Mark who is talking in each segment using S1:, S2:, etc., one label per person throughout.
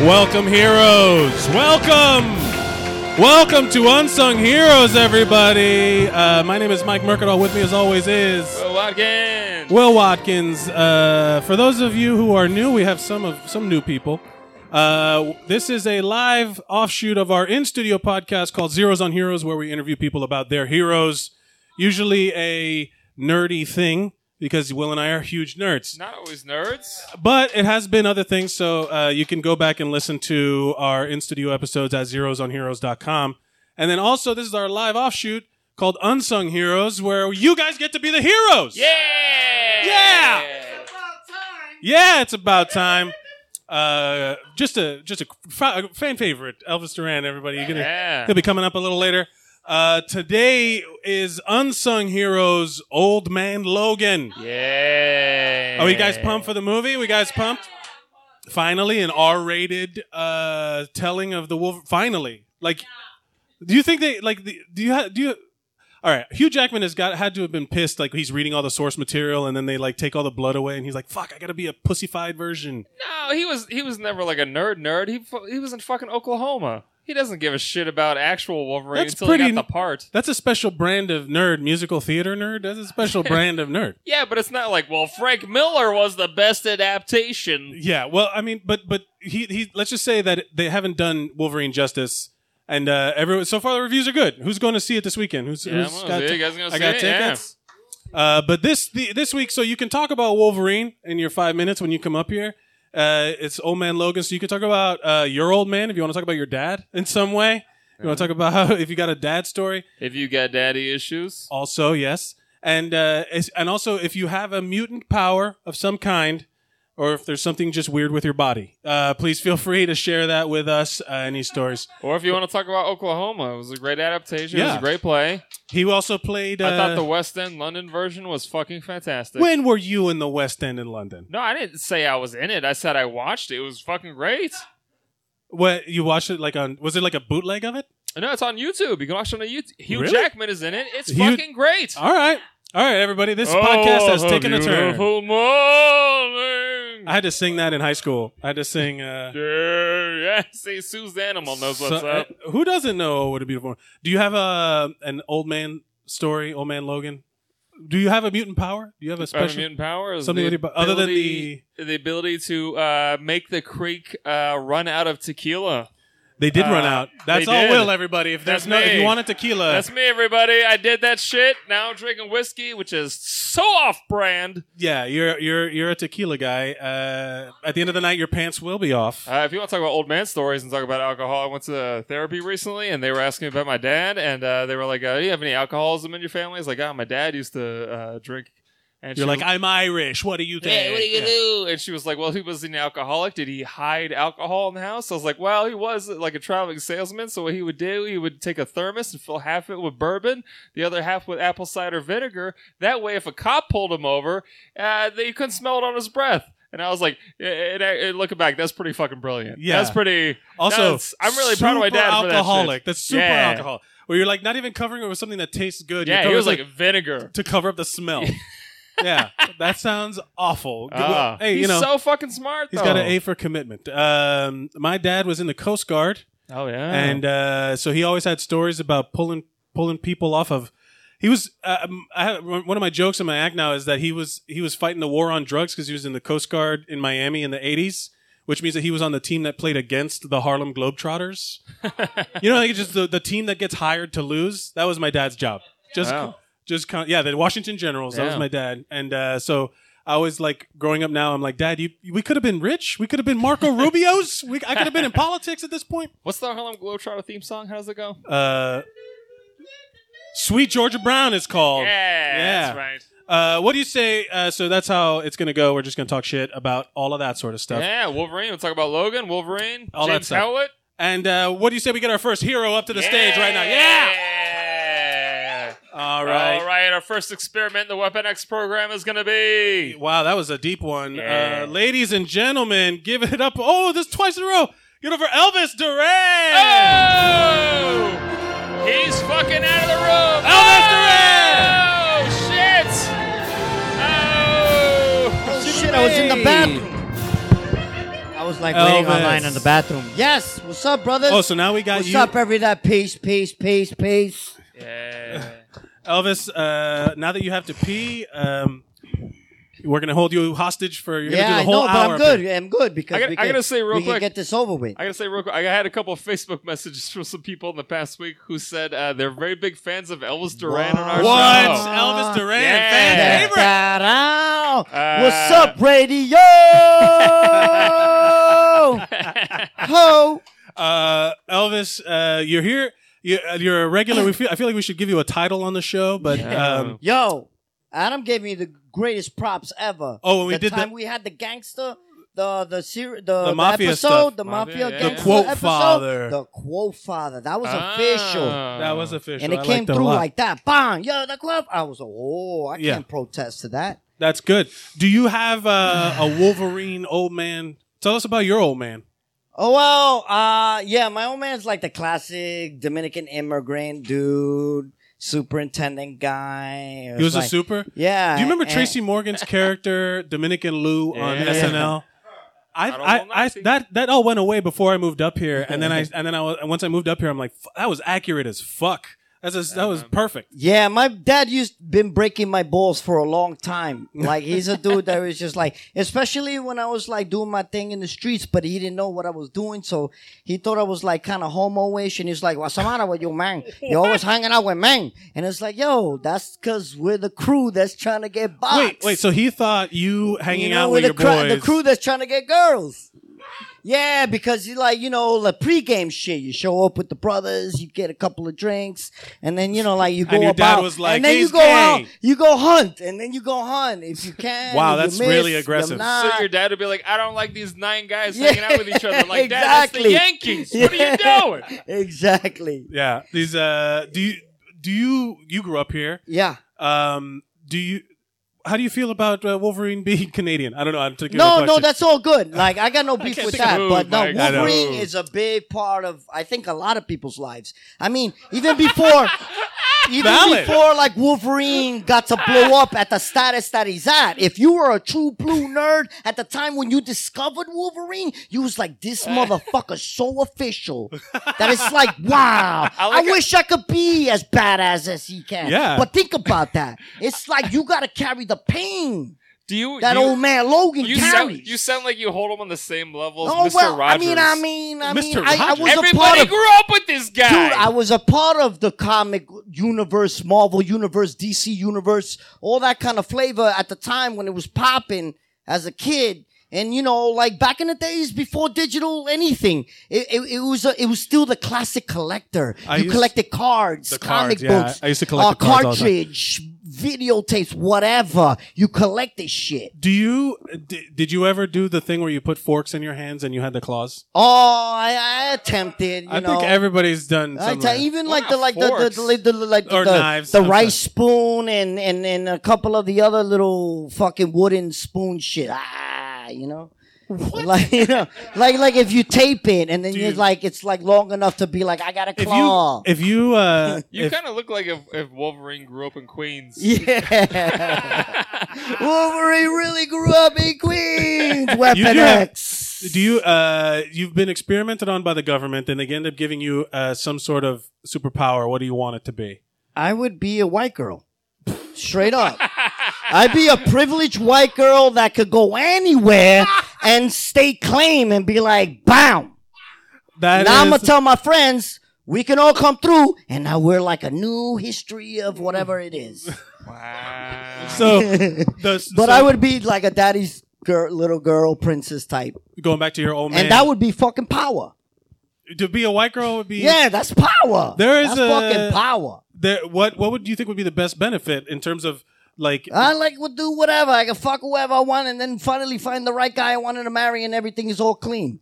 S1: Welcome, heroes. Welcome. Welcome to Unsung Heroes, everybody. Uh, my name is Mike Mercadal. With me, as always, is
S2: Will Watkins.
S1: Will Watkins. Uh, for those of you who are new, we have some of some new people. Uh, this is a live offshoot of our in studio podcast called Zeros on Heroes, where we interview people about their heroes. Usually a nerdy thing because Will and I are huge nerds
S2: Not always nerds.
S1: but it has been other things so uh, you can go back and listen to our in-studio episodes at zerosonheroes.com and then also this is our live offshoot called unsung heroes where you guys get to be the heroes
S2: Yeah.
S1: Yeah! yeah it's about time uh, just a just a fa- a fan favorite elvis duran everybody you're gonna
S2: Yeah.
S1: he'll be coming up a little later uh, today is unsung heroes old man logan
S2: Yeah.
S1: Are you guys pumped for the movie? We guys pumped? Finally, an R-rated uh, telling of the Wolf. Finally, like, do you think they like? The, do you ha- do you? All right, Hugh Jackman has got had to have been pissed. Like he's reading all the source material, and then they like take all the blood away, and he's like, "Fuck, I gotta be a pussyfied version."
S2: No, he was he was never like a nerd nerd. He fu- he was in fucking Oklahoma. He doesn't give a shit about actual Wolverine
S1: That's
S2: until he
S1: pretty-
S2: got the part.
S1: That's a special brand of nerd, musical theater nerd. That's a special brand of nerd.
S2: Yeah, but it's not like well, Frank Miller was the best adaptation.
S1: Yeah, well, I mean, but but he he. Let's just say that they haven't done Wolverine justice, and uh, everyone so far the reviews are good. Who's going to see it this weekend? Who's,
S2: Yeah,
S1: who's
S2: I'm gonna see it. You guys gonna
S1: I
S2: see
S1: got
S2: it?
S1: tickets. Uh, but this the, this week, so you can talk about Wolverine in your five minutes when you come up here. Uh, it's old man Logan, so you can talk about uh, your old man if you want to talk about your dad in some way. You want to talk about how, if you got a dad story,
S2: If you got daddy issues,
S1: also yes, and uh, it's- and also if you have a mutant power of some kind, or if there's something just weird with your body, uh, please feel free to share that with us. Uh, any stories?
S2: or if you want to talk about Oklahoma, it was a great adaptation. It was
S1: Yeah.
S2: a great play.
S1: He also played. Uh,
S2: I thought the West End London version was fucking fantastic.
S1: when were you in the West End in London?
S2: No, I didn't say I was in it. I said I watched it. It was fucking great.
S1: What you watched it like on? Was it like a bootleg of it?
S2: No, it's on YouTube. You can watch it on YouTube. Hugh
S1: Really?
S2: Jackman is in it. It's
S1: Hugh-
S2: fucking great.
S1: All right, all right, everybody. This podcast has taken a turn.
S2: Oh, Beautiful morning.
S1: I had to sing that in high school. I had to sing. Uh,
S2: Yeah, yeah. See, Sue's animal knows what's
S1: so- uh,
S2: up.
S1: who doesn't know what a beautiful? Do you have a an old man story, old man Logan? Do you have a mutant power? Do you have a
S2: Spider
S1: special?
S2: mutant power is
S1: something
S2: the
S1: with your bo- other than
S2: ability- the ability to uh, make the creek uh, run out of tequila.
S1: They did run
S2: Uh,
S1: out. That's
S2: they
S1: all,
S2: did.
S1: Will. Everybody, if there's
S2: That's
S1: no, if you
S2: me.
S1: want a tequila,
S2: That's me, everybody. I did that shit. Now I'm drinking whiskey, which is so off-brand.
S1: yeah, you're you're you're a tequila guy. Uh, at the end of the night, your pants will be off.
S2: Uh, if you want to talk about old man stories and talk about alcohol, I went to therapy recently, and they were asking me about my dad, and uh, they were like, uh, "Do you have any alcoholism in your family?" I was like, "Oh, my dad used to uh, drink." And
S1: you're
S2: she
S1: like,
S2: was,
S1: I'm Irish. What do you think?
S2: "Hey, what do you
S1: Yeah.
S2: do?" And she was like, "Well, he was an alcoholic. Did he hide alcohol in the house?" I was like, "Well, he was like a traveling salesman. So what he would do, he would take a thermos and fill half it with bourbon, the other half with apple cider vinegar. That way, if a cop pulled him over, uh, they couldn't smell it on his breath." And I was like, it, it, it, looking back, that's pretty fucking brilliant.
S1: Yeah.
S2: That's pretty.
S1: Also,
S2: That's- I'm really proud of my
S1: super
S2: dad for that
S1: Alcoholic. That's super
S2: Yeah.
S1: alcohol. Where you're like not even covering it with something that tastes good. You're
S2: Yeah, he
S1: covering
S2: was
S1: it
S2: like, vinegar.
S1: with- to cover up the smell. yeah, that sounds awful.
S2: Ah.
S1: hey,
S2: he's
S1: you know,
S2: so fucking smart.
S1: he's
S2: though.
S1: got an A for commitment. Um, my dad was in the Coast Guard,
S2: Oh yeah,
S1: and uh, so he always had stories about pulling pulling people off of. He was. Uh, um, I have, one of my jokes in my act now is that he was he was fighting the war on drugs because he was in the Coast Guard in Miami in the '80s, which means that he was on the team that played against the Harlem Globetrotters. you know, like just the, the team that gets hired to lose. That was my dad's job. Just
S2: Wow.
S1: just con- yeah, the Washington Generals. That was
S2: Yeah.
S1: my dad, and uh, so. I was like growing up now. I'm like, Dad, you we could have been rich. We could have been Marco Rubio's. We, I could have been in politics at this point.
S2: what's the Harlem Globetrotter theme song? How does it go?
S1: Uh, Sweet Georgia Brown is called.
S2: yeah, that's right.
S1: Uh, what do you say? Uh, so that's how it's going to go. We're just going to talk shit about all of that sort of stuff.
S2: Yeah, Wolverine. We'll talk about Logan, Wolverine,
S1: All that
S2: James
S1: stuff.
S2: Howlett.
S1: And uh, what do you say we get our first hero up to the stage right now? Yeah.
S2: Yeah.
S1: All
S2: All
S1: right.
S2: right. Our first experiment in the Weapon X program is gonna be.
S1: Wow, that was a deep one.
S2: Yeah.
S1: Uh, ladies and gentlemen, give it up. Oh, this is twice in a row. Get over Elvis Duran.
S2: Oh! He's fucking out of the room.
S1: Elvis
S2: Oh, shit! Oh.
S3: Shit, I was in the bathroom. I was was like waiting
S1: Elvis.
S3: online in the bathroom. Yes, what's up, brothers?
S1: Oh, so now we got
S3: what's
S1: you,
S3: up, every that peace, peace, peace, peace.
S2: Yeah.
S1: Elvis. Uh, now that you have to pee, um, we're gonna hold you hostage for you're gonna
S3: yeah,
S1: do
S3: I
S1: the whole
S3: know, but
S1: hour.
S3: I'm
S1: up here.
S3: good. I'm good because
S2: I got-
S3: we
S2: I
S3: can,
S2: gotta say real
S3: we
S2: quick-
S3: can get this over with.
S2: I gotta say real quick, I had a couple of Facebook messages from some people in the past week who said uh, they're very big fans of Elvis Duran on our
S1: What?
S2: show.
S3: Oh.
S1: Elvis Duran,
S2: Yeah.
S1: fan favorite.
S3: Da-da-da.
S2: Uh,
S3: What's up, radio? Ho!
S1: Uh, Elvis, uh, you're here. You're, you're a regular. We feel, I feel like we should give you a title on the show, but um,
S3: Yo, Adam gave me the greatest props ever.
S1: Oh, when we
S3: the
S1: did
S3: time
S1: that-
S3: we had the gangster, the the ser- Uh, the, the
S1: mafia
S3: episode,
S1: stuff.
S3: the
S2: Mafia,
S3: mafia,
S2: yeah.
S3: gangster
S2: The
S1: Quote
S3: episode,
S1: Father.
S3: the quote father. That was official,
S2: Uh,
S1: that was official.
S3: and
S1: I
S3: it came
S1: liked it a
S3: through
S1: lot.
S3: like that. Bang, yo, the quote. I was like, oh, I
S1: Yeah.
S3: can't protest to that.
S1: That's good. Do you have uh, a Wolverine old man? Tell us about your old man.
S3: Oh well, uh, yeah, my old man's like the classic Dominican immigrant dude, superintendent guy. It
S1: He was a
S3: like-
S1: super.
S3: Yeah.
S1: Do you remember
S3: and-
S1: Tracy Morgan's character, Dominican Lou, on
S2: Yeah.
S1: SNL? I,
S2: I don't know
S1: I, I,
S2: Nazi.
S1: that that all went away before I moved up here, and then I and then I was, once I moved up here, I'm like, "F- that was accurate as fuck. That's a, that was perfect.
S3: Yeah, my dad used been breaking my balls for a long time. Like he's a dude that was just like, especially when I was like doing my thing in the streets, but he didn't know what I was doing, so he thought I was like kind of homo-ish, and he's like, "What's the matter with you, man? You're always hanging out with men." And it's like, "Yo, that's because we're the crew that's trying to get boxed."
S1: Wait, wait. So he thought you hanging
S3: you know,
S1: out with
S3: the
S1: your
S3: cra-
S1: boys,
S3: the crew that's trying to get girls. Yeah, because you like you know the pregame shit. You show up with the brothers, you get a couple of drinks, and then you know like you go
S1: your dad
S3: about,
S1: was like,
S3: and then
S1: "He's
S3: you go
S1: gay."
S3: out, you go hunt, and then you go hunt if you can.
S1: Wow,
S3: If you
S1: that's really
S3: miss, you're
S1: aggressive. So
S3: not.
S2: So your dad would be like, I don't like these nine guys
S3: Yeah,
S2: hanging out with each other. Like, dad, that's the
S3: exactly.
S2: Yankees. What are you doing?
S3: exactly.
S1: Yeah. These uh do you do you you grew up here?
S3: Yeah.
S1: Um do you how do you feel about uh, Wolverine being Canadian? I don't know. I'm taking
S3: No,
S1: your
S3: no,
S1: question.
S3: that's all good. Like I got no beef
S1: can't
S3: with
S1: think of
S3: that.
S2: a
S3: But no,
S2: move, Mike.
S1: I know.
S3: Wolverine is a big part of I think a lot of people's lives. I mean, even before even
S1: Valid.
S3: before like Wolverine got to blow up at the status that he's at. If you were a true blue nerd at the time when you discovered Wolverine, you was like, This motherfucker's so official that it's like, wow. I,
S2: like it.
S3: wish I could be as badass as he can.
S1: Yeah.
S3: But think about that. It's like you gotta carry the pain.
S2: Do you
S3: That
S2: do you-
S3: old man Logan
S2: you
S3: carries.
S2: sound, you sound like you hold him on the same level as
S3: Oh
S2: Mr.
S3: well, I
S2: Rogers.
S3: mean, I mean, I mean,
S1: Mr.
S3: I, I was a part
S2: Everybody
S3: of.
S2: grew up with this guy.
S3: Dude, I was a part of the comic universe, Marvel universe, DC universe, all that kind of flavor at the time when it was popping as a kid. And you know, like back in the days before digital anything, it, it, it was a, it was still the classic collector.
S1: I
S3: you
S1: used-
S3: collected cards,
S1: The
S3: comic
S1: cards, yeah.
S3: books,
S1: I used to collect
S3: uh,
S1: the cards all the time.
S3: cartridge, videotapes, whatever. You collected shit.
S1: Do you did, did you ever do the thing where you put forks in your hands and you had the claws?
S3: Oh, I, I attempted. You
S1: I
S3: know.
S1: think everybody's done
S3: I
S1: something.
S3: tell,
S1: like-
S3: even
S2: Why
S3: like
S2: not
S3: the like the, the,
S2: forks?
S3: the, like, the like
S1: Or
S3: the,
S1: knives,
S3: the
S1: I'm
S3: rice spoon and, and and a couple of the other little fucking wooden spoon shit. Ah, you know. Like you know, like like if you tape it and then you're
S1: Dude.
S3: like it's like long enough to be like I got a
S1: if you
S3: claw.
S1: if you uh
S2: you
S1: if-
S2: kind of look like if, if Wolverine grew up in Queens.
S3: yeah, Wolverine really grew up in Queens. Weapon
S1: do have-
S3: X.
S1: do you uh you've been experimented on by the government and they end up giving you uh some sort of superpower. What do you want it to be?
S3: I would be a white girl. Straight up. I'd be a privileged white girl that could go anywhere and stay claim and be like, bam.
S1: That
S3: Now I'm going
S1: is-
S3: to tell my friends, we can all come through. And now we're like a new history of whatever it is.
S2: Wow.
S1: so the,
S3: but
S1: so
S3: I would be like a daddy's girl, little girl, princess type.
S1: going back to your old Oh, man.
S3: And that would be fucking power.
S1: to be a white girl would be
S3: Yeah, that's power.
S1: There is
S3: that's
S1: a-
S3: fucking power.
S1: there what what would you think would be the best benefit in terms of like
S3: I like would do whatever. I can fuck whoever I want, and then finally find the right guy I wanted to marry, and everything is all clean.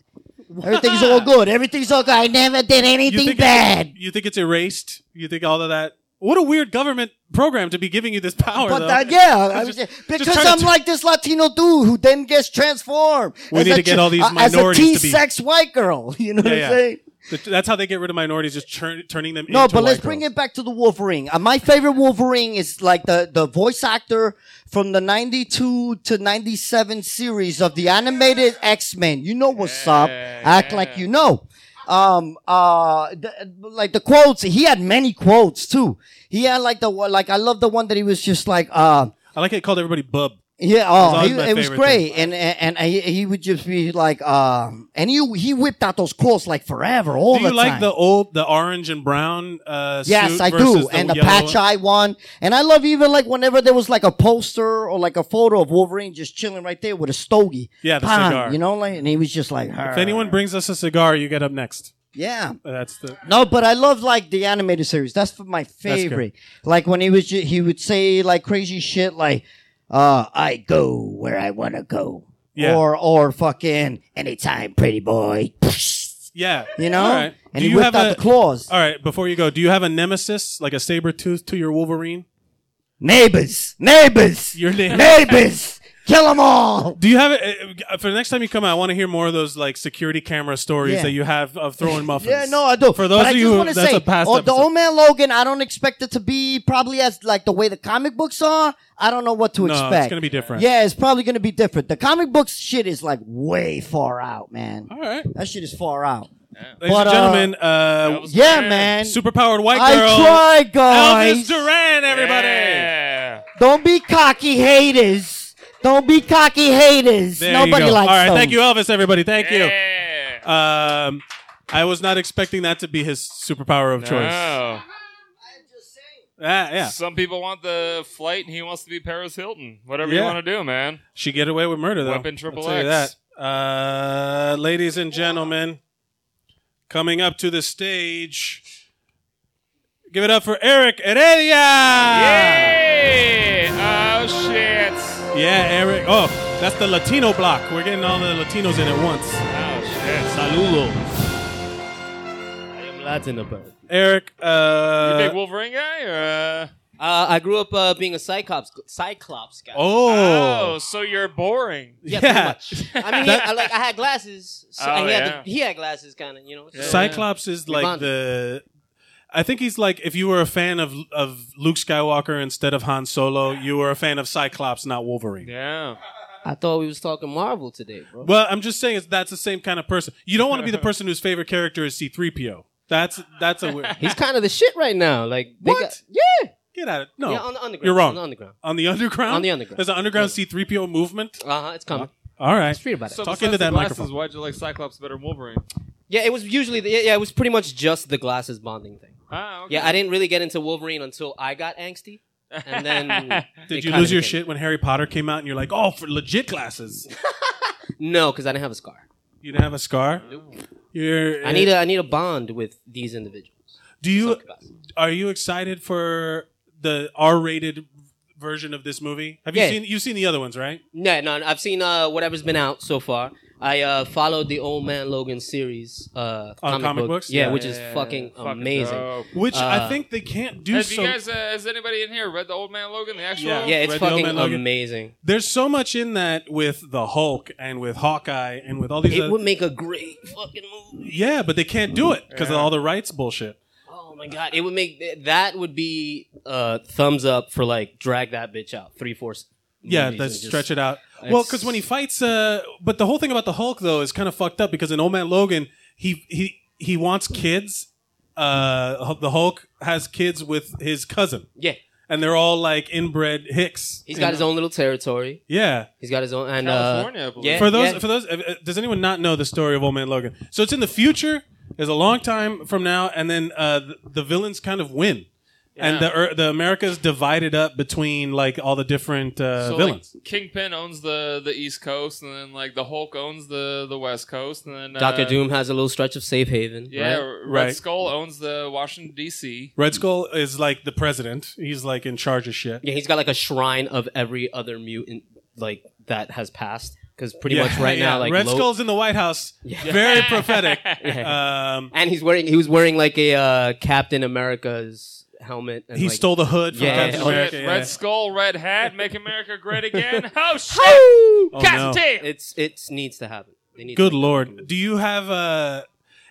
S3: Everything's all good. Everything's all good. I never did
S1: you
S3: anything
S1: think
S3: bad.
S1: It's, er-, you think it's erased? You think all of that? What a weird government program to be giving you this power.
S3: But
S1: though.
S3: that, yeah, I was
S1: Just-
S3: just-
S1: just
S3: because
S1: trying to
S3: I'm
S1: t-
S3: like this Latino dude who then gets transformed.
S1: We
S3: as
S1: need
S3: a
S1: to get
S3: tr-
S1: all these
S3: uh, as a
S1: minorities to be-
S3: T-sex white girl. You know
S1: Yeah,
S3: what I'm
S1: yeah.
S3: saying?
S1: Th- That's how they get rid of minorities, just churn, turning them.
S3: No,
S1: into
S3: but let's
S1: white
S3: bring
S1: girls.
S3: it back to the Wolverine. Uh, my favorite Wolverine is like the, the voice actor from the 92 to 97 series of the animated X-Men. You know what's up.
S2: Yeah,
S3: Act
S2: yeah.
S3: like you know. Um, uh, the, like the quotes, he had many quotes too. He had like the one, like, I love the one that he was just like, uh,
S1: I like how he called everybody bub.
S3: yeah,
S1: That's
S3: oh,
S1: always
S3: he-
S1: my
S3: it was
S1: favorite
S3: great, and and, and he, he would just be like, um, and he he whipped out those quotes like forever, all
S1: Do you
S3: the
S1: like
S3: time.
S1: the old, the orange and brown? Uh,
S3: Yes,
S1: suit
S3: I
S1: versus
S3: do. and the
S1: yellow
S3: patch eye one. And I love even like whenever there was like a poster or like a photo of Wolverine just chilling right there with a stogie.
S1: Yeah, the
S3: Pan,
S1: cigar.
S3: You know, like, and he was just like,
S1: If anyone brings us a cigar, you get up next.
S3: yeah.
S1: That's the.
S3: No, but I love like the animated series. That's for my favorite. Like when he was, ju- he would say like crazy shit like, uh, I go where I want to go.
S1: Yeah.
S3: Or, or fucking anytime, pretty boy.
S1: Yeah.
S3: You know?
S1: All right. Do
S3: And he
S1: you
S3: whipped
S1: have
S3: out
S1: a,
S3: the claws.
S1: All right, before you go, do you have a nemesis, like a saber tooth to your Wolverine?
S3: Neighbors, neighbors,
S1: Your name.
S3: neighbors, kill them all.
S1: Do you have it uh, for the next time you come out? I want to hear more of those like security camera stories
S3: Yeah.
S1: that you have of throwing muffins.
S3: Yeah, no, I do.
S1: For those
S3: but I
S1: of
S3: just
S1: you, who-
S3: wanna
S1: that's
S3: say,
S1: a past
S3: oh, the
S1: episode.
S3: old man Logan. I don't expect it to be probably as like the way the comic books are. I don't know what to
S1: No, it's
S3: expect.
S1: gonna be different.
S3: Yeah, it's probably gonna be different. The comic books shit is like way far out, man.
S1: All right,
S3: That shit is far out.
S1: ladies
S3: But,
S1: and
S3: uh,
S1: gentlemen, uh,
S2: was-
S3: Yeah,
S2: Yeah.
S3: man.
S1: superpowered white girl,
S3: I try,
S1: Elvis
S3: guys.
S1: Duran, everybody.
S2: Yeah.
S3: Don't be cocky haters. Don't be cocky haters.
S1: There
S3: Nobody
S1: you go.
S3: likes
S1: All right,
S3: those.
S1: thank you, Elvis. Everybody, thank
S2: Yeah.
S1: you. Um, I was not expecting that to be his superpower of choice.
S2: No.
S1: Ah, yeah,
S2: Some people want the flight, and he wants to be Paris Hilton. Whatever you
S1: Yeah.
S2: want to do, man.
S1: she get away with murder though.
S2: Weapon Triple
S1: I'll tell you
S2: X.
S1: that. Uh, ladies and gentlemen, coming up to the stage, give it up for Eric Heredia.
S2: Yeah. Oh shit.
S1: Yeah, Eric. Oh, that's the Latino block. We're getting all the Latinos in at once.
S2: Oh
S1: Saludos.
S4: I am Latin apparently.
S1: Eric,
S2: shit. You
S1: uh,
S2: big Wolverine guy? Or, uh,
S4: Uh, I grew up uh, being a cyclops, cyclops guy.
S1: oh,
S2: oh, so you're boring.
S4: yeah,
S1: yeah.
S4: pretty much. I mean, he, I, like I had glasses. So,
S2: Oh,
S4: and he, had
S2: yeah.
S4: the, he had glasses, kind of, you know. so-
S1: Cyclops is like
S4: Yvonne.
S1: the. I think he's like if you were a fan of of Luke Skywalker instead of Han Solo, you were a fan of Cyclops, not Wolverine.
S2: Yeah.
S4: I thought we was talking Marvel today, bro.
S1: Well, I'm just saying it's, that's the same kind of person. You don't want to be the person whose favorite character is C-3PO. That's that's a weird.
S4: He's kind of the shit right now. Like they
S1: What?
S4: got- yeah,
S1: Get out of no.
S4: yeah, on the underground.
S1: You're wrong.
S4: On the underground.
S1: On the underground.
S4: On the underground.
S1: There's an underground C-3PO movement.
S4: Uh huh. It's coming.
S1: All right.
S4: Let's read about it.
S2: So
S1: Talk
S2: besides
S1: into
S2: the
S1: that
S2: glasses,
S1: microphone.
S2: Why'd you like Cyclops better than Wolverine?
S4: yeah, it was usually the, yeah, yeah, it was pretty much just the glasses bonding thing.
S2: Ah, okay.
S4: Yeah, I didn't really get into Wolverine until I got angsty, and then
S1: Did you
S4: it kinda
S1: lose your
S4: became-
S1: shit when Harry Potter came out and you're like, oh, for legit glasses?
S4: No, because I didn't have a scar.
S1: You didn't have a scar. You're.
S4: I need a I need a bond with these individuals.
S1: Do you?
S4: Glasses.
S1: Are you excited for the R-rated version of this movie? Have you
S4: Yeah.
S1: seen? You've seen the other ones, right?
S4: No, no, I've seen uh, whatever's been out so far. I uh, followed the Old Man Logan series uh,
S1: On
S4: comic,
S1: comic
S4: book.
S1: books?
S4: yeah,
S1: Yeah.
S4: which is
S2: Yeah,
S4: fucking
S2: fucking
S4: amazing.
S2: dope.
S1: Which I
S4: Uh,
S1: think they can't do.
S2: Have
S1: so
S2: you guys? Uh, has anybody in here read the Old Man Logan? The actual.
S1: Yeah.
S4: Yeah, it's
S1: Red
S4: fucking
S1: Old Man Logan.
S4: amazing.
S1: There's so much in that with the Hulk and with Hawkeye and with all these.
S4: It
S1: other-
S4: would make a great fucking movie.
S1: yeah, but they can't do it because of all the rights bullshit.
S4: Oh my god, it would make that would be uh, thumbs up for like drag that bitch out three fourths.
S1: Yeah, that's stretch it out. Well, because when he fights, uh, but the whole thing about the Hulk though is kind of fucked up because in Old Man Logan, he he he wants kids. Uh, the Hulk has kids with his cousin,
S4: Yeah,
S1: and they're all like inbred Hicks.
S4: he's got his own little territory.
S1: Yeah.
S4: He's got his own and
S2: California, I
S4: Uh,
S2: believe.
S4: yeah,
S1: For those,
S4: yeah.
S1: for those, uh, uh, does anyone not know the story of Old Man Logan? So it's in the future. There's a long time from now, and then uh, the, the villains kind of win, and the er, the America's divided up between like all the different uh,
S2: So like,
S1: villains.
S2: Kingpin owns the the East Coast, and then like the Hulk owns the the West Coast, and then uh,
S4: Doctor Doom has a little stretch of safe haven.
S2: Yeah,
S4: right?
S2: Red
S1: Right.
S2: Skull owns the Washington D.C.
S1: Red Skull is like the president. He's like in charge of shit.
S4: Yeah, he's got like a shrine of every other mutant like that has passed. Because pretty much right
S1: yeah.
S4: now, like
S1: Red
S4: Lo-
S1: Skull's in the White House. Very prophetic. Um,
S4: and he's wearing he was wearing like a uh, Captain America's helmet. And,
S1: he
S4: like-
S1: stole the hood from
S4: Yeah,
S1: Captain
S4: yeah.
S1: America.
S2: Red,
S1: yeah.
S2: Red Skull, Red Hat, Make America Great Again. Oh shit!
S1: Oh,
S2: God
S1: no.
S2: damn!
S4: It's it needs to happen. They need
S1: Good
S4: to-
S1: lord. Do you have Uh,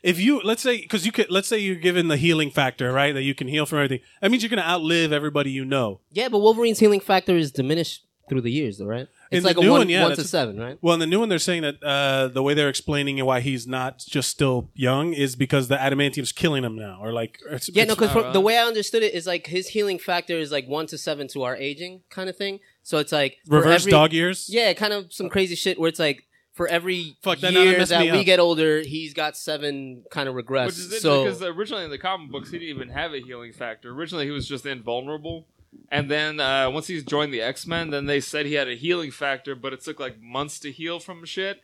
S1: if you let's say because you could let's say you're given the healing factor, right? That you can heal from everything. That means you're gonna outlive everybody you know.
S4: Yeah, but Wolverine's healing factor is diminished through the years, though, right? It's
S1: In
S4: like
S1: the
S4: a
S1: new
S4: one,
S1: one, yeah,
S4: one to
S1: that's-
S4: seven, right?
S1: Well, in the new one, they're saying that uh, the way they're explaining why he's not just still young is because the adamantium's killing him now, or like or it's-
S4: Yeah, no,
S1: it's-
S4: because
S2: Alright.
S4: the way I understood it is like his healing factor is like one to seven to our aging kind of thing. So it's like for
S1: reverse
S4: every-
S1: dog years.
S4: Yeah, kind of some crazy shit where it's like for every
S1: Fuck, that now that
S4: year
S1: messed
S4: that
S1: me
S4: we
S1: up.
S4: get older, he's got seven kind of regress.
S2: Which is interesting
S4: so
S2: because originally in the comic books he didn't even have a healing factor. Originally he was just invulnerable, and then uh, once he joined the X Men, then they said he had a healing factor, but it took like months to heal from shit.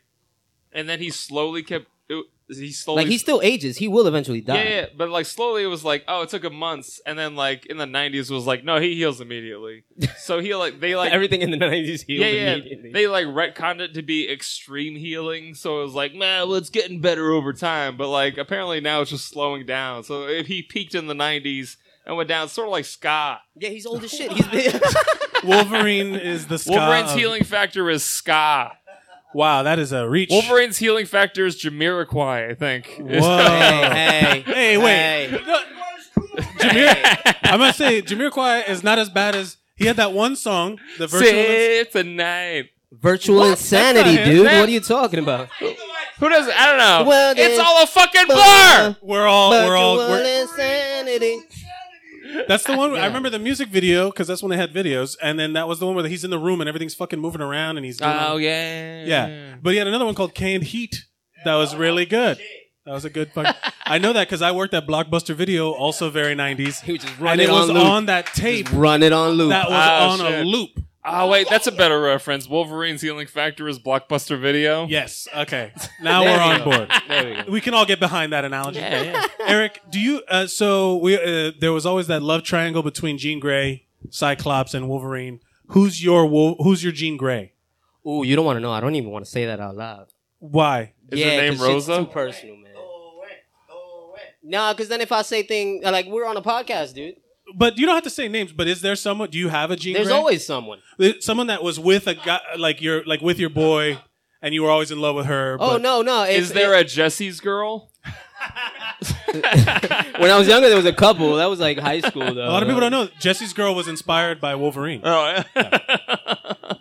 S2: And then he slowly kept. It, he slowly
S4: like he still ages. He will eventually die.
S2: yeah, yeah, but like slowly it was like, oh, it took him months, and then like in the '90s was like, no, he heals immediately. so he like they like
S4: Everything in the nineties healed
S2: yeah, yeah.
S4: immediately.
S2: They like retconned it to be extreme healing, so it was like, man, well, it's getting better over time. But like, apparently now it's just slowing down. So if he peaked in the '90s and went down, sort of like ska.
S4: yeah, he's old as shit. He's
S1: Wolverine is the ska
S2: Wolverine's
S1: of-
S2: healing factor is ska.
S1: Wow, that is a reach.
S2: Wolverine's healing factor is Jamiroquai, I think.
S1: Whoa.
S4: hey,
S1: Hey, wait. No, Jamir, I'm gonna say Jamiroquai is not as bad as he had that one song, the virtual.
S2: Say tonight.
S4: Virtual insanity,
S1: That's not him,
S4: dude.
S2: man.
S4: What are you talking about?
S2: Who does? I don't know.
S4: Well,
S2: it's
S4: there's-
S2: all a fucking blur.
S1: We're all, we're all.
S4: Virtual
S1: We're,
S4: insanity.
S1: that's the one.
S4: Yeah.
S1: I remember the music video because that's when they had videos, and then that was the one where he's in the room and everything's fucking moving around and he's. doing-
S2: Oh yeah.
S1: yeah. But he had another one called Canned Heat that was really good. That was a good. Fuck. I know that because I worked at Blockbuster Video, also very 90s,
S4: He was just
S1: and
S4: running
S1: it was
S4: on loop.
S1: on that tape
S4: Just run it on loop.
S1: that was
S2: Oh,
S1: on a
S2: shit.
S1: loop.
S2: Oh wait, that's a better reference. Wolverine's healing factor is blockbuster video.
S1: Yes. Okay. Now
S4: There
S1: we're
S4: you
S1: on
S4: go.
S1: board.
S4: there we go.
S1: we can all get behind that analogy.
S2: Yeah, yeah.
S1: Eric, do you? Uh, so we uh, there was always that love triangle between Jean Grey, Cyclops, and Wolverine. Who's your Wol- Who's your Jean Grey?
S4: Ooh, you don't want to know. I don't even want to say that out loud.
S1: Why?
S2: Is her name
S4: 'cause shit's
S2: Rosa?
S4: Too personal, man. Nah, because then if I say thing like we're on a podcast, dude,
S1: But you don't have to say names. But is there someone? Do you have a Jean?
S4: there's
S1: Grey?
S4: always someone.
S1: Th- someone that was with a guy like your like with your boy, and you were always in love with her.
S4: Oh
S1: but-
S4: no, no.
S2: Is there a Jesse's girl?
S4: when I was younger, there was a couple. That was like high school, though.
S1: A lot of people don't know. Jesse's girl was inspired by Wolverine.
S2: Uh, Oh,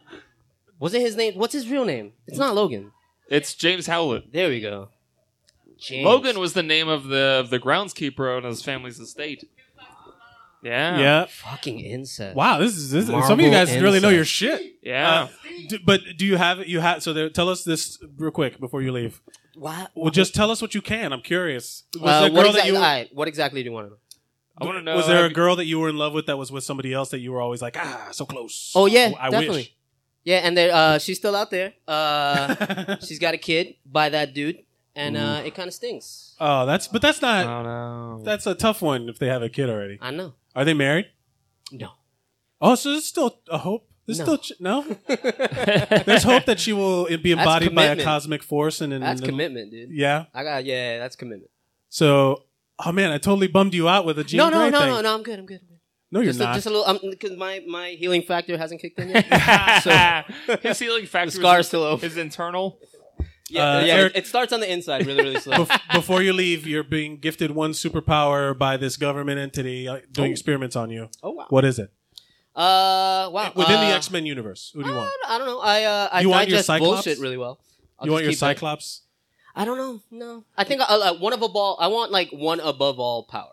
S4: Wasn't his name? What's his real name? It's not Logan.
S2: it's James Howlett.
S4: There we go. James.
S2: Logan was the name of the of the groundskeeper on his family's estate. Yeah,
S1: yeah.
S4: Ah, fucking incest.
S1: Wow. This is this. Some of you
S4: Marvel
S1: guys really know
S4: incest.
S1: your shit.
S2: yeah.
S1: Uh, d- but do you have you have so there, tell us this real quick before you leave.
S4: Wow.
S1: Well, just tell us what you can. I'm curious. Was
S4: Uh,
S1: there a girl
S4: what,
S1: that
S4: exactly,
S1: you
S4: all right, what exactly do you want to know?
S2: I want to know.
S1: was there a
S2: have-
S1: girl that you were in love with that was with somebody else that you were always like ah so close?
S4: Oh yeah,
S1: I
S4: definitely.
S1: Wish.
S4: Yeah, and there, uh, she's still out there. Uh, she's got a kid by that dude, and
S1: Mm-hmm.
S4: uh, it kind of stings.
S1: oh, that's but that's
S2: I
S1: not
S2: don't know.
S1: that's a tough one if they have a kid already.
S4: I know.
S1: Are they married?
S4: No.
S1: Oh, so there's still a hope. There's
S4: No.
S1: still ch- no. There's hope that she will be
S4: That's
S1: embodied by a
S4: commitment.
S1: cosmic force and, and
S4: That's
S1: and-
S4: commitment, dude.
S1: Yeah.
S4: I got yeah, that's commitment.
S1: So oh man, I totally bummed you out with a Jean
S4: no, no,
S1: Grey
S4: no,
S1: thing.
S4: no, no. I'm good. I'm good. I'm good.
S1: No, you're
S4: Just, a,
S1: not.
S4: just a little, because my my healing factor hasn't kicked in yet. so
S2: his healing factor.
S4: the scar's
S2: is-
S4: still open.
S2: is internal.
S4: Yeah,
S1: Uh,
S4: yeah.
S1: Eric-
S4: it, it starts on the inside, really, really slow.
S1: Bef- before you leave, you're being gifted one superpower by this government entity uh, doing experiments on you.
S4: oh wow.
S1: What is it?
S4: Uh, wow.
S1: Within the
S4: uh,
S1: X Men universe, who do you
S4: I
S1: want?
S4: don't- I don't know. I uh, I
S1: You want your
S4: digest
S1: Cyclops?
S4: bullshit really well. I'll
S1: you want your
S4: just keep it-
S1: Cyclops?
S4: I don't know. No, I think I, like one above all. I want like one above all power.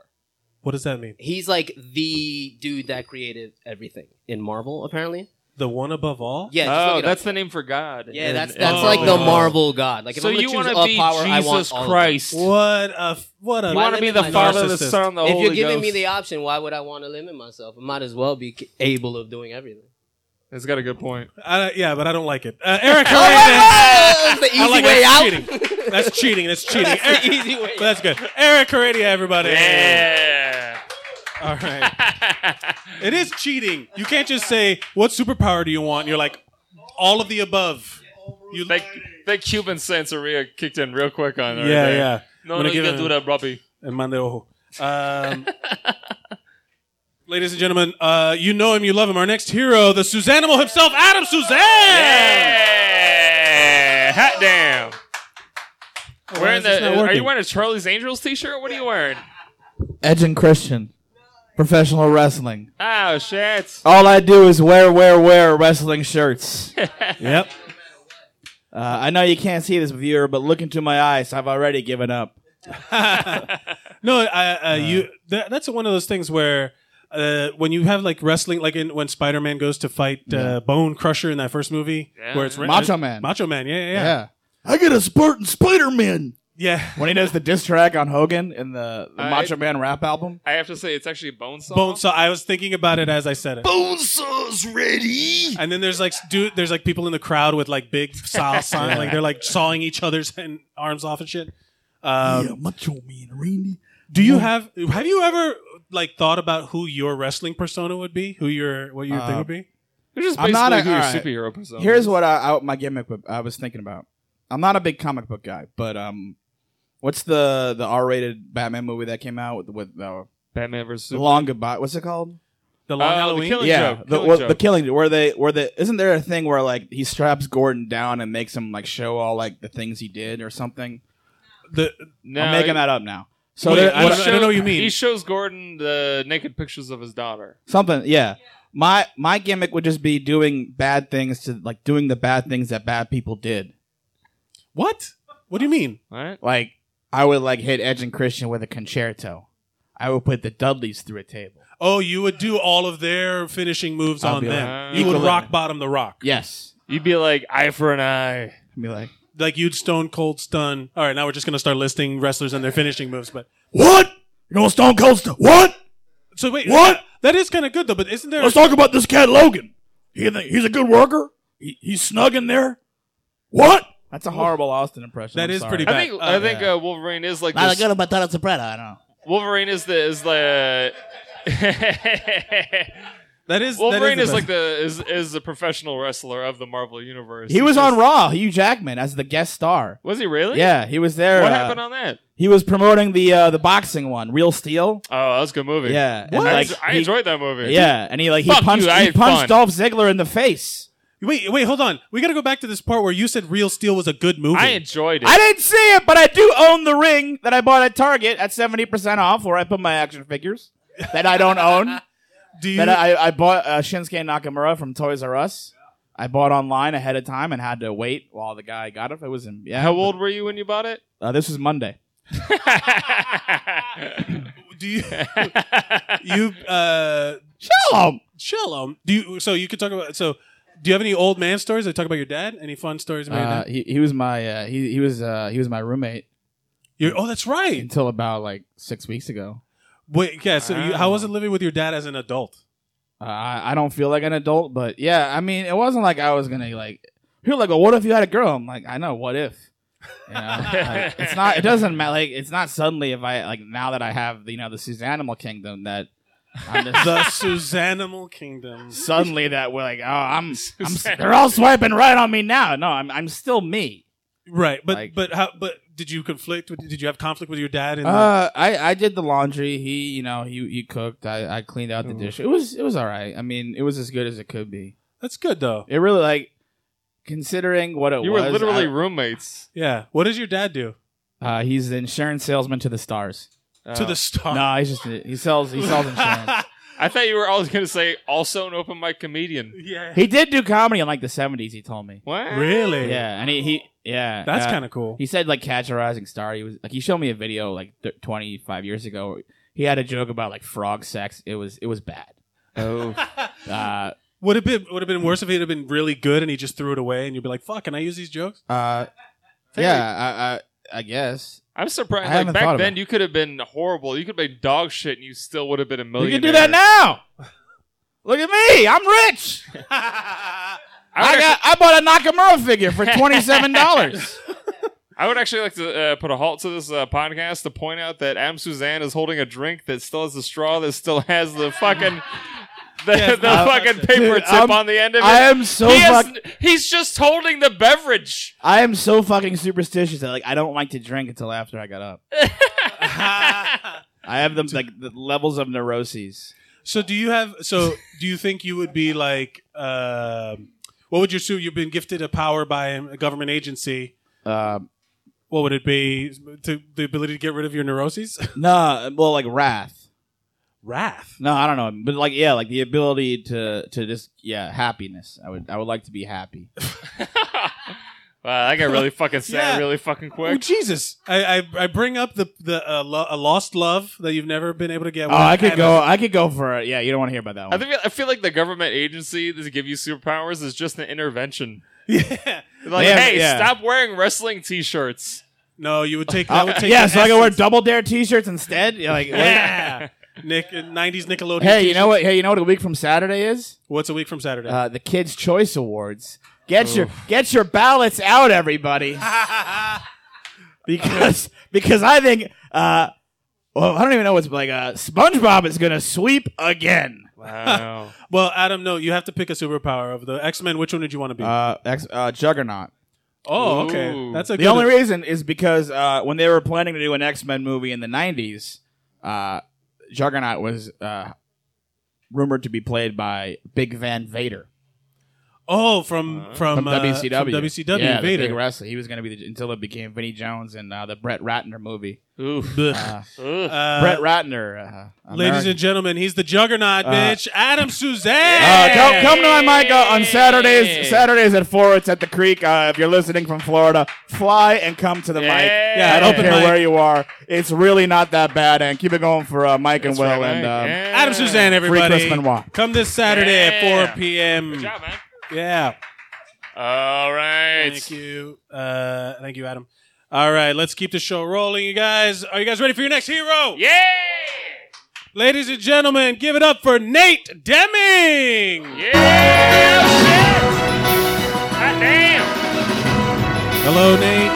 S1: What does that mean?
S4: He's like the dude that created everything in Marvel, apparently.
S1: The one above all?
S4: Yeah. just
S2: oh,
S4: look it up.
S2: that's the name for God.
S4: yeah.
S2: in-
S4: That's
S2: in-
S4: that's
S1: Oh.
S4: like the Marvel god. Like if
S2: so
S4: I'm gonna
S2: you
S4: choose
S2: want to
S4: all
S2: be
S4: power, I want
S2: Jesus
S4: all of it.
S2: Christ?
S1: What a f- what a
S2: You want
S4: Why
S2: to be the
S4: limit
S2: Father, the
S1: myself?
S2: Son, the
S4: If
S2: Holy
S4: you're giving
S2: Ghost.
S4: me the option, why would I want to limit myself? I might as well be c- able of doing everything.
S2: it's got a good point.
S1: I, yeah, but I don't like it.
S4: Oh,
S1: Uh, Eric Hernandez.
S4: That's the easy
S1: like
S4: way
S1: that's
S4: out.
S1: cheating. That's cheating. That's cheating.
S4: That's the
S1: Eric-
S4: easy way.
S1: but that's good. Eric Heredia, everybody.
S2: Yeah.
S1: All right. It is cheating. You can't just say, "What superpower do you want?" And you're like, "All of the above." You
S2: That, that Cuban sensoria kicked in real quick on
S1: Yeah,
S2: her. there.
S1: yeah. I'm
S2: No,
S1: gonna
S2: no, you
S1: give
S2: can
S1: it-
S2: do that, Robbie.
S1: and Mandeo. Um, ladies and gentlemen, uh, you know him, you love him. Our next hero, the Suzanimal himself, Adam Suzanne.
S2: Yeah. Hot damn. Wearing
S1: Oh, this not
S2: the, are
S1: working?
S2: you wearing a Charlie's Angels t-shirt? What are you wearing?
S5: Edge and Christian, professional wrestling.
S2: Oh shit!
S5: All I do is wear, wear, wear wrestling shirts.
S1: Yep.
S5: Uh, I know you can't see this viewer, but look into my eyes. I've already given up.
S1: No, I, uh, you. That, that's one of those things where uh, when you have like wrestling, like in, when Spider Man goes to fight uh, Bone Crusher in that first movie,
S2: Yeah.
S1: where it's re-
S5: Macho Man.
S1: Macho Man, yeah, yeah,
S5: I get a Spartan Spider Man.
S1: yeah. yeah.
S5: When he does the diss track on Hogan in the, the
S2: Uh,
S5: Macho
S2: it-
S5: Man rap album.
S2: I have to say, it's actually bone saw.
S1: Bone saw. I was thinking about it as I said it.
S5: Bonesaw's ready.
S1: And then there's like dude, there's like people in the crowd with like big saw sign, like they're like sawing each other's hand- arms off and shit. Um,
S5: Macho Man Randy.
S1: Do you have have you ever like thought about who your wrestling persona would be? Who your what your thing
S5: Uh,
S1: would be?
S2: They're just
S5: I'm
S2: basically
S5: not a-
S2: who your
S5: alright.
S2: superhero persona.
S5: Here's
S2: is.
S5: what I, I my gimmick wa- I was thinking about. I'm not a big comic book guy, but um, what's the the R-rated Batman movie that came out with with uh,
S2: Batman versus
S5: the
S2: Superman.
S5: long goodbye? What's it called?
S1: The Long
S2: Uh, the
S1: Halloween.
S2: Killing
S5: yeah,
S2: Joke,
S5: the
S2: Killing
S5: well,
S2: Joke.
S5: the killing where they where the isn't there a thing where like he straps Gordon down and makes him like show all like the things he did or something?
S1: The-
S2: No,
S5: I'm making that up now. So
S1: Wait,
S5: there,
S1: I
S5: what-
S1: don't- I don't know what you mean.
S2: He shows Gordon the naked pictures of his daughter.
S5: something, yeah. My my gimmick would just be doing bad things to like doing the bad things that bad people did.
S1: what? What do you mean?
S2: Right?
S5: Like I would like hit Edge and Christian with a concerto. I would put the Dudleys through a table.
S1: Oh, you would do all of their finishing moves
S5: I'll
S1: on
S5: be
S1: them.
S2: like,
S1: you would
S5: equally-
S1: rock bottom the rock.
S5: Yes,
S2: You'd be like eye for an eye.
S5: I'd be like,
S1: Like you'd stone cold stun. All right, now we're just gonna start listing wrestlers and their finishing moves. But
S5: what? You know, Stone Cold. St- what?
S1: so wait,
S6: uh,
S5: What?
S1: That is kind of good though. But isn't there?
S5: talk about this cat Logan. He, he's a good worker. He, he's snug in there. What? That's a horrible Austin impression.
S1: That
S5: I'm
S1: is
S5: sorry.
S1: pretty
S2: I
S1: bad.
S2: think I think uh, Wolverine is like
S5: I
S2: this,
S5: got about Donald Soprano. I don't know.
S2: Wolverine is the is the
S1: that is
S2: Wolverine
S1: that is,
S2: is,
S1: the best.
S2: like the is is the professional wrestler of the Marvel universe.
S5: He was
S2: He's
S5: on
S2: just-
S5: Raw. Hugh Jackman as the guest star.
S2: Was he really?
S5: Yeah, he was there.
S2: What
S5: uh,
S2: happened on that?
S5: he was promoting the uh, the boxing one, Real Steel.
S2: Oh, that was a good movie.
S5: Yeah, and,
S2: I,
S5: like,
S2: en- I
S5: he-
S2: enjoyed that movie.
S5: Yeah, and he like he
S2: Fuck you,
S5: punched
S2: I
S5: he
S2: had fun.
S5: punched Dolph Ziggler in the face.
S1: Wait, wait, hold on. We got to go back to this part where you said Real Steel was a good movie.
S2: I enjoyed it.
S5: I didn't see it, but I do own the ring that I bought at Target at seventy percent off, where I put my action figures that I don't own.
S1: Do you?
S5: that I, I bought uh, Shinsuke Nakamura from Toys R Us. I bought online ahead of time and had to wait while the guy got it. It was in yeah.
S2: How old were you when you bought it?
S5: Uh, this was Monday.
S1: do you? you uh,
S5: Shalom.
S1: Shalom. Do you? So you could talk about. So do you have any old man stories? That talk about your dad. Any fun stories about your
S5: Uh,
S1: dad?
S5: he, he was my uh, he he was uh, he was my roommate
S1: Your, oh, that's right.
S5: until about like six weeks ago.
S1: Wait, yeah. So you, how was it living with your dad as an adult?
S5: Uh, I I don't feel like an adult, but yeah, I mean, it wasn't like I was gonna like. People are like, well, what if you had a girl? I'm like, I know, what if? You know, like, it's not. It doesn't matter. Like, it's not suddenly if I like now that I have you know the Suzanne Animal Kingdom that I'm just
S1: The Suzanimal Kingdom.
S5: suddenly that we're like, oh, I'm, I'm they're all swiping right on me now. No, I'm, I'm still me.
S1: Right, but
S5: Like-
S1: but how? But did you conflict? With, did you have conflict with your dad? And
S5: Uh, I, I did the laundry. He, you know, he, he cooked. I, I cleaned out the
S1: Oh.
S5: dish. It was, it was all right. I mean, it was as good as it could be.
S1: that's good though.
S5: It really like considering what it
S2: you
S5: was.
S2: were literally
S5: I-
S2: roommates.
S1: Yeah. What does your dad do?
S5: uh, he's the insurance salesman to the stars. Uh,
S1: To
S2: Oh.
S1: the star.
S5: No, he's just he sells he sells insurance.
S2: I thought you were always going to say also an open mic comedian.
S1: yeah.
S5: he did do comedy in like the seventies. He told me.
S2: What?
S1: Really?
S5: Yeah, and he, he yeah.
S1: That's
S5: uh,
S1: kind of cool.
S5: He said like catch a rising star. He was like he showed me a video like th- 25 years ago. He had a joke about like frog sex. It was it was bad. Oh, uh,
S1: Would have been would have been worse if he'd have been really good and he just threw it away and you'd be like, "Fuck, can I use these jokes?"
S5: uh, yeah. I, I I guess
S2: I'm surprised.
S5: I
S2: Like
S5: haven't thought
S2: back
S5: of
S2: then,
S5: it.
S2: you could have been horrible. You could have been dog shit, and you still would have been a
S5: you
S2: millionaire.
S5: can do that now. Look at me. I'm rich.
S2: would
S5: I got I bought a Nakamura figure for twenty seven dollars.
S2: I would actually like to uh, put a halt to this uh, podcast to point out that Am Suzanne is holding a drink that still has the straw that still has the fucking the, the
S5: I'm-
S2: fucking paper
S5: Dude,
S2: tip
S5: I'm-
S2: on the end of it.
S5: I am so
S2: He has-
S5: fuck,
S2: he's just holding the beverage.
S5: I am so fucking superstitious that like I don't like to drink until after I got up. I have them like the levels of neuroses.
S1: So do you have? So do you think you would be like? Um, what would you assume? You've been gifted a power by a government agency.
S5: Um,
S1: what would it be? To the ability to get rid of your neuroses?
S5: No, Uh, well, like wrath.
S1: Wrath.
S5: No, I don't know, but like yeah, like the ability to to just yeah, happiness. I would I would like to be happy.
S2: wow, that got really fucking sad,
S1: Yeah.
S2: really fucking
S1: Oh,
S2: quick.
S1: Jesus! I, I I bring up the the uh, lo- a lost love that you've never been able to get.
S5: Oh, I could go. I could go for it. Yeah, you don't want to hear about that
S2: I
S5: one.
S2: think I feel like the government agency that give you superpowers is just an intervention.
S1: Yeah.
S2: Like,
S5: Yeah,
S2: hey,
S5: yeah.
S2: stop wearing wrestling t-shirts.
S1: No, you would take. That would take.
S5: Uh, yeah,
S1: the
S5: so I can wear
S1: essence-
S5: double dare T-shirts instead. Yeah, like,
S1: Yeah. Nick, nineties Nickelodeon.
S5: hey, you know
S1: t-shirt.
S5: what? Hey, you know what? A week from Saturday is
S1: What's a week from Saturday?
S5: uh, the Kids Choice Awards. Get your get your ballots out, everybody, because because I think uh, well, I don't even know what's like uh, SpongeBob is gonna sweep again.
S2: Wow.
S1: well, Adam, no, you have to pick a superpower of the X Men. Which one did you want to be?
S5: Uh, ex- uh, Juggernaut.
S1: oh,
S2: ooh.
S1: okay. That's a
S5: The
S1: good-
S5: only reason is because uh, when they were planning to do an X Men movie in the '90s, uh, Juggernaut was uh, rumored to be played by Big Van Vader
S1: Oh, from from,
S5: from
S1: uh,
S5: WCW.
S1: from WCW
S5: yeah, the
S1: Vader.
S5: big wrestler. He was going to be the, until it became Vinnie Jones and uh, the Brett Ratner movie.
S2: Oof.
S1: Blech.
S5: Uh,
S2: Ugh.
S1: Uh,
S5: Brett Ratner, uh,
S1: ladies
S5: American-
S1: and gentlemen, he's the juggernaut,
S5: Uh,
S1: bitch. Adam Suzanne.
S5: Uh, don't come to my mic uh, on Saturdays. Saturdays at four. It's at the Creek. Uh, if you're listening from Florida, fly and come to the
S2: Yeah.
S5: mic.
S2: Yeah,
S5: I don't
S1: open
S5: care
S1: mic.
S5: where you are. It's really not that bad. And keep it going for uh, Mike and
S2: That's
S5: Will
S2: right,
S5: and
S2: Mike.
S5: um,
S2: Yeah.
S1: Adam Suzanne, everybody.
S5: Chris Benoit.
S1: Come this Saturday
S2: Yeah.
S1: at 4 p.m.
S2: Good job, man.
S1: Yeah.
S2: All right.
S1: Thank you. Uh, thank you, Adam. All right, let's keep the show rolling, you guys. Are you guys ready for your next hero?
S2: Yeah.
S1: Ladies and gentlemen, give it up for Nate Deming.
S2: Yeah. Shit. God damn.
S1: Hello, Nate.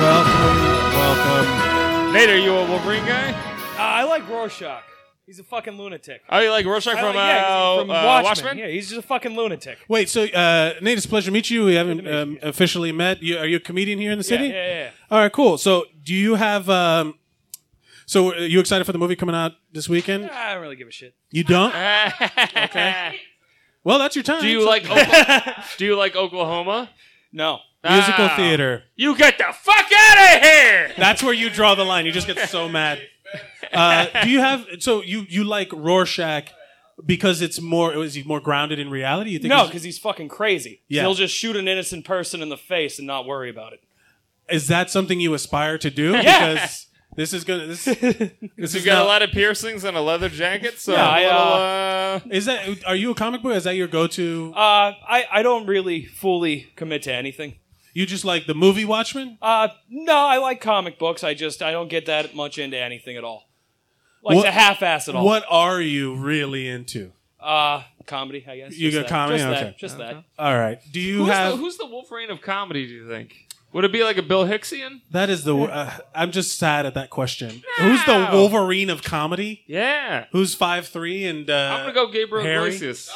S1: Welcome. Welcome.
S2: Nate, are you a Wolverine guy?
S7: Uh, I like Rorschach. He's a fucking lunatic.
S2: Oh, you like Rorschach
S7: I
S2: from,
S7: like- yeah,
S2: uh,
S7: he's from
S2: uh,
S7: Watchmen.
S2: Watchmen?
S7: Yeah, he's just a fucking lunatic.
S1: Wait, so uh, Nate, it's a pleasure to meet you. We haven't um, officially met. You, are you a comedian here in the city?
S7: Yeah, yeah, yeah.
S1: All right, cool. So, do you have? Um, so, are you excited for the movie coming out this weekend?
S7: I don't really give a shit.
S1: You don't?
S2: okay.
S1: Well, that's your time.
S2: Do you like Oklahoma? Do you like Oklahoma?
S7: No.
S1: musical
S2: Ah.
S1: theater?
S2: You get the fuck out of here.
S1: That's where you draw the line. You just get so mad. Uh, do you have? So you you like Rorschach because it's more? Is he more grounded in reality? You think?
S7: No,
S1: he's-
S7: because he's fucking crazy.
S1: Yeah.
S7: He'll just shoot an innocent person in the face and not worry about it.
S1: is that something you aspire to do? Because this is gonna. This, this
S2: You've
S1: is
S2: got
S1: not-
S2: a lot of piercings and a leather jacket, so
S7: Yeah,
S2: a
S7: I,
S2: little,
S1: uh,
S2: uh,
S1: Is that? Are you a comic book? Is that your go-to?
S7: Uh, I, I don't really fully commit to anything.
S1: you just like the movie Watchmen?
S7: Uh, no, I like comic books. I just I don't get that much into anything at all. Like
S1: What-
S7: to half-ass it all.
S1: What are you really into?
S7: Uh, comedy, I guess.
S1: You got
S7: Just that.
S1: comedy?
S7: Just
S1: Okay.
S7: that. Just that.
S1: All right. Do you
S2: who's,
S1: have?
S2: the, who's the Wolverine of comedy? Do you think would it be like a Bill Hicksian?
S1: That is the. Uh, I'm just sad at that question. Who's the
S2: No.
S1: Wolverine of comedy?
S2: Yeah,
S1: Who's five three and uh,
S2: I'm gonna go Gabriel
S1: Harry?
S2: Iglesias.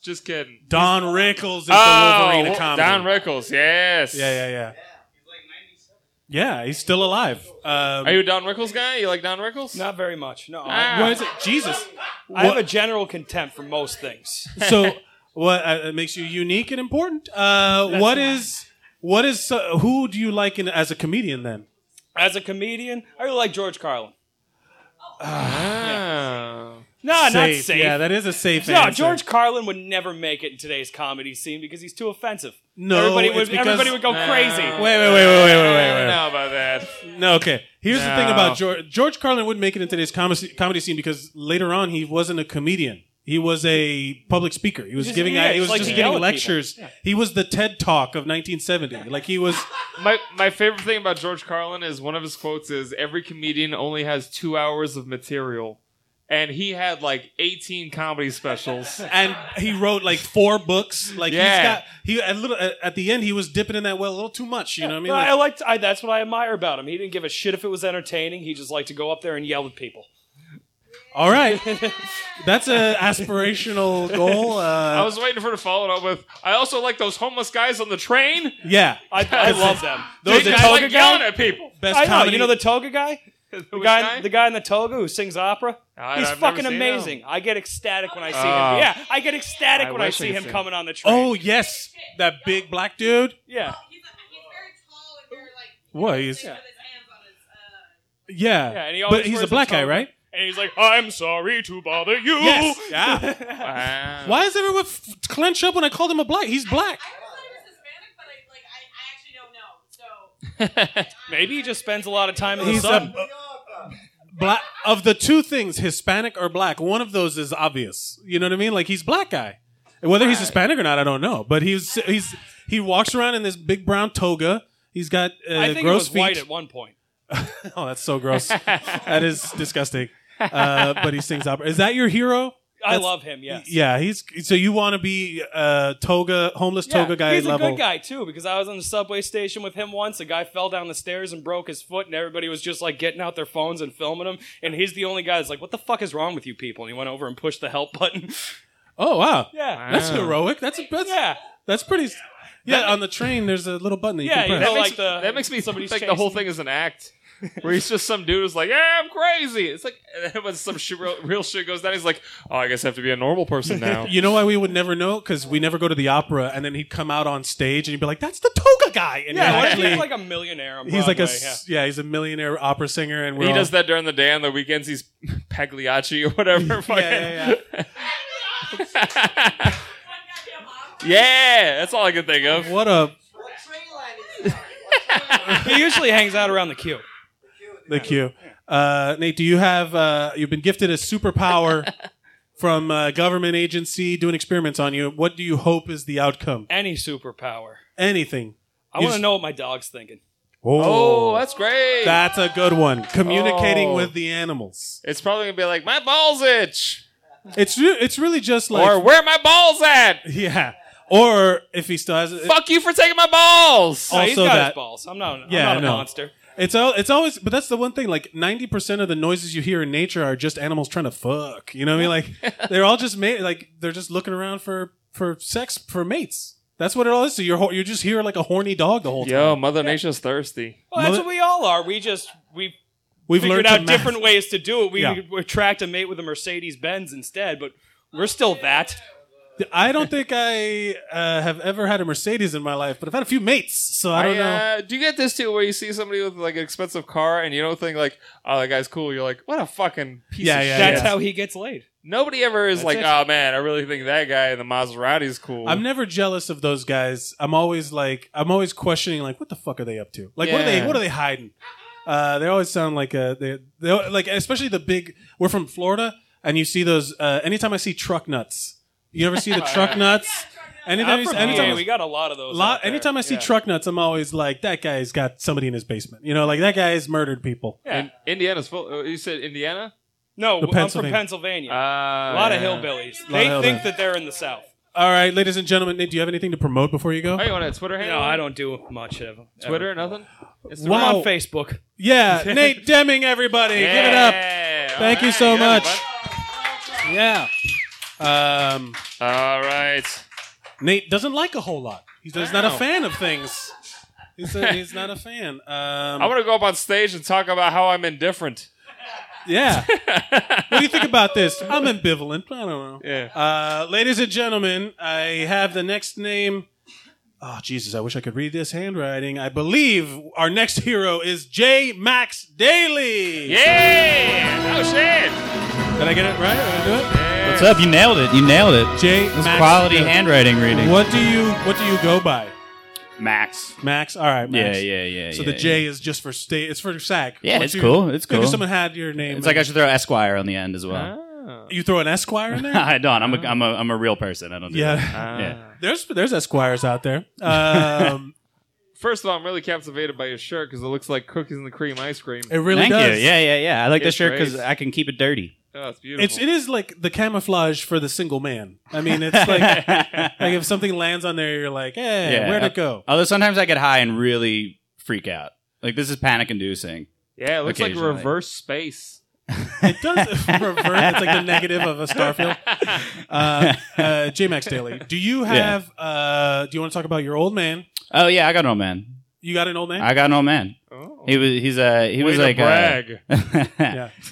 S2: Just kidding.
S1: Don Rickles is the
S2: Oh,
S1: Wolverine of
S2: Wo-
S1: comedy.
S2: Don Rickles. Yes.
S1: yeah, yeah, yeah. Yeah, he's still alive. Um,
S2: Are you a Don Rickles guy? You like Don Rickles?
S7: Not very much. No. I,
S2: Ah.
S1: what is it? Jesus.
S7: I have a general contempt for most things.
S1: So what uh, it makes you unique and important? Uh, what is what is uh, who do you like in, as a comedian then?
S7: As a comedian, I really like George Carlin.
S2: Ah. Oh.
S7: No,
S1: Safe.
S7: not safe.
S1: Yeah, that is a safe
S7: no,
S1: answer.
S7: George Carlin would never make it in today's comedy scene because he's too offensive.
S1: No,
S7: everybody would
S1: it's because-
S7: everybody would go crazy.
S2: No.
S1: Wait, wait, wait, wait, wait, wait,
S2: I
S1: wait,
S2: don't
S1: wait.
S2: know about that.
S1: No, okay. Here's the thing
S2: No.
S1: about George. George Carlin would make it in today's comedy, comedy scene because later on he wasn't a comedian. He was a public speaker. He was
S7: Just-
S1: giving.
S7: yeah,
S1: he was
S7: just like
S1: just
S7: to
S1: giving
S7: yell at people.
S1: lectures. He was the TED Talk of 1970. Like he was.
S2: My my favorite thing about George Carlin is one of his quotes is every comedian only has two hours of material, and he had like 18 comedy specials.
S1: and he wrote like four books. Like
S2: Yeah.
S1: he's got he a little at, at the end he was dipping in that well a little too much. You know what I mean?
S7: No,
S1: Like,
S7: I liked. I, that's what I admire about him. He didn't give a shit if it was entertaining. He just liked to go up there and yell at people.
S1: all right, that's a aspirational goal.
S2: I
S1: Uh,
S2: was waiting for to follow it up with. I also like those homeless guys on the train.
S1: yeah,
S7: I, I love them.
S1: Those
S2: they
S1: are
S2: just
S1: toga
S2: like yelling at people.
S1: best
S7: I know.
S1: comedy.
S7: You know the toga guy, the guy,
S2: guy?
S7: the guy in the toga who sings opera.
S2: I-
S7: He's
S2: I've never
S7: fucking
S2: seen
S7: amazing. I get ecstatic when I see
S2: Oh.
S7: him. Yeah, I get ecstatic
S2: I
S7: when I
S2: wish I
S7: see
S2: could
S7: him
S2: see him.
S7: coming on the train.
S1: oh yes, Oh, that big black dude.
S7: yeah.
S8: He's, he's very tall and very like
S1: What? He's
S7: Yeah.
S1: yeah.
S7: Yeah, and he always
S1: but he's
S7: wears
S1: a black guy,
S7: toga.
S1: right?
S7: And he's like, "I'm sorry to bother you."
S1: Yes. Yeah.
S2: Wow.
S1: Why does everyone f- clench up when I called him a black? He's black.
S8: I always thought he was Hispanic, but I, like, I, I actually don't know. So
S7: Maybe he just spends a lot of time in the
S1: He's
S7: sun.
S1: a uh, black. Of the two things, Hispanic or black, one of those is obvious. You know what I mean? Like he's black guy. Whether he's Hispanic or not, I don't know. But he's he's he walks around in this big brown toga. He's got uh,
S7: I think he
S1: gross
S7: was
S1: feet.
S7: white at one point.
S1: Oh, that's so gross. that is disgusting. Uh, but he sings opera. Is that your hero?
S7: I
S1: That's-
S7: love him. Yes.
S1: Yeah, he's so you want to be uh, toga homeless
S7: Yeah,
S1: toga guy
S7: he's
S1: level.
S7: a good guy too because I was on the subway station with him once. A guy fell down the stairs and broke his foot, and everybody was just like getting out their phones and filming him. And he's the only guy that's like, "What the fuck is wrong with you people?" And he went over and pushed the help button.
S1: Oh wow,
S7: yeah,
S1: that's heroic. That's that's
S7: yeah,
S1: that's pretty. Yeah, on the train there's a little button that you
S7: yeah.
S1: can
S7: You
S1: press.
S7: know,
S2: That
S7: like
S2: makes,
S7: the
S2: that makes me think
S7: somebody's
S2: the whole
S7: chasing-
S2: thing is an act. Where he's just some dude who's like, yeah, I'm crazy. It's like, and then when some shit, real, real shit goes down, he's like, oh, I guess I have to be a normal person now.
S1: You know why we would never know? Because we never go to the opera, and then he'd come out on stage and he'd be like, "That's the toga guy," and
S7: Yeah,
S1: he'd
S7: what if
S1: actually
S7: he's like a millionaire. On
S1: he's like a
S7: Broadway? Yeah.
S1: s- yeah. he's a millionaire opera singer, and we're
S2: he
S1: all-
S2: does that during the day on the weekends. He's Pagliacci or whatever. fucking-
S1: yeah,
S8: one goddamn opera.
S2: Yeah, that's all I can think of.
S1: What a
S7: he usually hangs out around the queue.
S1: the cue. Uh, Nate, do you have uh, you've been gifted a superpower from a government agency doing experiments on you? What do you hope is the outcome?
S7: Any superpower.
S1: Anything.
S7: I
S1: You
S7: want to
S1: just-
S7: know what my dog's thinking.
S2: Oh, that's great.
S1: That's a good one. Communicating
S2: Oh.
S1: with the animals.
S2: it's probably gonna be like my balls itch,
S1: It's re- it's really just like
S2: or where are my balls at?
S1: yeah. Or if he still has it,
S2: Fuck you for taking my balls.
S1: Oh.
S7: No, he's
S1: Also
S7: got
S1: that-
S7: his balls. I'm not.
S1: Yeah,
S7: I'm not
S1: no.
S7: a monster.
S1: it's all it's always. But that's the one thing. Like ninety percent of the noises you hear in nature are just animals trying to fuck. You know what I mean? Like they're all just made. Like they're just looking around for for sex for mates. That's what it all is. So you're ho- you just hear like a horny dog the whole time.
S2: Yo, Mother Nature's thirsty.
S7: Well, that's
S1: Mother-
S7: what we all are. We just we
S1: We've
S7: figured
S1: learned
S7: out
S1: to math-
S7: different ways to do it. We
S1: Yeah.
S7: we attract a mate with a Mercedes Benz instead, but we're still that.
S1: I don't think I uh, have ever had a Mercedes in my life, but I've had a few mates, so I don't know.
S2: Uh, do you get this too, where you see somebody with like an expensive car and you don't think like, oh, that guy's cool. You're like, what a fucking piece
S1: Yeah,
S2: of
S1: yeah,
S2: shit.
S7: That's how he gets laid.
S2: Nobody ever is
S7: That's
S2: like,
S7: it.
S2: oh man, I really think that guy in the Maserati's cool.
S1: I'm never jealous of those guys. I'm always like, I'm always questioning, like, what the fuck are they up to? Like, what are they?
S2: Yeah.
S1: What are they hiding? Uh, they always sound like uh they, they like, especially the big. We're from Florida, and you see those. Uh, anytime I see truck nuts, you ever see the truck nuts? Anytime,
S7: I'm
S1: you-
S7: from
S1: anytime,
S7: PA,
S1: I-
S7: we got a lot of those.
S1: lot,
S7: out there.
S1: anytime I see
S7: Yeah.
S1: truck nuts, I'm always like, that guy's got somebody in his basement. You know, like that guy's murdered people.
S7: Yeah.
S2: In- Indiana's full. oh, You said Indiana?
S7: no,
S1: The
S7: I'm from
S1: Pennsylvania.
S7: Pennsylvania.
S2: Uh,
S7: a lot of
S2: yeah.
S7: hillbillies.
S1: Lot
S7: they
S1: of
S7: think
S1: hillbillies.
S7: that they're in the South.
S1: All right, ladies and gentlemen, Nate, do you have anything to promote before you go?
S2: Oh, you want a Twitter handle?
S7: No, I don't do much of
S2: Twitter, nothing. It's
S7: We're
S1: Wow.
S7: on Facebook.
S1: Yeah, Nate Deming, everybody, give it up. Thank you so much. Yeah. Um,
S2: All right.
S1: Nate doesn't like a whole lot. He's, he's not a
S2: Wow.
S1: fan of things. He's, a, he's not a fan. Um,
S2: I want to go up on stage and talk about how I'm indifferent.
S1: yeah. what do you think about this? I'm ambivalent. I don't know.
S2: Yeah.
S1: Uh, ladies and gentlemen, I have the next name. Oh, Jesus, I wish I could read this handwriting. I believe our next hero is J. Max Daly.
S2: yeah. Oh shit.
S1: Did I get it right? Did I do it?
S9: What's up? You nailed it. You nailed it.
S1: J.
S9: This
S1: Max
S9: quality
S1: Daly.
S9: handwriting reading.
S1: What do you What do you go by,
S9: Max.
S1: Max? All right,
S9: Yeah,
S1: Max.
S9: yeah, yeah.
S1: So
S9: yeah,
S1: the J is just for state. It's for SAG.
S9: Yeah,
S1: Once
S9: it's
S1: you-
S9: cool. It's
S1: Maybe
S9: cool.
S1: someone had your name. Ah.
S9: It's like I should throw Esquire on the end as well.
S2: Oh.
S1: you throw an Esquire in there. Ah.
S9: I don't. I'm a, I'm a, I'm a real person. I don't do that.
S1: yeah, Ah.
S2: Ah.
S9: Yeah.
S1: there's there's Esquires out there. Um,
S2: First of all, I'm really captivated by your shirt because it looks like cookies and the cream ice cream.
S1: it really
S9: Thank
S1: does.
S9: you. Yeah, yeah, yeah. I like this
S2: It's
S9: shirt because
S2: great.
S9: I can keep it dirty.
S2: Oh, it's beautiful.
S1: It's it is like the camouflage for the single man. I mean, it's like like if something lands on there, you're like, eh. hey,
S9: Yeah.
S1: where'd it go?
S9: Although sometimes I get high and really freak out. Like this is panic inducing.
S2: yeah, it looks like
S9: Occasionally.
S2: reverse space.
S1: It does revert. It's like the negative of a Starfield. Uh, uh, J Max Daily, do you have? Uh, do you want to talk about your old man?
S9: Oh yeah, I got an old man.
S1: You got an old man?
S9: I got an old man.
S2: Oh.
S9: He was he's uh he
S2: Way
S9: was
S2: to
S9: like uh,
S2: brag.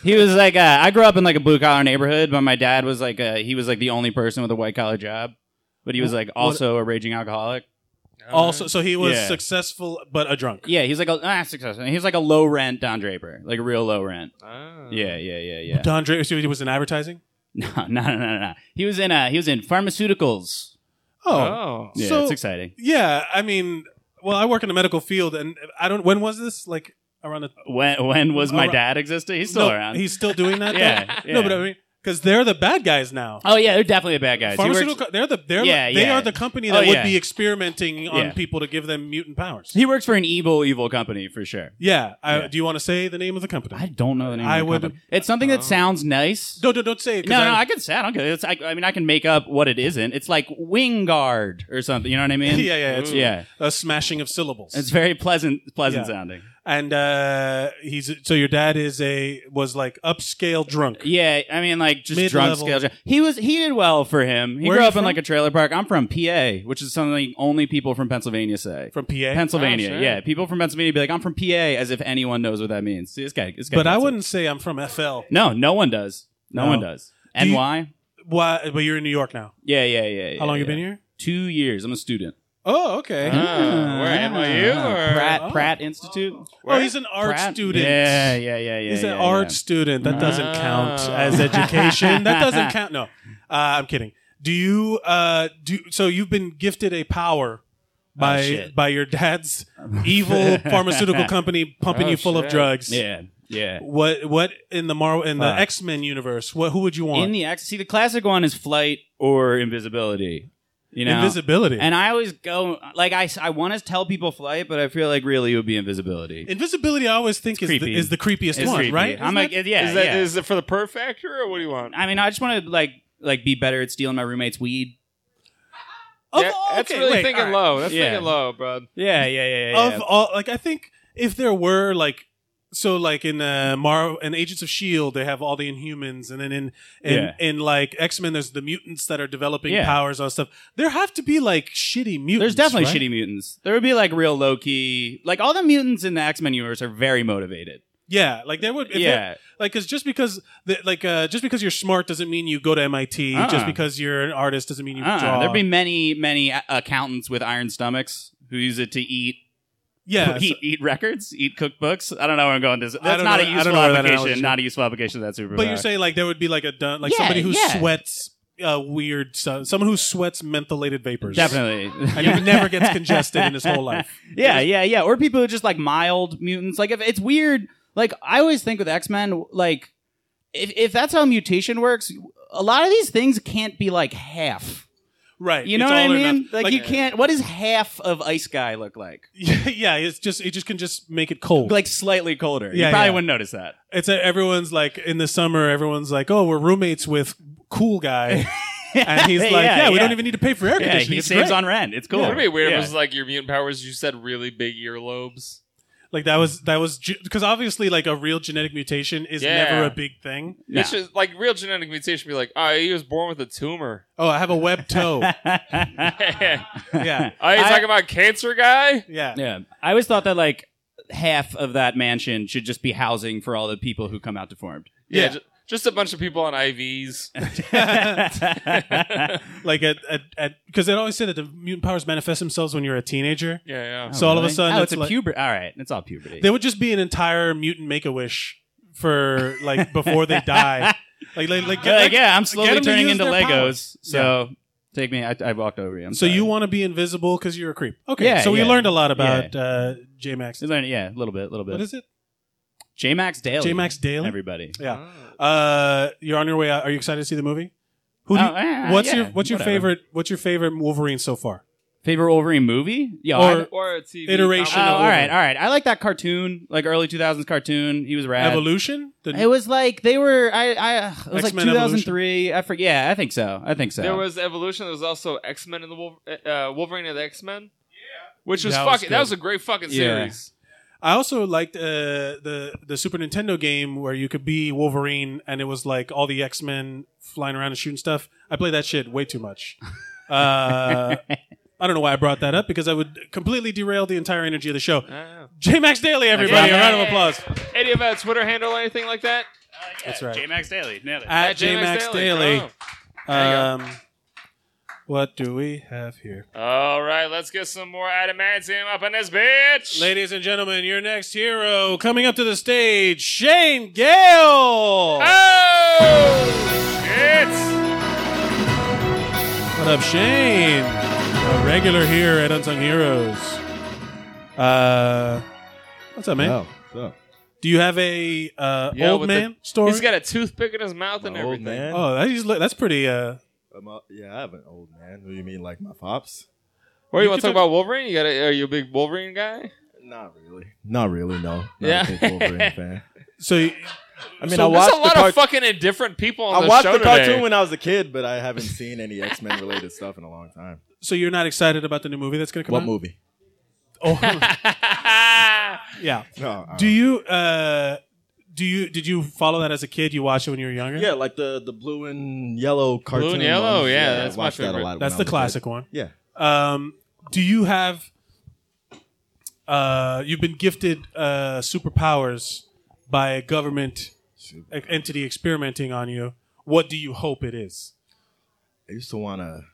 S9: he was like uh, I grew up in like a blue collar neighborhood, but my dad was like uh, he was like the only person with a white collar job, but he was like also a raging alcoholic.
S1: Oh.
S2: Uh-huh.
S1: Also, so he was
S9: Yeah.
S1: successful but a drunk.
S9: Yeah, he's like a ah, successful. He's like a low rent Don Draper, like a real low rent.
S2: Ah.
S9: Yeah, yeah, yeah, yeah.
S1: Don Draper so he was in advertising.
S9: No, no, no, no, no. He was in uh he was in pharmaceuticals.
S1: Oh,
S2: Oh.
S9: Yeah,
S1: So-
S9: it's exciting.
S1: yeah. I mean, well, I work in the medical field, and I don't. When was this? Like around the
S9: When when was my
S1: Ar-
S9: dad existing? He's still
S1: No,
S9: around.
S1: He's still doing that.
S9: Yeah,
S1: though? No,
S9: yeah.
S1: but I mean, because they're the bad guys now.
S9: oh yeah, they're definitely a bad guy.
S1: Pharmaceutical. co- they're the. They're
S9: Yeah,
S1: They
S9: yeah.
S1: are the company
S9: Oh,
S1: that would
S9: yeah.
S1: be experimenting on
S9: Yeah.
S1: people to give them mutant powers.
S9: He works for an evil, evil company for sure.
S1: yeah. I,
S9: Yeah.
S1: Do you want to say the name of the company?
S9: I don't know the name.
S1: I
S9: of the
S1: would- Uh-huh.
S9: company. It's something that sounds nice.
S1: don't, don't don't say it. 'cause
S9: No, no,
S1: I-
S9: I can say. I don't care. It's. I, I mean, I can make up what it isn't. It's like Wingard or something. You know what I mean?
S1: yeah, yeah. It's
S9: yeah.
S1: a smashing of syllables.
S9: It's very pleasant, pleasant
S1: Yeah.
S9: sounding.
S1: and uh, he's so your dad is a was like upscale drunk.
S9: Yeah, I mean, like just
S1: Mid-level.
S9: drunk scale. He was. He did well for him. He
S1: Where are
S9: grew
S1: you
S9: up
S1: from?
S9: in like a trailer park. I'm from PA, which is something only people from Pennsylvania say.
S1: from PA.
S9: Pennsylvania,
S2: Oh, sure.
S9: yeah. People from Pennsylvania be like, "I'm from PA," as if anyone knows what that means. See, this guy, this guy.
S1: but I
S9: gets it.
S1: wouldn't say I'm from FL.
S9: No, no one does. No,
S1: No.
S9: one does.
S1: Do you-
S9: NY.
S1: Why? But you're in New York now.
S9: yeah, yeah, yeah, yeah.
S1: How long
S9: yeah.
S1: you been here?
S9: Two years. I'm a student.
S1: Oh, okay.
S2: Ah, we're at NYU or
S9: Pratt
S1: oh.
S9: Pratt Institute.
S1: oh, he's an art
S9: Pratt?
S1: student.
S9: Yeah, yeah, yeah, yeah.
S1: He's
S9: yeah,
S1: an
S9: yeah.
S1: art student. That doesn't count
S2: Oh.
S1: as education. that doesn't count. No, uh, I'm kidding. Do you uh, do? So you've been gifted a power by
S9: Oh, shit.
S1: by your dad's evil pharmaceutical company pumping
S2: Oh,
S1: you full of
S2: shit.
S1: drugs.
S9: Yeah, yeah.
S1: What what in the Marvel in the
S9: Fuck.
S1: X Men universe? What who would you want?
S9: In the X, see, the classic one is flight or invisibility. You know,
S1: Invisibility.
S9: And I always go like I, I want to tell people flight, but I feel like really it would be invisibility.
S1: Invisibility, I always think is the,
S9: creepy.
S1: is the creepiest
S9: It's
S1: one,
S9: creepy.
S1: right?
S9: I'm like, yeah,
S2: Is that is
S9: yeah.
S2: it for the per factor or what do you want?
S9: I mean, I just want to like like be better at stealing my roommate's weed.
S1: Of
S2: Yeah,
S1: all-
S2: that's
S1: Oh, okay,
S2: really
S1: wait,
S2: thinking
S1: all right.
S2: low. That's
S9: Yeah.
S2: thinking low, bro.
S9: Yeah, yeah, yeah, yeah.
S1: Of all, like I think if there were like so like in uh, Mar in Agents of Shield, E they have all the Inhumans, and then in in,
S9: Yeah.
S1: in like X Men, there's the mutants that are developing
S9: Yeah.
S1: powers and stuff. There have to be like shitty
S9: There's
S1: mutants.
S9: definitely
S1: right?
S9: shitty mutants. There would be like real low key. Like all the mutants in the X Men universe are very motivated.
S1: Yeah, like there would. If yeah,
S9: yeah,
S1: like because just because the, like uh, just because you're smart doesn't mean you go to MIT. Just
S9: Uh-uh.
S1: because you're an artist doesn't mean you
S9: Uh,
S1: draw.
S9: there'd be many, many a- accountants with iron stomachs who use it to eat.
S1: yeah,
S9: eat, eat records, eat cookbooks. I don't know where I'm going. With this that's
S1: don't
S9: not
S1: know-
S9: a
S1: I
S9: useful
S1: don't know where that analogy-
S9: application. Not a useful application. That's super.
S1: But you're saying like there would be like a dun- like
S9: Yeah,
S1: somebody who
S9: yeah.
S1: sweats uh, weird so- someone who sweats mentholated vapors.
S9: definitely.
S1: And he never gets congested in his whole life.
S9: Yeah, yeah, yeah. Or people who just like mild mutants. Like if it's weird. Like I always think with X Men, like if if that's how mutation works, a lot of these things can't be like half.
S1: Right.
S9: You
S1: It's
S9: know what I
S1: all or
S9: mean?
S1: nothing.
S9: Like, you can't. What does half of Ice Guy look like?
S1: Yeah, it's just it just can just make it cold. Like
S9: Like slightly colder.
S1: Yeah,
S9: you probably
S1: yeah.
S9: wouldn't notice that.
S1: it's a, everyone's like in the summer, everyone's like, oh, we're roommates with cool guy, and he's like, yeah, we don't even need to pay for air
S9: Yeah,
S1: conditioning.
S9: he
S1: It's
S9: saves
S1: great.
S9: on rent. It's cool.
S2: Would it be weird
S9: Yeah.
S2: if it was like your mutant powers? You said really big earlobes.
S1: Like that was that was because obviously like a real genetic mutation is
S2: Yeah.
S1: never a big thing.
S9: Yeah.
S2: It's just like real genetic mutation. Be like, oh, he was born with a tumor.
S1: Oh, I have a web toe.
S2: yeah.
S1: yeah,
S2: Are Oh, you talking about cancer guy?
S1: yeah.
S9: yeah, I always thought that like half of that mansion should just be housing for all the people who come out deformed.
S1: Yeah.
S2: ju- just a bunch of people on IVs.
S9: yeah,
S1: like at at because they always say that the mutant powers manifest themselves when you're a teenager.
S2: Yeah, yeah.
S1: So all of a sudden
S9: oh,
S1: it's
S9: it's, a
S1: like-
S9: puberty. All right, it's all puberty.
S1: There would just be an entire mutant Make a Wish for like before they die. Like like, like,
S9: They're like, yeah, I'm
S1: get
S9: slowly
S1: 'em to
S9: turning
S1: use
S9: into
S1: their
S9: Legos.
S1: powers.
S9: So take me. I, I walked over you. I'm
S1: So you
S9: sorry.
S1: want to be invisible because you're a creep. Okay.
S9: Yeah,
S1: so we
S9: yeah.
S1: learned a lot about uh, J Max.
S9: You learn- yeah, a little bit, a little
S1: What
S9: bit.
S1: is it?
S9: J Max Daily.
S1: J Max Daily.
S9: Everybody.
S1: yeah.
S2: Oh.
S1: Uh, you're on your way out. Are you excited to see the movie? Who? Do you,
S9: Oh, yeah,
S1: what's
S9: yeah,
S1: your What's your
S9: whatever.
S1: favorite What's your favorite Wolverine so far?
S9: favorite Wolverine movie? Yeah,
S1: Or-
S9: I-
S2: Or a TV
S1: Iteration
S9: Oh,
S1: of
S9: all
S1: Wolverine.
S9: right, all right. I like that cartoon, like early 2000s cartoon. He was rad.
S1: Evolution. The-
S9: It was like they were. I. I it was
S1: X-Men
S9: like 2003. I forget. Yeah, I think so. I think so.
S2: There was Evolution. There was also X Men and the Wolver- uh, Wolverine and the X Men. Yeah. Which was
S1: That was
S2: fucking.
S1: good.
S2: that was a great fucking
S9: Yeah.
S2: series.
S1: I also liked uh, the the Super Nintendo game where you could be Wolverine and it was like all the X Men flying around and shooting stuff. I played that shit way too much. Uh, I don't know why I brought that up because I would completely derail the entire energy of the show.
S2: Yeah.
S1: J Max Daily, everybody,
S2: Oh. Yeah.
S1: a round of applause.
S2: Any of that Twitter handle or anything like that?
S1: That's right.
S9: Max Daily.
S1: At
S2: J
S1: J Max Daily.
S2: Oh. There you
S1: Um, What do we have here?
S2: All right, let's get some more adamantium up in this bitch.
S1: Ladies and gentlemen, your next hero coming up to the stage, Shane Gale.
S2: Oh, shit.
S1: What up, Shane? A regular here at Unsung Heroes. Uh, what's up, man?
S6: Oh, so.
S1: Do you have a uh,
S2: Yeah,
S1: old
S2: with the-
S1: man story?
S2: He's got a toothpick in his mouth and
S6: My old
S2: everything.
S6: man.
S1: oh, that is, that's pretty. Uh,
S6: I'm a- yeah, I have an old man. What do you mean, like my pops?
S2: Or you,
S1: You
S2: want to
S1: could
S2: talk about Wolverine? You got? Are you a big Wolverine guy?
S6: Not really. Not really. No. Not
S2: Yeah.
S6: A big Wolverine fan.
S1: so you-
S6: I mean,
S1: So
S6: I
S2: There's
S6: watched
S2: a lot
S6: the
S2: of
S6: cart-
S2: fucking indifferent people on
S6: I
S2: the
S6: watched
S2: show
S6: the
S2: today.
S6: cartoon when I was a kid, but I haven't seen any X Men related stuff in a long time.
S1: so you're not excited about the new movie that's going to come
S6: what
S1: out?
S6: movie?
S1: Oh, yeah.
S6: No. I
S1: Do
S6: don't-
S1: you uh, do you did you follow that as a kid? You watched it when you were younger?
S6: Yeah, like the the blue and yellow cartoon.
S2: and yellow,
S6: ones.
S2: yeah,
S6: I
S2: that's my
S6: watched that
S2: favorite.
S6: a lot. when
S1: that's
S6: I
S1: the
S6: was a
S1: classic
S6: kid.
S1: one.
S6: Yeah.
S1: Um, do you have? Uh, you've been gifted uh, superpowers by a government e- entity experimenting on you. What do you hope it is?
S6: I used to want to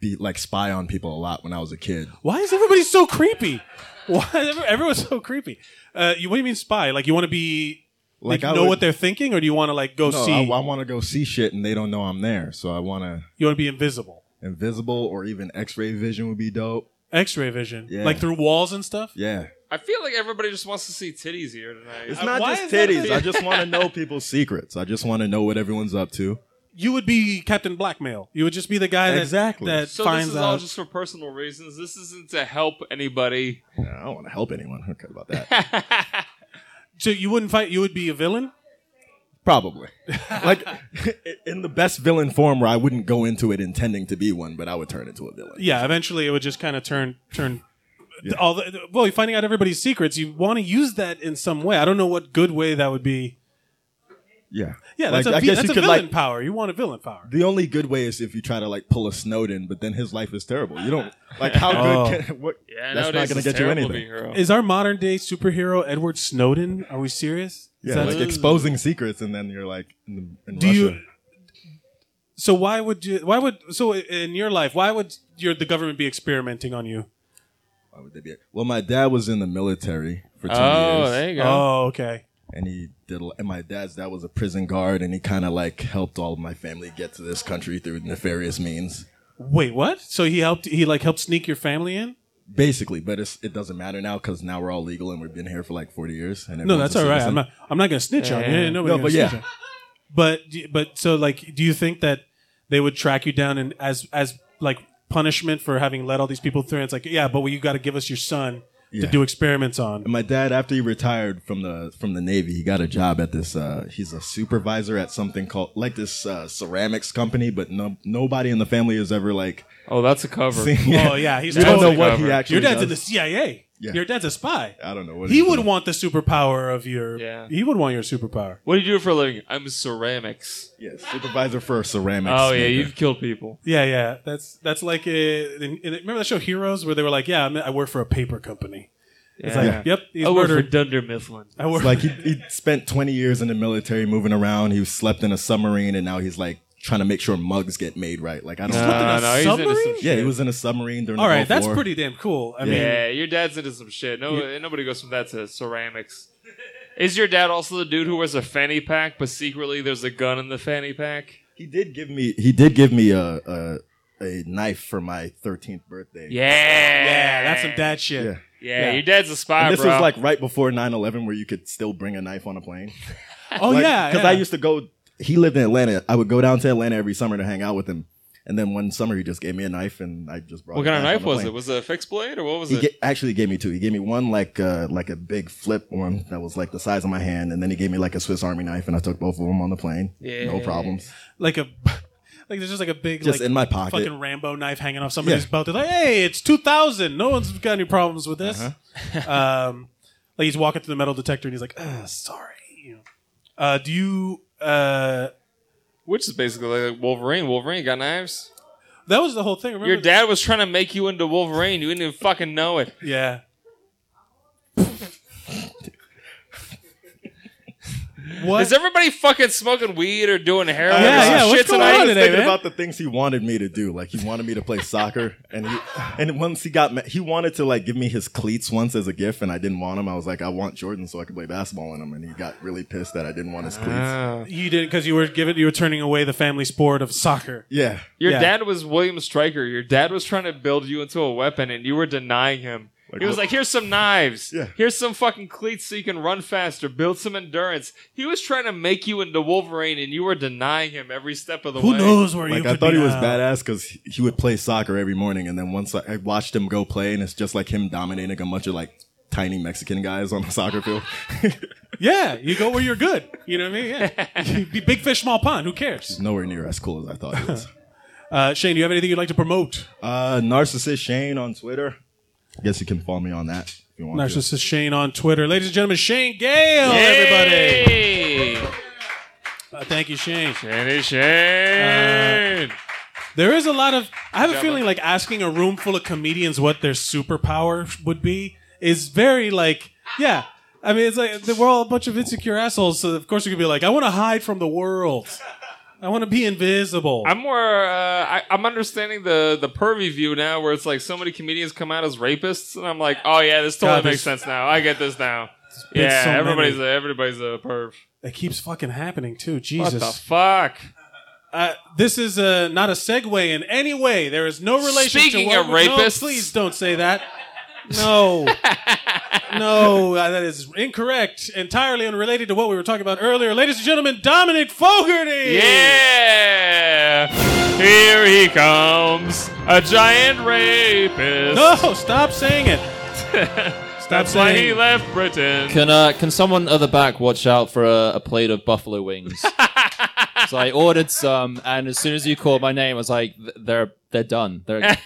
S6: be like spy on people a lot when I was a kid.
S1: Why is everybody so creepy? Why is every- everyone's so creepy? Uh, you, what do you mean spy? Like you want to be like,
S6: Like I
S1: know
S6: would-
S1: what they're thinking, or do you want to like go
S6: No,
S1: see?
S6: I, I want to go see shit and they don't know I'm there. So I want to
S1: you want to be invisible,
S6: invisible or even X-ray vision would be dope.
S1: X-ray vision,
S6: Yeah.
S1: like through walls and stuff.
S6: Yeah.
S2: I feel like everybody just wants to see titties here tonight.
S6: It's
S2: I-
S6: not
S1: Uh, why
S6: just
S1: is that a
S6: titties.
S1: thing?
S6: I just want to know people's secrets. I just want to know what everyone's up to.
S1: You would be Captain Blackmail. You would just be the guy that
S6: Exactly.
S1: that
S2: so
S1: finds
S2: this is
S1: out.
S2: all just for personal reasons. This isn't to help anybody.
S6: No, I don't want to help anyone. Who cares about that?
S1: so you wouldn't fight. You would be a villain.
S6: Probably. Like in the best villain form where I wouldn't go into it intending to be one, but I would turn into a villain.
S1: yeah, eventually it would just kind of turn turn. All the, well, you're finding out everybody's secrets. You want to use that in some way. I don't know what good way that would be.
S6: Yeah.
S1: Yeah,
S6: Like,
S1: that's a,
S6: I
S1: vi-
S6: guess
S1: that's
S6: you
S1: a
S6: could
S1: villain
S6: like
S1: power. You want a villain power.
S6: the only good way is if you try to like pull a Snowden, but then his life is terrible. You don't like how
S1: Oh.
S6: good can what
S2: Yeah,
S6: that's not
S2: nowadays
S6: gonna
S2: it's
S6: get you
S2: terrible to
S6: anything.
S2: be a hero.
S1: Is our modern day superhero Edward Snowden? Are we serious? Is
S6: Yeah,
S1: that-
S6: like exposing secrets, and then you're like, in, the, in
S1: do
S6: Russia.
S1: you? So why would you? Why would so in your life? Why would your the government be experimenting on you?
S6: Why would they be? Well, my dad was in the military for ten
S2: Oh,
S6: years,
S2: there you go.
S1: Oh, okay.
S6: and he did. a- And my dad's dad was a prison guard, and he kind of like helped all of my family get to this country through nefarious means,
S1: Wait, what? So he helped. He like helped sneak your family in.
S6: basically. But it's, it doesn't matter now because now we're all legal, and we've been here for like forty years. And
S1: No,
S6: everyone's
S1: that's
S6: a
S1: all right.
S6: citizen.
S1: I'm not. I'm not gonna snitch on you.
S2: Yeah.
S1: Nobody
S6: No,
S1: gonna
S6: but
S1: snitch
S6: yeah.
S1: on- But do- but so like, do you think that they would track you down and as as like punishment for having let all these people through? And it's like, yeah, but you got to give us your son to
S6: Yeah.
S1: do experiments on.
S6: And my dad, after he retired from the from the Navy, he got a job at this. Uh, he's a supervisor at something called like this uh, ceramics company, but no, nobody in the family has ever like
S2: Oh, that's a cover.
S6: seen.
S1: Oh yeah, he's
S6: we don't know
S1: totally-
S6: what he
S2: Your
S6: actually.
S1: Your dad's
S6: does.
S1: in the CIA.
S6: Yeah.
S1: Your dad's a spy.
S6: I don't know what
S1: He
S6: he's
S1: would
S6: doing.
S1: want the superpower of your.
S2: Yeah.
S1: He would want your superpower.
S2: What do you do for a living? I'm ceramics.
S6: Yeah, supervisor for ceramics.
S2: oh yeah,
S6: maker.
S2: you've killed people.
S1: Yeah, yeah. That's that's like uh in, in, remember that show Heroes where they were like, yeah, I'm, I work for a paper company. It's like,
S6: Yeah.
S1: yep, he's
S2: I work for
S1: murdered.
S2: Dunder Mifflin.
S1: I work
S6: It's like he, he spent 20 years in the military moving around. He slept in a submarine, and now he's like trying to make sure mugs get made right. Like I don't.
S1: Slept in a
S2: Nah, no, he's into
S1: submarine?
S2: some
S6: Yeah, he was in a submarine during.
S1: All
S6: the
S1: right,
S6: Gulf
S1: that's
S6: War.
S1: pretty damn cool. I mean,
S2: Yeah, your dad's into some shit. No, nobody goes from that to ceramics. Is your dad also the dude who wears a fanny pack, but secretly there's a gun in the fanny pack?
S6: He did give me. He did give me a a, a knife for my 13th birthday.
S2: Yeah,
S1: yeah, that's some dad shit.
S6: Yeah.
S2: Yeah,
S1: yeah.
S2: your dad's a spy,
S6: And this
S2: bro.
S6: was like right before 9-11 where you could still bring a knife on a plane.
S1: Oh yeah,
S6: Because
S1: yeah.
S6: I used to go, he lived in Atlanta. I would go down to Atlanta every summer to hang out with him. And then one summer he just gave me a knife and I just brought
S2: what
S6: it
S2: kind of
S6: back on
S2: knife
S6: the
S2: was
S6: plane.
S2: it? Was it a fixed blade or what was
S6: He
S2: it?
S6: ga- actually gave me two. He gave me one like uh, like a big flip one that was like the size of my hand, and then he gave me like a Swiss Army knife, and I took both of them on the plane.
S2: Yeah.
S6: No problems.
S1: like a like there's just like a big
S6: Just
S1: like
S6: in my pocket.
S1: fucking Rambo knife hanging off somebody's
S6: Yeah.
S1: belt. They're like, hey, it's two thousand. No one's got any problems with this.
S6: Uh-huh.
S1: um, like he's walking through the metal detector and he's like, uh, sorry. you know. Uh, do you? Uh,
S2: Which is basically like Wolverine. Wolverine got knives.
S1: that was the whole thing. Remember
S2: Your dad was trying to make you into Wolverine. You didn't even fucking know it.
S1: that? Yeah. What? Uh,
S2: Is everybody fucking smoking weed or doing heroin?
S1: Yeah,
S2: or some
S1: yeah, what's
S2: shit
S1: going
S2: tonight?
S1: on
S6: I was
S1: today,
S6: thinking
S1: man?
S6: about the things he wanted me to do. Like he wanted me to play soccer, and he, and once he got, ma- he wanted to like give me his cleats once as a gift, and I didn't want him. I was like, I want Jordan so I could play basketball in him, and he got really pissed that I didn't
S1: Ah,
S6: want his cleats.
S2: Ah.
S1: You didn't because you were giving you were turning away the family sport of soccer.
S6: yeah,
S2: Your
S1: Yeah.
S2: dad was William Stryker. Your dad was trying to build you into a weapon, and you were denying him. he was
S6: what-
S2: like, "Here's some knives.
S6: Yeah.
S2: Here's some fucking cleats so you can run faster, build some endurance." He was trying to make you into Wolverine, and you were denying him every step of the
S1: Who
S2: way.
S1: knows where you
S6: like
S1: could
S6: I thought
S1: be
S6: he was
S1: now.
S6: badass because he would play soccer every morning, and then once I, I watched him go play, and it's just like him dominating a bunch of like tiny Mexican guys on the soccer field.
S1: Yeah, you go where you're good. You know what I mean? Yeah. You be big fish, small pond. Who cares?
S6: Nowhere near as cool as I thought he was.
S1: Uh, Shane, do you have anything you'd like to promote?
S6: Uh, Narcissist Shane on Twitter. I guess you can follow me on that. If you want to.
S1: Narcissist Shane on Twitter. Ladies and gentlemen, Shane Gale, everybody.
S2: Hey,
S1: Uh, thank you, Shane.
S2: Danny Shane.
S1: There is a lot of. I have a
S2: Jabba.
S1: feeling like asking a room full of comedians what their superpower would be is very like, yeah. I mean, it's like we're all a bunch of insecure assholes, so of course you could be like, I want to hide from the world. I want to be invisible.
S2: I'm more. Uh, I, I'm understanding the the pervy view now, where it's like so many comedians come out as rapists, and I'm like, "Oh yeah, this totally
S1: God,
S2: makes
S1: there's-
S2: sense now. I get this now."
S1: been
S2: Yeah,
S1: so many.
S2: everybody's a, everybody's a perv.
S1: it keeps fucking happening too.
S2: What
S1: Jesus.
S2: the fuck?
S1: uh, this is uh, not a segue in any way. There is no relation
S2: Speaking
S1: to
S2: of rapists-
S1: No, please don't say that. No, no, uh, that is incorrect. Entirely unrelated to what we were talking about earlier, ladies and gentlemen. Dominic Fogarty.
S2: Yeah! Here he comes, a giant rapist.
S1: No, stop saying it. Stop
S2: That's why he
S1: saying.
S2: left Britain.
S10: Can uh, can someone at the back watch out for a, a plate of buffalo wings? so I ordered some, and as soon as you called my name, I was like, "Th- "They're they're done. They're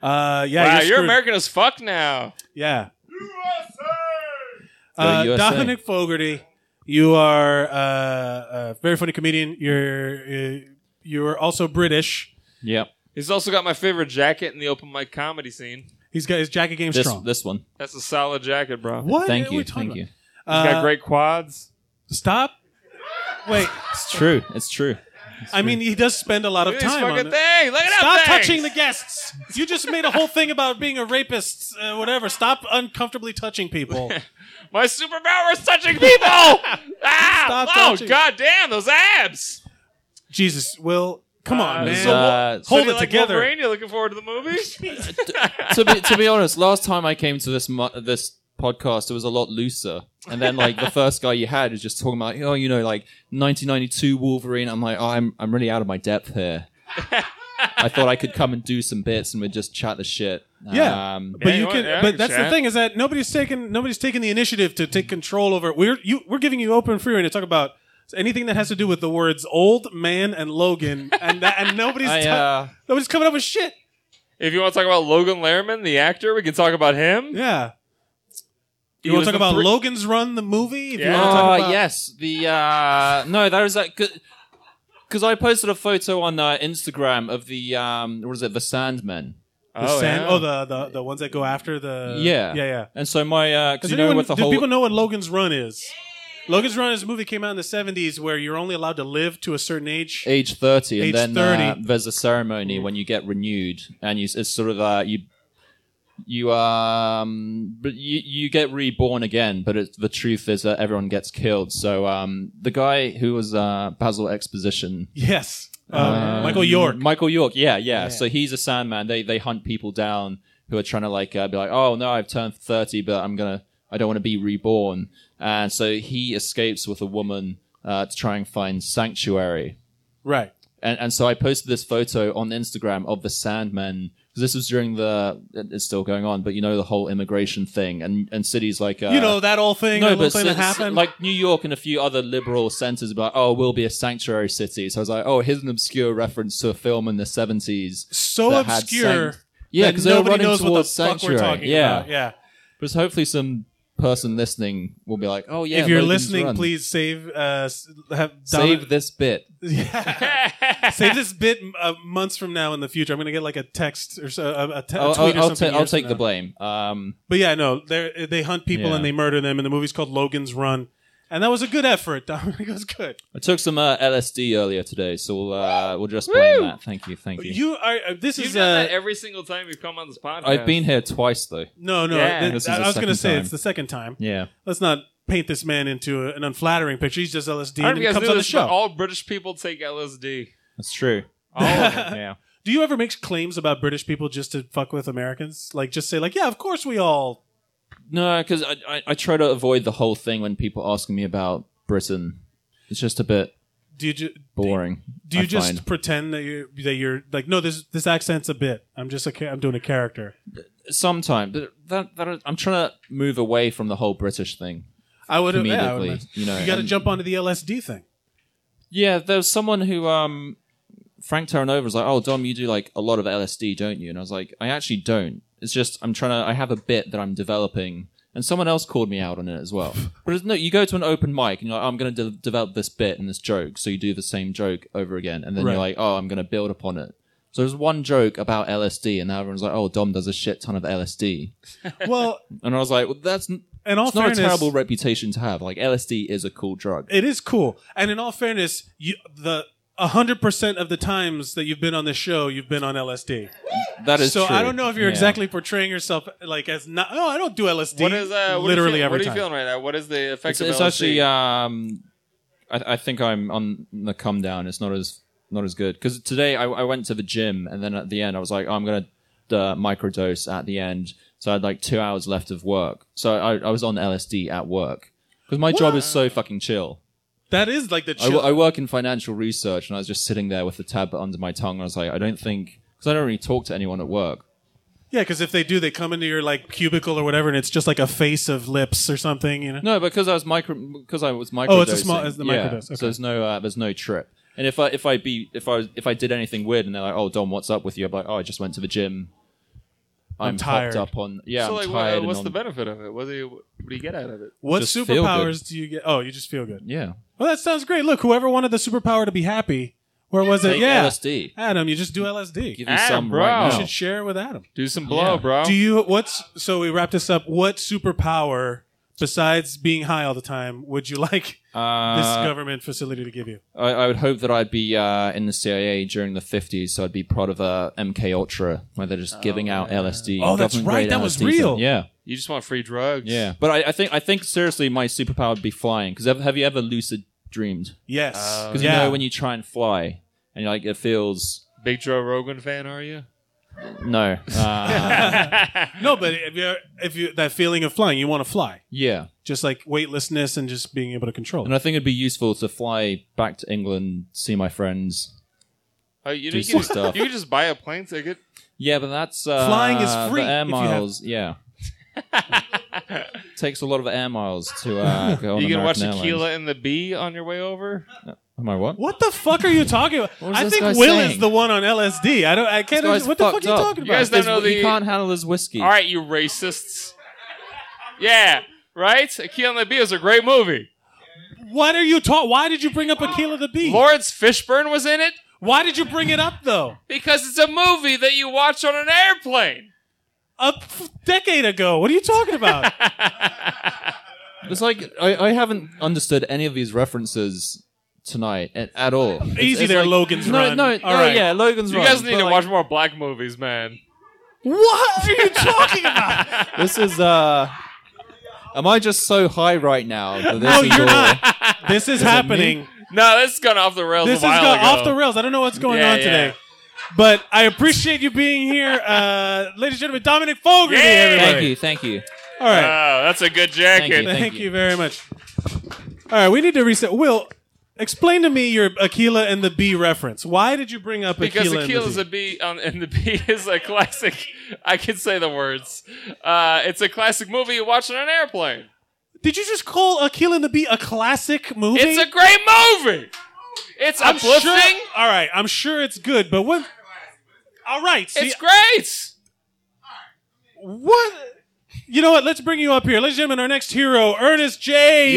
S1: Uh, yeah, you're,
S2: wow, you're,
S1: screwed.
S2: American as fuck now.
S1: Yeah,
S10: The
S1: uh,
S10: USA.
S1: Dominic Fogarty. You are uh, a very funny comedian. You're uh, you're also British.
S10: yeah."
S2: He's also got my favorite jacket in the open mic comedy scene.
S1: He's got his jacket game
S10: This
S1: strong.
S10: this one.
S2: That's a solid jacket, bro. He's
S1: what?
S10: Thank
S1: What are
S10: you,
S1: we talking
S10: thank
S1: about?
S10: you.
S2: got
S1: Uh,
S2: great quads.
S1: Stop. Wait,
S10: It's true. It's true.
S1: I mean, he does spend a lot of
S2: Look at this
S1: time on
S2: fucking
S1: it.
S2: thing. Look at that
S1: Stop
S2: thing.
S1: touching the guests. You just made a whole thing about being a rapist, uh, whatever. Stop uncomfortably touching people.
S2: My superpower is touching people. ah!
S1: Stop
S2: oh,
S1: touching.
S2: god damn, those abs.
S1: Jesus, Will, come on,
S2: Uh,
S1: man.
S2: so what-
S10: Uh,
S1: Hold
S2: So do you
S1: it
S2: like
S1: together.
S2: Wolverine? You looking forward to the movie?
S10: to be to be honest, last time I came to this mo- this podcast, it was a lot looser. And then like the first guy you had is just talking about, oh, you know, like 1992 Wolverine. I'm like, oh, I'm I'm really out of my depth here. I thought I could come and do some bits and we'd just chat the shit.
S1: Yeah.
S10: Um,
S1: But
S2: Yeah,
S1: you
S2: you
S1: can.
S2: want- yeah,
S1: but that's the
S2: chat.
S1: thing is that nobody's taken nobody's taken the initiative to take control over. We're you we're giving you open free reign to talk about anything that has to do with the words old man and Logan, and that, and nobody's
S10: I,
S1: ta-
S10: uh,
S1: nobody's coming up with shit.
S2: If you want to talk about Logan Lerman, the actor, we can talk about him.
S1: Yeah. You
S2: He
S1: want
S2: was
S1: to talk
S2: in
S1: about
S2: three-
S1: Logan's Run, the movie? If you
S2: Yeah.
S1: wanna
S10: Oh,
S1: talk about-
S10: yes. The uh, no, that was like because I posted a photo on uh, Instagram of the um, what is it, the Sandmen.
S1: The
S2: Oh,
S1: sand,
S2: yeah.
S1: oh the, the the ones that go after the
S10: Yeah.
S1: yeah yeah.
S10: And so my uh,
S1: Does
S10: because you know
S1: anyone,
S10: with the
S1: do
S10: whole
S1: people know what Logan's Run is? Logan's Run is a movie came out in the seventies where you're only allowed to live to a certain age.
S10: age 30 and
S1: Age
S10: then uh,
S1: 30.
S10: there's a ceremony when you get renewed and you it's sort of uh, you you um but you, you get reborn again but it's, the truth is that everyone gets killed so um the guy who was uh basil exposition
S1: Yes, uh,
S10: um,
S1: Michael York.
S10: michael york yeah, yeah so he's a sandman they they hunt people down who are trying to like uh, be like oh no i've turned 30 but i'm gonna i don't want to be reborn and so he escapes with a woman uh, to try and find sanctuary
S1: right.
S10: and, and so I posted this photo on Instagram of the Sandmen because this was during the it- it's still going on, but you know the whole immigration thing and and cities like uh,
S1: you know that old thing,
S10: no,
S1: that little
S10: but
S1: thing
S10: ci-
S1: that happened.
S10: like New York and a few other liberal centers about oh we'll be a sanctuary city. So I was like oh here's an obscure reference to a film in the seventies.
S1: so
S10: that had
S1: obscure.
S10: sanct- yeah,
S1: that
S10: because they were
S1: nobody
S10: running
S1: knows
S10: towards
S1: what the fuck
S10: sanctuary.
S1: we're talking
S10: yeah,
S1: about. yeah.
S10: but hopefully some person listening will be like oh yeah.
S1: if you're
S10: Logan's
S1: listening,
S10: Run.
S1: please save uh, s- have
S10: save this bit.
S1: Yeah. Save this bit uh, months from now in the future. I'm gonna get like a text or so, a, a, te- a tweet
S10: I'll,
S1: or
S10: I'll, I'll, ta-
S1: something.
S10: I'll
S1: years from
S10: take the
S1: now.
S10: blame. Um,
S1: But yeah, no, they they hunt people
S10: Yeah.
S1: and they murder them, and the movie's called Logan's Run. And that was a good effort. Dominic it was good.
S10: I took some uh, LSD earlier today, so we'll uh, we'll just blame
S2: Woo!
S10: that. Thank you, thank you.
S1: You are. uh, This
S2: You've
S1: is.
S2: done
S1: Uh,
S2: that every single time you've come on this podcast.
S10: I've been here twice though.
S1: no, no.
S2: Yeah.
S1: th-
S10: This is
S1: I
S10: the
S1: was going to
S10: second
S1: say
S10: time.
S1: it's the second time.
S10: Yeah.
S1: Let's not paint this man into a, an unflattering picture. He's just LSD
S2: I
S1: and
S2: don't know if
S1: he
S2: you guys
S1: comes
S2: knew
S1: on the
S2: this,
S1: show.
S2: but all British people take LSD.
S10: That's true.
S2: All of them.
S10: Yeah.
S1: Do you ever make claims about British people just to fuck with Americans? Like, just say like, yeah, of course we all.
S10: No, because I, I I try to avoid the whole thing when people ask me about Britain. It's just a bit
S1: Do you ju-
S10: boring.
S1: do you
S10: I
S1: just
S10: find.
S1: pretend that you're that you're like, no, this this accent's a bit. I'm just a ca- I'm doing a character.
S10: sometime? But that, that I'm trying to move away from the whole British thing.
S1: I would have. Yeah, I
S10: Comedically,
S1: would've-
S10: you know,
S1: you got to
S10: and-
S1: jump onto the LSD thing.
S10: Yeah, there was someone who um Frank Terranova was like, "Oh, Dom, you do like a lot of LSD, don't you?" And I was like, "I actually don't. It's just I'm trying to. I have a bit that I'm developing." And someone else called me out on it as well. But it's, no, you go to an open mic and you're like, "Oh, "I'm going to de- develop this bit and this joke." So you do the same joke over again, and then
S1: Right.
S10: you're like, "Oh, I'm going to build upon it." So there's one joke about LSD, and now everyone's like, "Oh, Dom does a shit ton of LSD,"
S1: Well,
S10: and I was like, "Well, that's n-
S1: In all
S10: it's not a
S1: fairness-
S10: terrible reputation to have. Like LSD is a cool drug."
S1: it is cool. And in all fairness, you the hundred percent of the times that you've been on the show, you've been on LSD.
S10: That is
S1: so.
S10: true.
S1: I don't know if you're
S10: Yeah.
S1: exactly portraying yourself like as not. Oh, I don't do LSD.
S2: What is uh, what are you
S1: literally
S2: feel-
S1: every
S2: What are you
S1: time.
S2: feeling right now? What is the
S10: It's,
S2: effect of
S10: it's
S2: LSD?
S10: actually, um, I, I think I'm on the come down. It's not as not as good because today I, I went to the gym and then at the end I was like, oh, I'm gonna uh, microdose at the end. So I had like two hours left of work. So I, I was on LSD at work because my job is so fucking chill.
S1: That is like the
S10: I, wo-
S1: chill.
S10: I work in financial research and I was just sitting there with the tab under my tongue. And I was like, I don't think because I don't really talk to anyone at work.
S1: yeah, because if they do, they come into your like cubicle or whatever, and it's just like a face of lips or something. You know.
S10: No, because I was micro because I was microdosing.
S1: Oh, it's a small- it's the
S10: yeah,
S1: microdose,
S10: So
S1: okay.
S10: there's no uh, there's no trip. And if I if I be if I was, if I did anything weird and they're like, oh Dom, what's up with you? I'm like, oh, I just went to the gym. I'm,
S1: I'm tired."
S10: popped up on yeah.
S2: so
S10: I'm
S2: like, what-
S10: tired. and
S2: what's the
S10: on-
S2: benefit of it? What do you what do you get out of it?
S1: What
S10: Just feel good.
S1: superpowers do you get? Oh, you just feel good.
S10: Yeah,
S1: Well, that sounds great. Look, whoever wanted the superpower to be happy, where was it?
S10: Take
S1: yeah,
S10: LSD.
S1: Adam, you just do LSD.
S10: Give
S1: You
S10: me
S2: Adam,
S10: some
S2: bro.
S10: right now.
S1: should share it with Adam.
S2: Do some blow, bro.
S1: Do you? What's so? We wrap this up. What superpower besides being high all the time would you like this
S10: Uh,
S1: government facility to give you?
S10: I, I would hope that I'd be uh, in the CIA during the 50s, so I'd be part of uh, MK Ultra, where they're just giving out LSD.
S1: Oh, that's
S10: government-grade
S1: right. That was
S10: LSD.
S1: real.
S10: Yeah.
S2: You just want free drugs.
S10: Yeah, but I, I think I think seriously, my superpower would be flying. Because have, have you ever lucid dreamed?
S1: Yes.
S2: Uh,
S10: Because
S1: yeah.
S10: you know when you try and fly, and you're like it feels
S2: Big Joe Rogan fan, are you?
S10: no, uh,
S1: no, but if you if you that feeling of flying, you want to fly,
S10: yeah.
S1: just like weightlessness and just being able to control. it.
S10: And I think it'd be useful to fly back to England, see my friends.
S2: Oh, you,
S10: Do
S2: you,
S10: some
S2: can,
S10: stuff.
S2: you can just buy a plane ticket.
S10: Yeah, but that's uh,
S1: Flying is free
S10: The air
S1: if you have-
S10: miles, yeah. Takes a lot of air miles to uh, go on
S2: you can watch
S10: American Airlines.
S2: Tequila and the Bee on your way over.
S10: Am I what?
S1: What the fuck are you talking about?
S10: What was
S1: I
S10: this
S1: think
S10: guy
S1: Will is
S10: saying?
S1: the one on LSD. I don't. I can't.
S10: This guy's
S1: Understand. What the fuck are
S10: fucked
S1: you
S10: up.
S1: talking
S2: You
S1: about?
S2: guys don't know
S10: He
S2: the-
S10: can't handle his whiskey.
S2: All right, you racists. Yeah, right. Tequila and the Bee is a great movie.
S1: what are you talking? Why did you bring up Aquila the Bee?
S2: Lawrence Fishburne was in it
S1: Why did you bring it up though?
S2: because it's a movie that you watch on an airplane.
S1: A f- decade ago. What are you talking about?
S10: It's like I, I haven't understood any of these references tonight at, at all. It's-
S1: Easy
S10: it's
S1: there,
S10: like-
S1: Logan's
S10: no,
S1: Run.
S10: No, no,
S1: All right.
S10: yeah, Logan's
S2: You
S10: Run.
S2: guys need
S10: but
S2: to
S10: like,
S2: watch more black movies, man.
S1: what are you talking about?
S10: This is. uh Am I just so high right now? That this
S1: No,
S10: is
S1: you're
S10: all-
S1: not. This is happening.
S2: No, this has gone off the rails.
S1: This
S2: a
S1: has
S2: while
S1: gone
S2: ago.
S1: off the rails. I don't know what's going
S2: Yeah,
S1: on
S2: yeah.
S1: today. But I appreciate you being here, uh, ladies and gentlemen. Dominic Fogarty,
S2: Yeah.
S1: everybody.
S10: Thank you, thank you.
S1: All right.
S2: Oh, that's a good
S10: Thank
S2: jacket.
S10: you.
S1: Thank, you. very much. All right, we need to reset. Will, explain to me your Aquila and the Bee reference. Why did you bring up
S2: Because
S1: Aquila,
S2: Akil
S1: and
S2: is
S1: the
S2: a
S1: Bee?
S2: B, on, and the B is a classic. I can say the words. Uh, it's a classic movie you watch on an airplane.
S1: Did you just call Aquila and the Bee a classic movie?
S2: It's a great movie. It's
S1: I'm sure,
S2: uplifting.
S1: All right, I'm sure it's good, but what? All right, see,
S2: It's great.
S1: what? You know what? Let's bring you up here, ladies and gentlemen. Our next hero, Ernest J.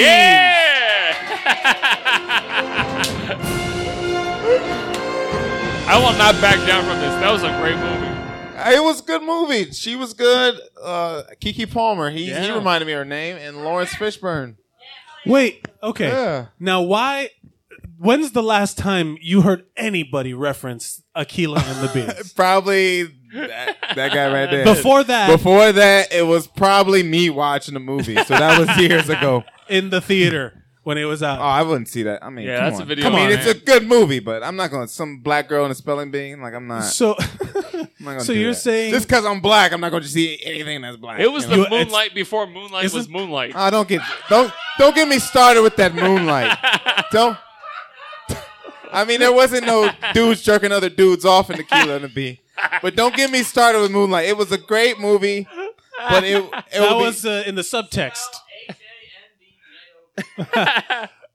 S2: Yeah. I will not back down from this. That was a great movie.
S11: Uh, It was a good movie. She was good. Uh, Kiki Palmer. He, he
S2: Yeah.
S11: reminded me of her name and Lawrence Fishburne.
S1: Wait, okay.
S11: Yeah.
S1: Now, why? When's the last time you heard anybody reference Aquila and the Beast?
S11: Probably that, that guy right there.
S1: Before that-
S11: before that, it was probably me watching a movie. So that was years ago
S1: in the theater when it was out. Oh,
S11: I wouldn't see that. I mean,
S2: Yeah,
S11: come
S2: that's a
S11: on.
S2: video
S11: I mean,
S2: on
S11: it's
S2: it.
S11: a good movie, but I'm not going to some black girl in a spelling bee. Like I'm not.
S1: So,
S11: I'm not gonna
S1: so
S11: do
S1: you're
S11: that.
S1: saying-
S11: just because I'm black, I'm not going to see anything that's black.
S2: It was
S11: you
S2: the
S11: know?
S2: moonlight before moonlight was moonlight.
S11: I don't get don't don't get me started with that moonlight. don't. I mean, there wasn't no dudes jerking other dudes off in Tequila and the Bee, but don't get me started with Moonlight. It was a great movie, but it it
S1: that
S11: would be-
S1: was uh, in the subtext.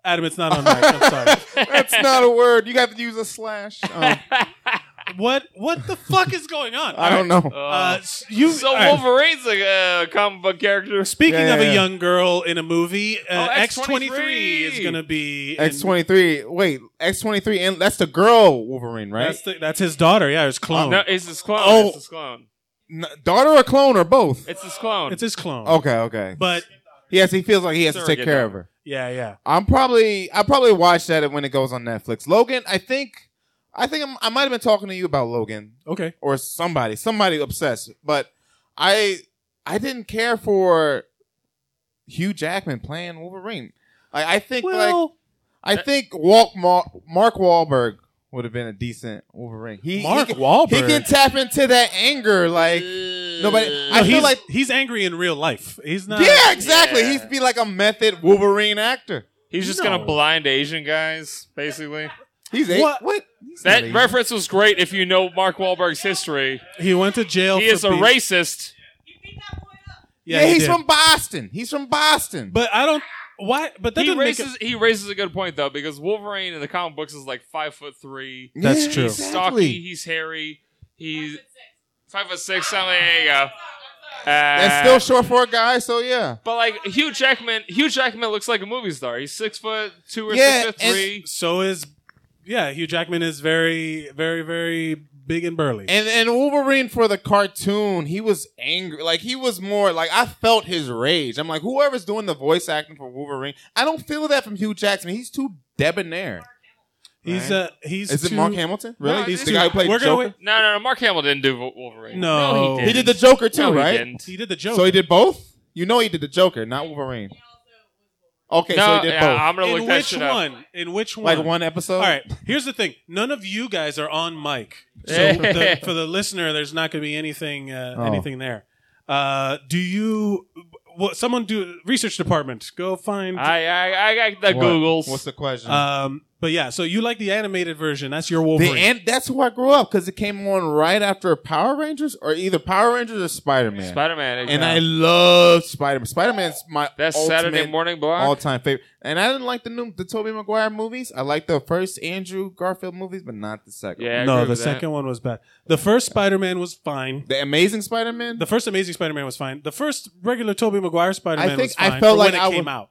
S1: Adam, it's not on mic. I'm sorry.
S11: That's not a word. You got to use a slash. Oh.
S1: What what the fuck is going on?
S11: I don't know.
S1: Uh, s- you
S2: so
S1: all right.
S2: Wolverine's a uh, comic book character. Oh,
S1: Speaking of a young girl in a movie, uh, X twenty three
S2: X23.
S1: is going to be
S11: X twenty three. Wait, X twenty three, and that's the girl Wolverine, right?
S1: That's, the, that's his daughter. Yeah, his clone.
S2: Uh, No, it's his clone.
S11: Oh.
S2: It's his clone.
S11: N- daughter or clone or both?
S2: It's his clone.
S1: It's his clone.
S11: Okay, okay.
S1: But
S11: yes, he feels like he has to
S2: Surrogate
S11: take care of
S2: daughter.
S11: her.
S1: yeah, yeah.
S11: I'm probably I probably watch that when it goes on Netflix. Logan, I think I think I'm, I might have been talking to you about Logan.
S1: Okay.
S11: Or somebody, somebody obsessed. But I I didn't care for Hugh Jackman playing Wolverine. Like I think like
S1: uh,
S11: I think Walk Mar- Mark Wahlberg would have been a decent Wolverine. He,
S1: Mark
S11: he can,
S1: Wahlberg?
S11: He can tap into that anger like
S2: Uh,
S11: nobody.
S1: No,
S11: I feel
S1: he's
S11: like
S1: he's angry in real life. He's not.
S11: yeah, exactly.
S2: Yeah.
S11: He's be like a method Wolverine actor.
S2: He's just
S11: No.
S2: gonna blind Asian guys, basically.
S11: He's a-
S1: What?
S11: what? He's not
S2: That
S11: Asian.
S2: reference was great if you know Mark Wahlberg's history.
S1: He went to jail.
S2: He
S1: for
S2: is a
S1: being-
S2: racist.
S11: Yeah,
S1: he
S11: he's
S1: did.
S11: from Boston. He's from Boston.
S1: But I don't. Why? But that
S2: He
S1: doesn't make it-
S2: raises he raises a good point though because Wolverine in the comic books is like five foot three.
S1: That's
S11: Yeah,
S1: true.
S2: He's stocky. He's hairy. He's five foot six. something. There you go. Uh, Ah.
S11: That's still short for a guy, so yeah.
S2: But like Hugh Jackman, Hugh Jackman looks like a movie star. He's six foot two or
S11: Yeah,
S2: six foot
S11: and-
S2: three.
S1: So is yeah. Hugh Jackman is very, very, very big and burly.
S11: And and Wolverine for the cartoon, he was angry. Like he was more like I felt his rage. I'm like, whoever's doing the voice acting for Wolverine, I don't feel that from Hugh Jackman. He's too debonair.
S1: He's uh he's.
S11: Is it
S1: too-
S11: Mark Hamilton? Really?
S2: No,
S11: He's
S2: it's
S11: the guy who played
S1: We're gonna
S11: Joker.
S1: wait-
S2: No, no, no. Mark Hamill didn't do Wol- Wolverine.
S1: No.
S2: no he,
S11: He
S2: didn't.
S11: did the Joker too,
S2: No, he
S11: right?
S2: didn't.
S1: He did the joke.
S11: So he did both. You know he did the Joker, not Wolverine. Okay,
S2: No,
S11: so he did
S2: yeah,
S11: both.
S2: I'm gonna
S1: In
S2: look that
S1: which
S2: shit up.
S1: one? In which one?
S11: like one episode.
S1: All right. Here's the thing. None of you guys are on mic. So the, for the listener, there's not going to be anything uh,
S11: Oh.
S1: anything there. Uh, do you? What? Someone do research department. Go find.
S2: I, I, I got the
S11: What?
S2: Googles.
S11: What's the question?
S1: um. But yeah. So you like the animated version? That's your
S11: The
S1: Wolverine.
S11: and that's who I grew up because it came on right after Power Rangers or either Power Rangers or Spider Man.
S2: Spider Man.
S11: and I love Spider Man. Spider Man's my
S2: That's
S11: ultimate
S2: Saturday morning block.
S11: all time favorite. And I didn't like the new the Tobey Maguire movies. I liked the first Andrew Garfield movies, but not the second.
S2: Yeah, I
S1: no,
S2: agree
S1: the
S2: with that.
S1: second one was bad. The first Spider-Man was fine.
S11: The Amazing Spider Man.
S1: The first Amazing Spider-Man was fine. The first regular Tobey Maguire Spider-Man
S11: think
S1: was
S11: I
S1: fine.
S11: felt
S1: for
S11: like
S1: when
S11: I
S1: it came
S11: was-
S1: out.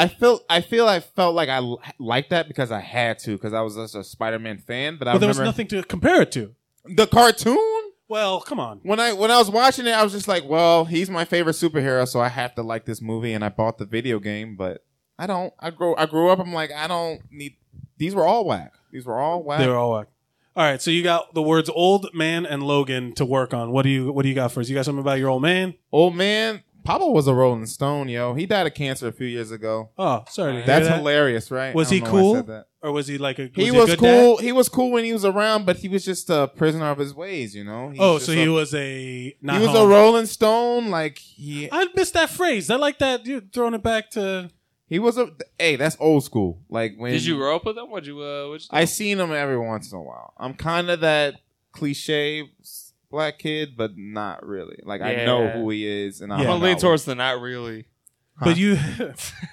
S11: I feel I feel I felt like I l- liked that because I had to because I was just a Spider Man fan. But, I
S1: But there was
S11: remember
S1: nothing to compare it to.
S11: the cartoon.
S1: Well, come on.
S11: When I when I was watching it, I was just like, "Well, he's my favorite superhero, so I have to like this movie." And I bought the video game, but I don't. I grow I grew up. I'm like, I don't need. These were all whack. These were all whack.
S1: They were all whack. All right, so you got the words "old man" and "Logan" to work on. What do you What do you got first? You got something about your old man?
S11: Old man, Pablo was a Rolling Stone, yo. He died of cancer a few years ago.
S1: Oh, sorry. to hear
S11: That's
S1: that.
S11: hilarious, right?
S1: Was
S11: I
S1: he
S11: don't know why I
S1: cool,
S11: said that.
S1: or was he like a? Was
S11: He
S1: a
S11: was
S1: good
S11: cool.
S1: dad?
S11: He was cool when he was around, but he was just a prisoner of his ways, you know. He's
S1: Oh,
S11: just
S1: so
S11: a-
S1: he was a. Not
S11: he was a
S1: home.
S11: Rolling Stone, like he
S1: I missed that phrase. I like that. You throwing it back to.
S11: he was a. Hey, that's old school. Like when
S2: Did you grow up with him? What'd you? Uh, what'd you
S11: I seen him every once in a while. I'm kind of that cliche s- black kid, but not really. Like I know
S2: Yeah.
S11: who he is, and
S1: Yeah.
S11: I'm
S2: I'm
S11: yeah.
S2: gonna lean towards the not really.
S1: But you,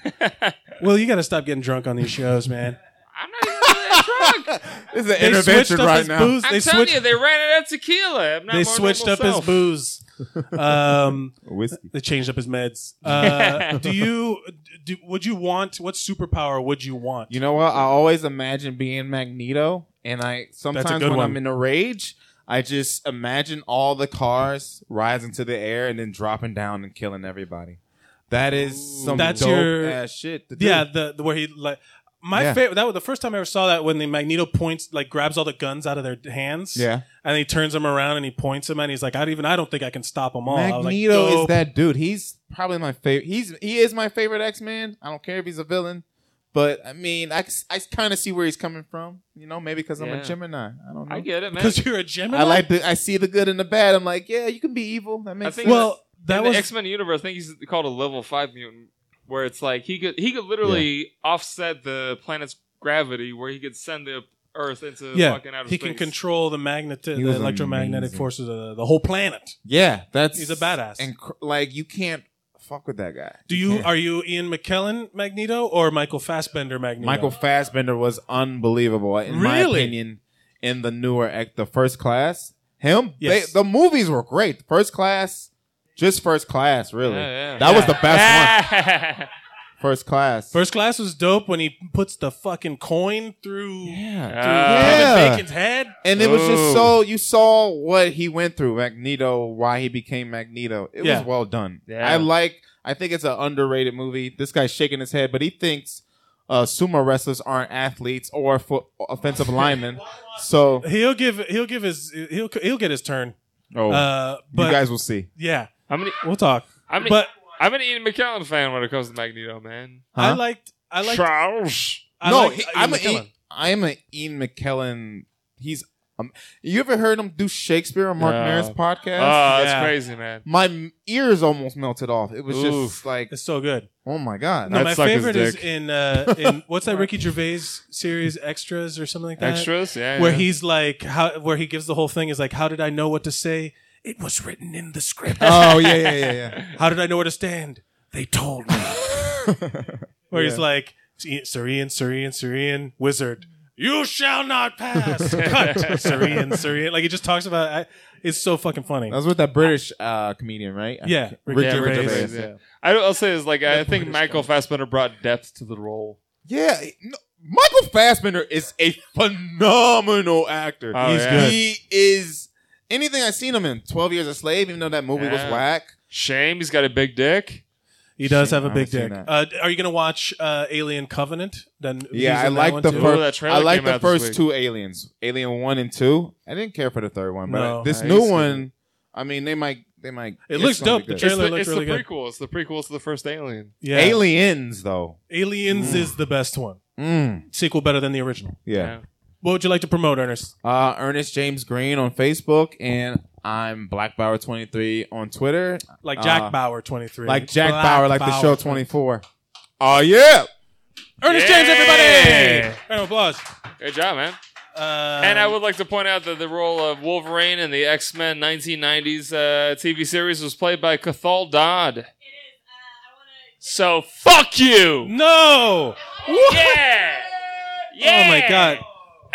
S1: well, you got to stop getting drunk on these shows, man.
S2: I'm not even that drunk.
S11: This is an
S1: They
S11: intervention
S1: switched up
S11: right
S1: his
S11: now.
S1: booze.
S2: I'm
S1: They
S2: telling
S1: switched.
S2: you, they ran it out tequila. I'm not
S1: they
S2: my
S1: switched
S2: normal
S1: up his
S2: self.
S1: booze. Um,
S11: Whiskey.
S1: they changed up his meds. Uh, do you? Do, would you want? What superpower would you want?
S11: You know what? I always imagine being Magneto, and I sometimes
S1: good
S11: when
S1: one.
S11: I'm in a rage, I just imagine all the cars rising to the air and then dropping down and killing everybody. That is some
S1: That's
S11: dope
S1: your
S11: ass shit. To do.
S1: yeah, the, the where he like my
S11: Yeah.
S1: favorite. That was the first time I ever saw that when the Magneto points like grabs all the guns out of their hands.
S11: Yeah.
S1: and he turns them around and he points them and he's like, I don't even I don't think I can stop them all. I was like,
S11: Magneto is
S1: dope.
S11: that dude. He's probably my favorite. He's he is my favorite X Man. I don't care if he's a villain, but I mean, I, kind of see where he's coming from. You know, maybe because I'm
S2: Yeah.
S11: a Gemini. I don't know.
S2: I get it, man.
S1: Because you're a Gemini?
S11: I like the. I see the good and the bad. I'm like, yeah, you can be evil. That
S2: I
S11: makes
S2: think
S11: sense.
S2: well, that was the X Men universe. I think he's called a level five mutant, where it's like he could he could literally offset the planet's gravity, where he could send the Earth into
S1: yeah,
S2: fucking outer
S1: he
S2: space.
S1: can control the magnet, the
S11: He was
S1: electromagnetic
S11: amazing.
S1: forces of the, the whole planet.
S11: Yeah, that's
S1: he's a badass.
S11: And cr- like, you can't fuck with that guy.
S1: Do you are you Ian McKellen Magneto or Michael Fassbender Magneto?
S11: Michael Fassbender was unbelievable in my
S1: Really?
S11: opinion in the newer act, the first class. Him,
S1: Yes.
S11: they, the movies were great. First class, just first class, really.
S1: Yeah, yeah.
S11: That was the
S2: best one.
S11: First class.
S1: First class was dope when he puts the fucking coin through yeah. through
S11: Yeah.
S1: Kevin Bacon's head,
S11: And it was just so you saw what he went through, Magneto, why he became Magneto. It
S1: Yeah.
S11: was well done.
S1: Yeah.
S11: I like. I think it's an underrated movie. This guy's shaking his head, but he thinks uh, sumo wrestlers aren't athletes or fo- offensive linemen. So
S1: he'll give he'll give his he'll he'll get his turn.
S11: Oh,
S1: uh,
S11: you
S1: but
S11: guys will see.
S1: Yeah,
S2: how many?
S1: We'll talk.
S2: I'm an,
S1: but
S2: I'm an Ian McKellen fan when it comes to Magneto, man.
S1: I liked I liked
S2: Charles.
S1: I
S11: no,
S1: like
S11: he,
S1: Ian
S11: I'm an
S1: McKellen.
S11: Ian, I'm an Ian McKellen. He's um, you ever heard him do Shakespeare on Mark
S2: No.
S11: Maron's podcast?
S2: Oh, that's crazy, man.
S11: My m- ears almost melted off. It was
S2: Oof.
S11: just like
S1: it's so good.
S11: Oh my god!
S1: No, my favorite is in uh, in what's that Ricky Gervais series, Extras or something like that.
S2: Extras? Yeah,
S1: Where
S2: yeah.
S1: he's like, how where he gives the whole thing is like, how did I know what to say? It was written in the script.
S11: Oh, yeah, yeah, yeah, yeah.
S1: How did I know where to stand? They told me. where he's
S11: Yeah.
S1: like, Syrian, Syrian, Syrian, wizard. You shall not pass. Cut. Syrian, Syrian. Like he just talks about. I, it's so fucking funny.
S11: That was with that British uh, comedian, right? I
S1: Yeah,
S11: can't-
S1: Rick
S11: Rick
S1: Gervais.
S11: Gervais,
S1: Gervais,
S11: yeah.
S1: yeah.
S2: I, I'll say is like I think Michael Fassbender brought depth to the role.
S11: Yeah, no, Michael Fassbender is a phenomenal actor.
S2: Oh, He's yeah. good.
S11: He is anything I've seen him in. Twelve Years a Slave, even though that movie was
S2: Yeah.
S11: whack.
S2: Shame he's got a big dick.
S1: He does have a
S11: I
S1: big
S11: haven't
S1: dick.
S11: seen that.
S1: Uh, d- are you gonna watch uh, Alien Covenant? Then
S11: Yeah,
S1: he's
S11: I
S1: in that
S11: like
S1: one
S11: the
S1: too?
S11: first. I like the first two Aliens, Alien One and Two. I didn't care for the third one, but
S1: No.
S11: this
S1: I
S11: new
S1: see.
S11: one. I mean, they might. They might.
S1: It
S11: it's
S1: looks
S11: gonna be
S1: dope. The
S11: good.
S1: trailer
S2: it's the,
S1: looked
S2: it's
S1: really
S2: the
S1: good.
S2: prequel. It's the prequel to the first Alien.
S1: Yeah.
S11: Aliens, though.
S1: Aliens is the best one.
S11: Mm.
S1: Sequel better than the original.
S11: Yeah.
S1: What would you like to promote, Ernest?
S11: Uh, Ernest James Green on Facebook, and I'm Black Bauer 23 on Twitter.
S1: Like Jack
S11: Uh,
S1: Bauer 23.
S11: Like Jack
S1: Black
S11: Bauer, like the
S1: Bauer.
S11: show 24. Oh yeah.
S1: Ernest James, everybody! Round of applause.
S2: Good job, man. and I would like to point out that the role of Wolverine in the X Men 1990s uh, TV series was played by Cathal Dodd. It is. uh, So fuck you.
S1: No.
S2: Yeah. Yeah.
S1: Oh my god.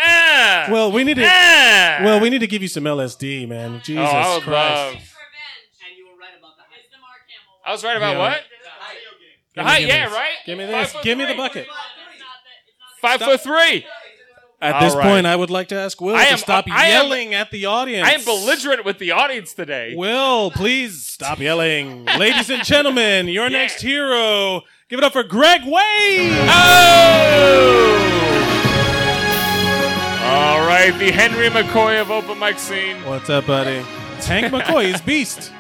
S2: Ah.
S1: Well, we need to.
S2: Ah.
S1: Well, we need to give you some LSD, man. Jesus
S2: oh, I would
S1: Christ.
S2: love. I was right about
S1: Yeah.
S2: what? The height, yeah, right.
S1: Give me
S2: Five
S1: this.
S2: foot
S1: Give me
S2: three.
S1: the bucket.
S2: Five foot three.
S1: At this
S2: All right.
S1: point, I would like to ask Will
S2: I
S1: to
S2: am-
S1: stop
S2: I am-
S1: yelling at the audience.
S2: I am belligerent with the audience today.
S1: Will, please stop yelling. Ladies and gentlemen, your next hero. Give it up for Greg Wade.
S2: Oh. All right, the Henry McCoy of open mic scene.
S1: What's up, buddy? Hank McCoy is beast.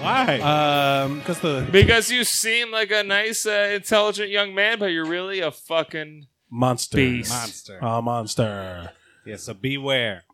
S1: Why? Um, because the
S2: Because you seem like a nice, uh, intelligent young man, but you're really a fucking.
S1: monster,
S2: Beast.
S1: monster, a monster.
S12: Yeah, so beware.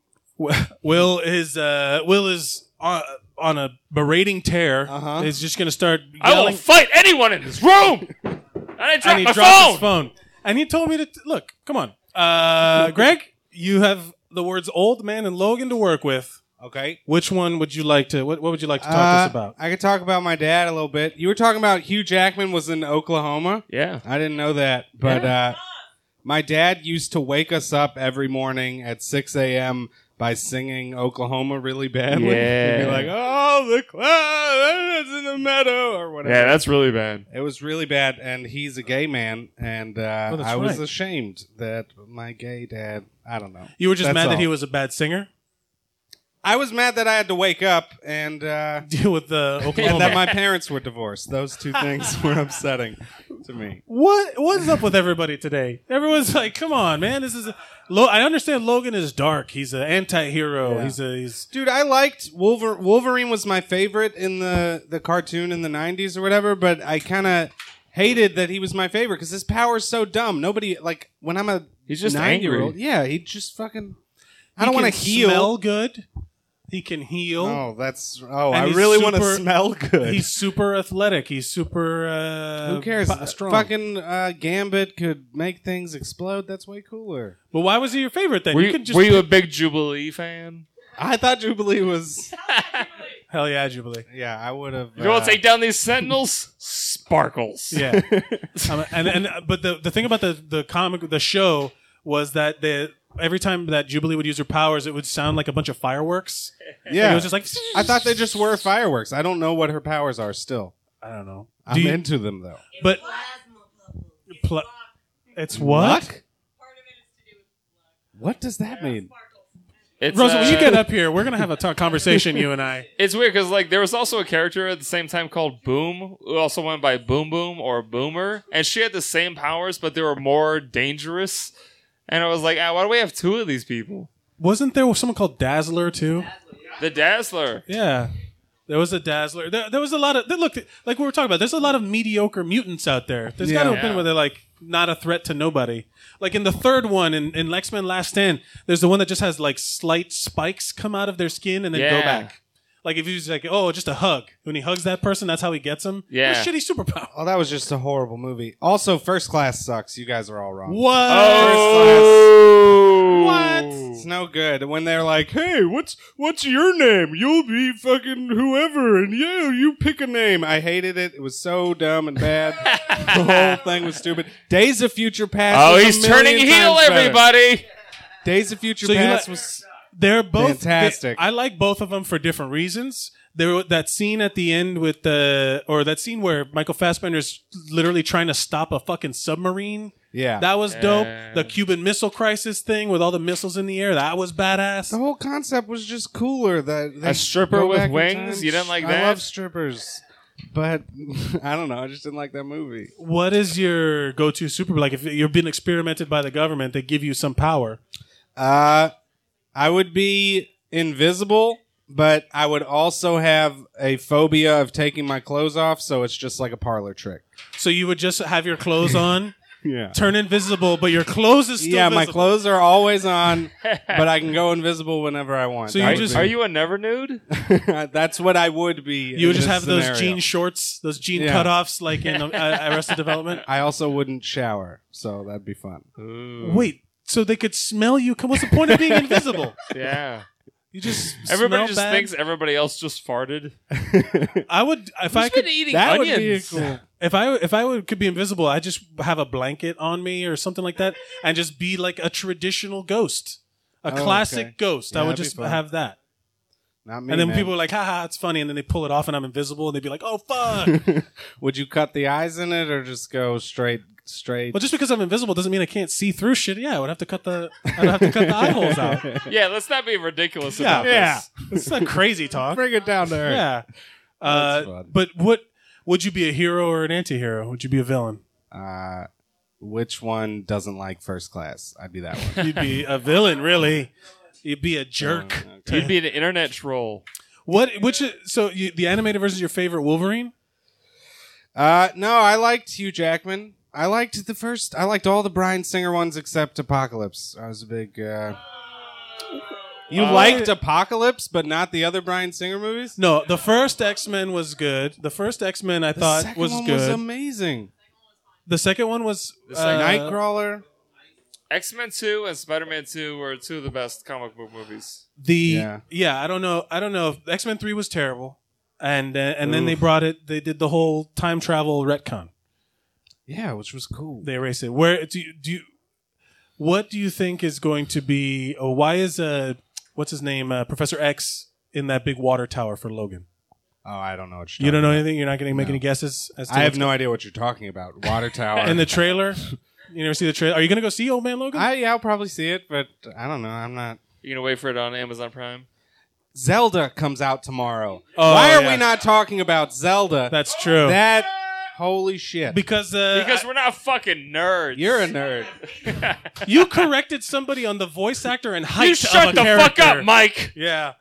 S1: Will is uh, Will is on, on a berating tear.
S12: Uh-huh.
S1: Is just gonna start. Yelling.
S2: I will fight anyone in this room. and I dropped
S1: and he
S2: my
S1: dropped
S2: phone.
S1: his phone. And he told me to look. Come on, uh, Greg. You have the words "old man" and "Logan" to work with.
S12: Okay.
S1: Which one would you like to? What, what would you like to talk to
S12: Uh,
S1: us about?
S12: I could talk about my dad a little bit. You were talking about Hugh Jackman was in Oklahoma.
S2: Yeah.
S12: I didn't know that. But uh, my dad used to wake us up every morning at 6 a.m. by singing Oklahoma really badly. He'd be
S2: Yeah.
S12: like, oh, the clouds in the meadow or whatever.
S2: Yeah, that's really bad.
S12: It was really bad, and he's a gay man, and uh,
S1: Oh, that's
S12: I was
S1: right.
S12: ashamed that my gay dad. I don't know.
S1: You were just
S12: That's
S1: mad
S12: all.
S1: that he was a bad singer.
S12: I was mad that I had to wake up and uh, deal
S1: with the
S12: and
S1: Oklahoma.
S12: that my parents were divorced. Those two things were upsetting to me.
S1: What what's up with everybody today? Everyone's like, "Come on, man! This is." A, Lo- I understand Logan is dark. He's an anti-hero.
S12: Yeah.
S1: He's a he's
S12: Dude, I liked Wolver- Wolverine was my favorite in the the cartoon in the 90s or whatever, but I kind of hated that he was my favorite cuz his power's so dumb. Nobody like when I'm a
S2: He's just
S12: nine-year-old-
S2: angry.
S12: Yeah, he just fucking I
S1: He
S12: don't want
S1: can
S12: to heal.
S1: Smell good. He can heal.
S12: Oh, that's oh,
S1: And
S12: I
S1: he's
S12: really want to
S1: super-
S12: smell good.
S1: He's super athletic. He's super. Uh,
S12: Who cares?
S1: bu- strong.
S12: Fucking uh, Gambit could make things explode. That's way cooler.
S1: But why was he your favorite then?
S2: Were
S1: you
S2: you,
S1: could just
S2: were you a
S1: pick-
S2: big Jubilee fan?
S12: I thought Jubilee was.
S1: Hell yeah, Jubilee.
S12: Yeah, I would have. uh,
S2: You want to take down these Sentinels? Sparkles.
S1: Yeah, Um, and and uh, but the the thing about the the comic the show was that the every time that Jubilee would use her powers, it would sound like a bunch of fireworks.
S12: Yeah,
S1: Like, it was just like
S12: I thought they just were fireworks. I don't know what her powers are still.
S1: I don't know.
S12: I'm
S1: Do you-
S12: into them though.
S1: but Pla- it's what?
S12: What does that mean?
S2: It's,
S1: Rosa, when
S2: uh,
S1: you get up here, we're gonna have a t- conversation, you and I.
S2: It's weird because like there was also a character at the same time called Boom, who also went by Boom Boom or Boomer, and she had the same powers, but they were more dangerous. And I was like, ah, why do we have two of these people?
S1: Wasn't there someone called Dazzler too?
S2: The Dazzler.
S1: Yeah. There was a Dazzler. There, there was a lot of there- look like we were talking about. There's a lot of mediocre mutants out there. There's got to
S2: Yeah.
S1: have been where they're like not a threat to nobody. Like in the third one in, in X Men Last Stand, there's the one that just has like slight spikes come out of their skin and then go
S2: Yeah.
S1: back. Like if he was like, oh, just a hug. When he hugs that person, that's how he gets him.
S12: Yeah.
S1: shitty superpower.
S12: Oh, that was just a horrible movie. Also, First Class sucks. You guys are all wrong.
S1: What?
S2: Oh.
S12: What? It's no good. When they're like, "Hey, what's what's your name? You'll be fucking whoever, and yeah, you pick a name." I hated it. It was so dumb and bad. the whole thing was stupid. Days of Future Past.
S2: Oh,
S12: was a
S2: he's
S12: million
S2: turning heel,
S12: times better.
S2: everybody.
S12: Days of Future
S1: So you
S12: Past
S1: like-
S12: was
S1: They're both
S12: Fantastic.
S1: they- I like both of them for different reasons. There, wa- that scene at the end with the, or that scene where Michael Fassbender's literally trying to stop a fucking submarine.
S12: Yeah.
S1: that was dope.
S12: Yeah.
S1: The Cuban Missile Crisis thing with all the missiles in the air, that was badass.
S12: the whole concept was just cooler. That they
S1: A stripper
S12: go
S1: with
S12: back in
S1: wings?
S12: time.
S1: You didn't like
S12: I
S1: that?
S12: love strippers, but I don't know. I just didn't like that movie.
S1: What is your go-to super? Like, if you're being experimented by the government, they give you some power.
S12: Uh, I would be invisible, but I would also have a phobia of taking my clothes off, so it's just like a parlor trick.
S1: So you would just have your clothes on,
S12: Yeah.
S1: turn invisible, but your clothes is still
S12: yeah, my
S1: visible.
S12: clothes are always on, but I can go invisible whenever I want.
S1: So you
S12: That would
S1: just-
S12: be-
S2: Are you a never nude?
S12: That's what I would be.
S1: You
S12: in
S1: would just
S12: this
S1: have those
S12: scenario.
S1: jean shorts, those jean
S12: Yeah.
S1: cutoffs, like in uh, Arrested Development.
S12: I also wouldn't shower, so that'd be fun. Mm.
S1: Wait, so they could smell you? Come- What's the point of being invisible?
S2: Yeah.
S1: You just
S2: Everybody
S1: smell
S2: just
S1: bad?
S2: thinks everybody else just farted.
S1: I would if I
S2: Who's
S1: could
S2: been eating
S1: that would be
S2: onions?
S1: cool- If I if I would, could be invisible, I just have a blanket on me or something like that, and just be like a traditional ghost, a
S12: Oh, okay.
S1: classic ghost. I
S12: Yeah,
S1: would
S12: that'd be
S1: just
S12: fun.
S1: have that,
S12: Not me.
S1: and then
S12: man.
S1: people are like, "Haha, it's funny," and then they pull it off, and I'm invisible, and they'd be like, "Oh fuck!"
S12: would you cut the eyes in it, or just go straight, straight?
S1: well, just because I'm invisible doesn't mean I can't see through shit. Yeah, I would have to cut the I would have to cut the eye holes out.
S2: Yeah, let's not be ridiculous
S1: Yeah,
S2: about
S1: yeah.
S2: this.
S1: It's not crazy talk.
S12: Bring it down to earth.
S1: Yeah. Uh, but what would you be a hero or an anti-hero? Would you be a villain?
S12: Uh, which one doesn't like first class? I'd be that one.
S1: You'd be a villain, really. You'd be a jerk.
S2: Oh, You'd be an internet troll.
S1: What? Which? is- So you, the animated version is your favorite Wolverine?
S12: Uh, no, I liked Hugh Jackman. I liked the first. I liked all the Brian Singer ones except Apocalypse. I was a big. Uh... You
S1: Uh,
S12: liked Apocalypse, but not the other Brian Singer movies.
S1: No, the first X Men was good. The first X Men I thought
S12: second
S1: was
S12: one
S1: good.
S12: was amazing.
S1: the second one was uh,
S2: The second-
S12: Nightcrawler.
S2: X Men Two and Spider Man Two were two of the best comic book movies.
S1: The yeah. I don't know. I don't know. if X Men Three was terrible, and uh, and then they
S12: Oof.
S1: brought it. They did the whole time travel retcon.
S12: Yeah, which was cool.
S1: They erase it. Where do you, do you? What do you think is going to be? Or why is uh what's his name uh, Professor X in that big water tower for Logan?
S12: Oh, I don't know what you're
S1: You don't know
S12: talking
S1: anything. You're not going to make
S12: No.
S1: any guesses. As to
S12: about. I have
S1: what's
S12: no
S1: going-
S12: idea what you're talking about. Water Tower
S1: In the trailer, you never see the trailer. Are you going to go see Old Man Logan?
S12: I yeah, I'll probably see it, but I don't know. I'm not.
S2: You gonna wait for it on Amazon Prime?
S12: Zelda comes out tomorrow.
S1: Oh,
S12: Why are
S1: yeah.
S12: we not talking about Zelda?
S1: That's true.
S12: That holy shit.
S1: Because uh,
S2: because we're not fucking nerds.
S12: You're a nerd.
S1: you corrected somebody on the voice actor and height.
S2: You shut
S1: of a
S2: the fuck
S1: character.
S2: up, Mike.
S1: Yeah.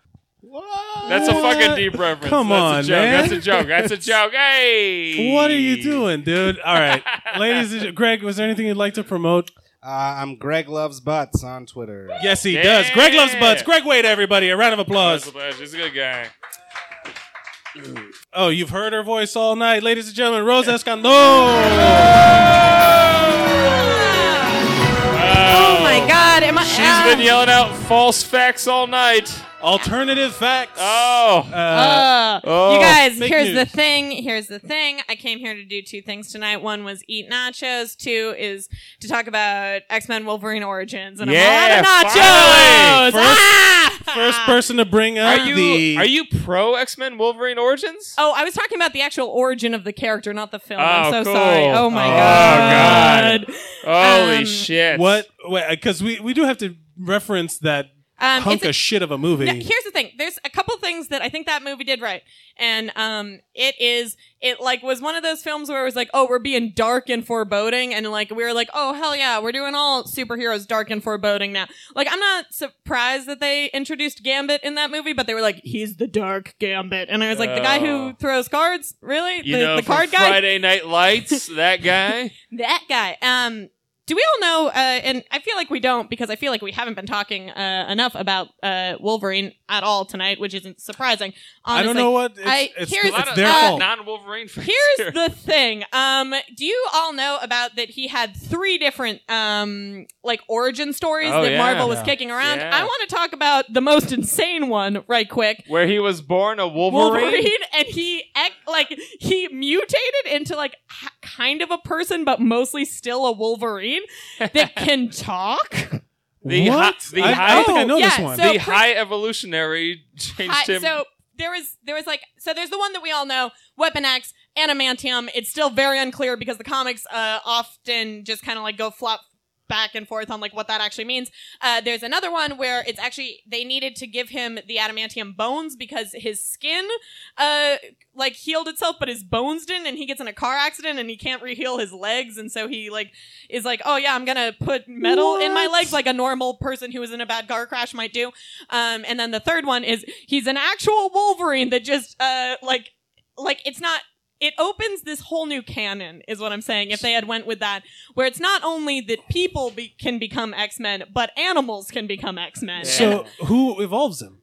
S2: That's a
S1: What?
S2: fucking deep reference.
S1: Oh, Come
S2: That's
S1: on,
S2: a joke.
S1: man.
S2: That's a joke. That's a joke. Hey,
S1: What are you doing, dude? Uh, All right, ladies. and gen- Greg, was there anything you'd like to promote?
S12: Uh, I'm Greg Loves Butts on Twitter.
S1: Yes, he does. Greg loves butts. Greg Wade, everybody. A round of applause.
S2: He's a good guy.
S1: Oh, you've heard her voice all night, ladies and gentlemen. Rose Escandon.
S2: Oh
S13: my God, am I-
S2: She's
S13: ah.
S2: been yelling out false facts all night.
S1: Alternative facts.
S2: Oh.
S13: Uh, you guys,
S2: Fake
S13: here's
S2: news.
S13: the thing. Here's the thing. I came here to do two things tonight. One was eat nachos. Two is to talk about X Men Wolverine Origins. And
S2: Yeah,
S13: I'm all out of nachos. Ah!
S2: finally! uh,
S1: First, first person to bring up
S2: Are you
S1: the.
S2: are you pro X Men Wolverine Origins?
S13: Oh, I was talking about the actual origin of the character, not the film. I'm
S2: Oh,
S13: so
S2: cool.
S13: sorry. Oh my
S2: Oh,
S13: god.
S2: Holy
S13: Um,
S2: shit!
S1: What? Because we we do have to reference that
S13: Um,
S1: hunk
S13: it's a-
S1: of shit of a movie.
S13: No, here's the thing. There's a couple things that I think that movie did right, and um, it is it like was one of those films where it was like, oh, we're being dark and foreboding, and like we were like, oh hell yeah, we're doing all superheroes dark and foreboding now. Like I'm not surprised that they introduced Gambit in that movie, but they were like, he's the dark Gambit, and I was like, the guy who throws cards, really,
S2: Oh. You
S13: the,
S2: know,
S13: the
S2: from
S13: card guy,
S2: Friday Night Lights, that guy.
S13: that guy. Um, do we all know? Uh, and I feel like we don't because I feel like we haven't been talking uh, enough about uh, Wolverine at all tonight, which isn't surprising.
S1: I
S13: Honestly.
S1: don't know what- it's-
S13: I-
S1: it's-
S13: here's, uh,
S1: it's their fault.
S2: Non-Wolverine. fans here.
S13: Here's the thing. Um, do you all know about that? He had three different um, like origin stories
S2: Oh,
S13: that
S2: yeah.
S13: Marvel was
S2: Yeah.
S13: kicking around.
S2: Yeah.
S13: I want to talk about the most insane one right quick.
S2: where he was born a Wolverine.
S13: and he ec- like he mutated into like h- kind of a person, but mostly still a Wolverine that can talk.
S2: The
S1: What?
S2: High, the
S1: I- I
S2: high,
S1: don't think I know
S13: this Oh, Yeah, one. so
S2: the
S13: pre-
S2: high evolutionary changed
S13: I-
S2: him.
S13: so there was there was like so there's the one that we all know, Weapon X, Adamantium. It's still very unclear because the comics uh, often just kind of like go flop back and forth on like what that actually means. Uh, there's another one where it's actually they needed to give him the adamantium bones because his skin uh like healed itself but his bones didn't and he gets in a car accident and he can't reheal his legs and so he like is like oh yeah I'm gonna put metal in my legs like a normal person who was in a bad car crash might do. Um, and then the third one is he's an actual Wolverine that just uh like like it's not it opens this whole new canon is what i'm saying if they had went with that where it's not only that people be- can become x-men but animals can become x-men And-
S1: So who evolves him?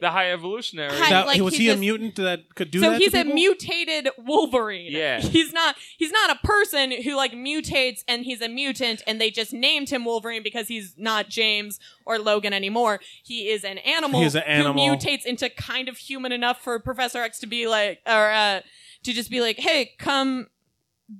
S2: the high evolutionary.
S13: Hi-
S1: That-
S13: like,
S1: was
S13: he
S1: he a
S13: just-
S1: mutant that could do
S13: so
S1: that?
S13: he's a
S1: to people?
S13: mutated wolverine
S2: Yeah.
S13: he's not he's not a person who like mutates and he's a mutant and they just named him wolverine because he's not james or logan anymore he is an animal
S1: He's an animal.
S13: who mutates into kind of human enough for professor x to be like or uh to just be like hey come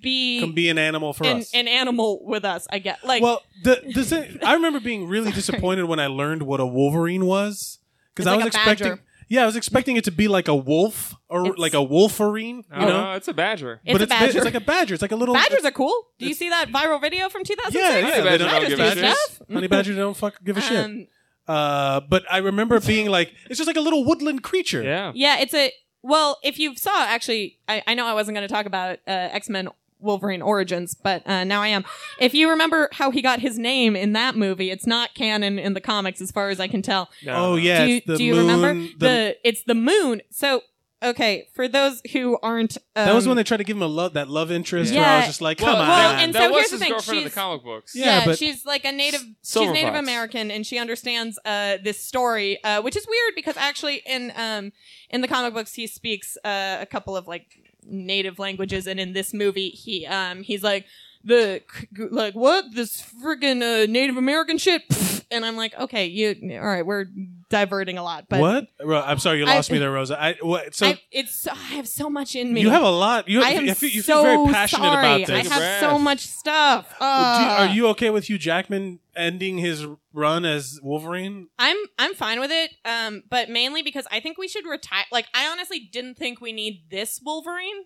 S13: be
S1: Can be an animal for
S13: an,
S1: us.
S13: an animal with us i get like
S1: well, the, the thing, I remember being really disappointed when I learned what a wolverine was because
S13: It's
S1: I
S13: like
S1: was
S13: a
S1: expecting.
S13: badger.
S1: Yeah, I was expecting it to be like a wolf or like a wolverine.
S2: No,
S1: you know,
S2: no, it's a badger.
S13: It's
S1: but
S13: a
S1: it's, bi-
S13: badger.
S1: it's like a badger. It's like a little
S13: badgers are cool do you see that viral video from 2006
S1: Yeah, yeah, they don't
S13: Badgers
S1: give
S13: do
S1: a shit.
S13: stuff.
S1: Honey badger don't fuck give a
S13: Um,
S1: shit. Uh, but I remember being like, it's just like a little woodland creature.
S2: Yeah.
S13: Yeah, it's a well. If you saw, actually, I, I know I wasn't going to talk about uh, X Men Wolverine Origins, but uh, now I am. If you remember how he got his name in that movie, it's not canon in the comics, as far as I can tell.
S1: Oh yeah.
S13: do you,
S1: it's the
S13: do you
S1: moon,
S13: remember
S1: the-
S13: the? It's the moon. So okay, for those who aren't, um,
S1: that was when they tried to give him a love that love interest. where I was just like, come
S2: well,
S1: on.
S2: That,
S13: and
S2: that
S13: so
S2: was
S13: here's the
S2: his
S13: thing,
S2: girlfriend in the
S13: she's-
S2: comic books.
S1: Yeah, but-
S13: she's like a native.
S2: Silver
S13: she's Native
S2: Fox.
S13: American, and she understands uh, this story, uh, which is weird because actually in um, in the comic books he speaks uh, a couple of like native languages, and in this movie he um, he's like the c- g- like what this friggin' uh, Native American shit, Pfft. and I'm like okay, you all right, we're diverting a lot, but
S1: what? Ro- I'm sorry, you
S13: I-
S1: lost me there, Rosa. I what? So
S13: I, it's so, I have so much in me.
S1: You have a lot. You-
S13: I am
S1: you feel- you feel
S13: so
S1: very passionate
S13: sorry.
S1: about this.
S13: I
S1: Take a
S13: have
S1: breath.
S13: so much stuff.
S1: do you-
S13: Uh,
S1: are you okay with Hugh Jackman ending his run as Wolverine?
S13: I'm I'm fine with it, um, but mainly because I think we should retire. Like, I honestly didn't think we need this Wolverine.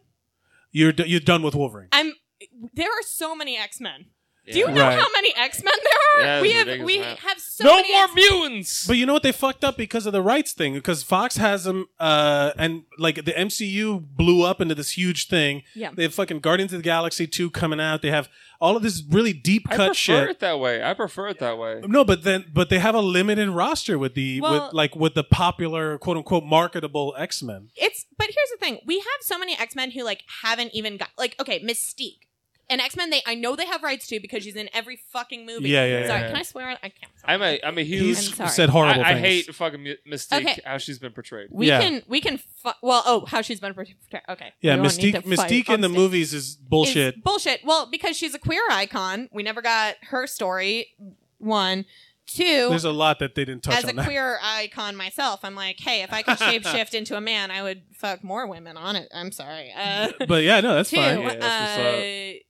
S1: You're d- you're done with Wolverine.
S13: I'm. There are so many X Men. Do you know
S1: Right.
S13: how many X Men there are?
S1: Yeah,
S13: we
S1: it's
S13: have
S1: ridiculous
S13: we
S1: amount.
S13: have so
S2: No
S13: many
S2: more
S13: X-Men.
S2: mutants.
S1: But you know what? They fucked up because of the rights thing. Because Fox has them, uh, and like the MCU blew up into this huge thing.
S2: Yeah.
S1: They have fucking Guardians of the Galaxy two coming out. They have all of this really deep
S2: I
S1: cut
S2: prefer
S1: shit.
S2: it that way. I prefer it that way.
S1: No, but then, but they have a limited roster with the
S13: Well-
S1: with like with the popular quote unquote marketable X Men.
S13: It's but here's the thing: we have so many X Men who like haven't even got like okay, Mystique. And X Men, they I know they have rights to because she's in every fucking movie.
S2: Yeah, yeah, yeah,
S13: Sorry,
S2: yeah.
S13: can I swear? I can't.
S2: I'm a I'm a huge.
S13: He's I'm sorry. said horrible
S2: I, I
S13: things.
S2: hate fucking Mi- Mystique
S13: Okay.
S2: how she's been portrayed.
S13: We can we can fu- well oh how she's been portrayed. Okay,
S1: Yeah,
S13: We don't need
S1: Mystique
S13: to fight
S1: Mystique in
S13: on
S1: the
S13: stage.
S1: movies is bullshit.
S13: Is bullshit. Well, because she's a queer icon, we never got her story. One, two.
S1: There's a lot that they didn't touch
S13: as
S1: on.
S13: a
S1: that.
S13: queer icon myself, I'm like, hey, if I could shapeshift into a man, I would fuck more women on it. I'm sorry. Uh,
S1: But yeah, no, that's
S13: two,
S1: fine. Yeah, that's what's up.
S13: uh,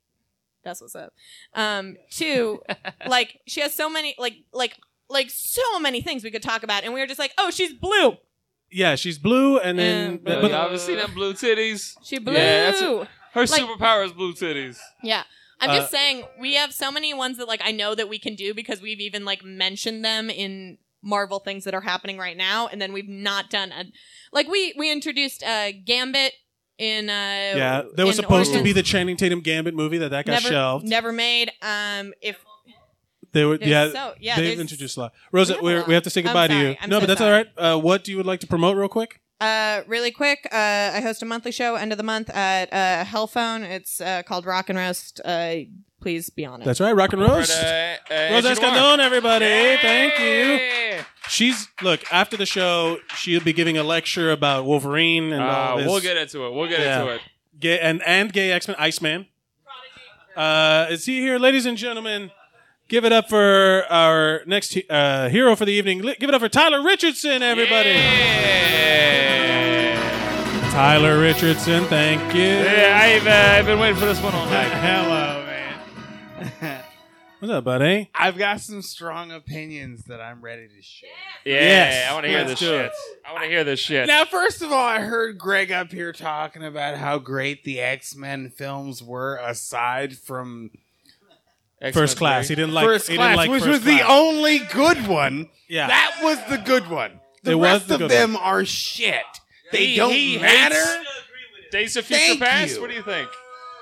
S13: that's what's up. Um, two, like she has so many, like, like, like so many things we could talk about, and we were just like, oh, she's blue.
S1: yeah, she's blue, and then
S2: But,
S1: but-
S2: obviously, them blue titties.
S13: She
S2: Yeah, that's-
S13: blue.
S2: her
S13: Like-
S2: superpower is blue titties.
S13: Yeah. I'm
S2: Uh,
S13: just saying we have so many ones that like I know that we can do because we've even like mentioned them in Marvel things that are happening right now and then we've not done a like we we introduced uh Gambit in uh
S1: yeah, there was
S13: in
S1: supposed to
S13: Origins.
S1: be the Channing Tatum Gambit movie that that got
S13: never,
S1: shelved.
S13: Never made um if
S1: They were,
S13: There's
S1: yeah,
S13: so- yeah,
S1: They've
S13: there's-
S1: introduced a lot. Rosa, we are we have to say
S13: I'm
S1: goodbye to you.
S13: sorry. I'm
S1: no,
S13: so
S1: but that's all right. Uh, what do you would like to promote, real quick?
S13: Uh, really quick, uh, I host a monthly show end of the month at uh, Hellphone. It's uh, called Rock and Roast. Uh, please be on it.
S1: That's right, rock and roast.
S2: Friday, uh,
S1: Rosa
S2: Agent Noir.
S1: Escandon, everybody. Thank
S2: you.
S1: She's look after the show. She'll be giving a lecture about Wolverine and
S2: Uh,
S1: all this.
S2: we'll get into it. We'll get
S1: Yeah.
S2: into it.
S1: Gay and and gay X Men Iceman. Uh, is he here, ladies and gentlemen? Give it up for our next he- uh, hero for the evening. Li- Give it up for Tyler Richardson, everybody. Tyler Richardson, thank you.
S2: Yeah, I've, uh, I've been waiting for this one all night.
S14: Hello, man.
S1: What's up, buddy?
S14: I've got some strong opinions that I'm ready to share.
S2: Yeah,
S1: Yes.
S2: I want to hear
S1: Let's
S2: this
S1: do
S2: shit.
S1: it.
S2: I want to hear this shit.
S14: Now, first of all, I heard Greg up here talking about how great the X Men films were, aside from
S1: First Class. He didn't like-
S14: First
S1: he didn't
S14: Class,
S1: like
S14: which
S1: First
S14: was the
S1: Class.
S14: only good one.
S1: Yeah,
S14: that was the good one. The
S1: It was
S14: rest
S1: the
S14: of
S1: good
S14: them
S1: one.
S14: are shit. They
S2: He-
S14: don't
S2: he hates
S14: matter.
S2: Days of Future
S14: Thank
S2: Past.
S14: you.
S2: What do you think?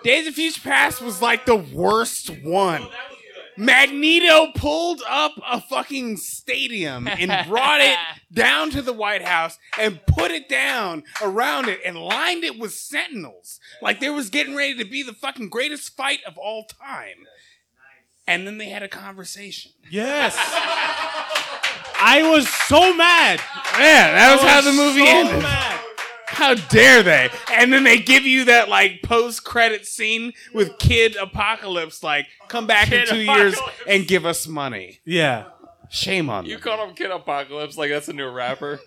S14: Days of Future Past was like the worst one. Magneto pulled up a fucking stadium and brought it down to the White House and put it down around it and lined it with sentinels. Like there was getting ready to be the fucking greatest fight of all time. And then they had a conversation.
S1: Yes. I was so mad.
S14: Yeah, that was
S1: I
S14: how
S1: was
S14: the
S1: so
S14: movie ended.
S1: mad.
S14: How dare they? And then they give you that like post credit scene with Kid Apocalypse, like come back in
S2: Kid
S14: two years and give us money.
S1: Yeah.
S14: Shame on
S2: You
S14: you.
S2: called him Kid Apocalypse. Like that's a new rapper.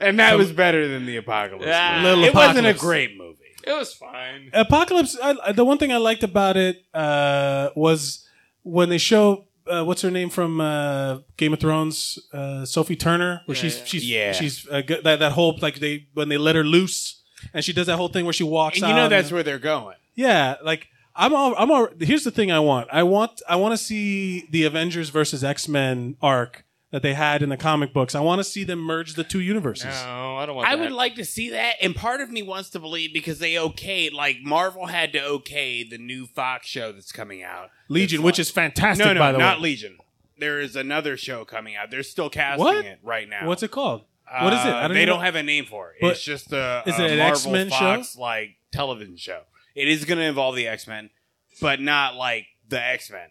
S14: And that was better than the Apocalypse.
S2: Yeah.
S14: movie.
S1: Little
S14: it wasn't a
S1: Apocalypse.
S14: great movie.
S2: It was fine.
S1: Apocalypse. I, I- the one thing I liked about it uh, was when they show uh, what's her name from uh, Game of Thrones, uh, Sophie Turner, where she's she's
S14: Yeah.
S1: she's uh, go- that that whole like they when they let her loose and she does that whole thing where she walks.
S14: And you know
S1: out
S14: that's where they're going.
S1: yeah, like I'm all I'm all. Here's the thing I want. I want I want to see the Avengers versus X Men arc that they had in the comic books. I want to see them merge the two universes.
S2: No, I don't
S14: I would like to see that, and part of me wants to believe because they okayed, like Marvel had to okay the new Fox show that's coming out.
S1: Legion, which is fantastic.
S14: no, no,
S1: by the
S14: not
S1: way.
S14: Legion. There is another show coming out. They're still casting
S1: What?
S14: it right now.
S1: What's it called? what is it?
S14: Uh,
S1: I don't
S14: they
S1: even-
S14: don't have a name for it.
S1: But
S14: it's just a,
S1: is
S14: a
S1: it an
S14: Marvel
S1: X-Men
S14: Fox like television show. It is going to involve the X Men, but not like the X Men,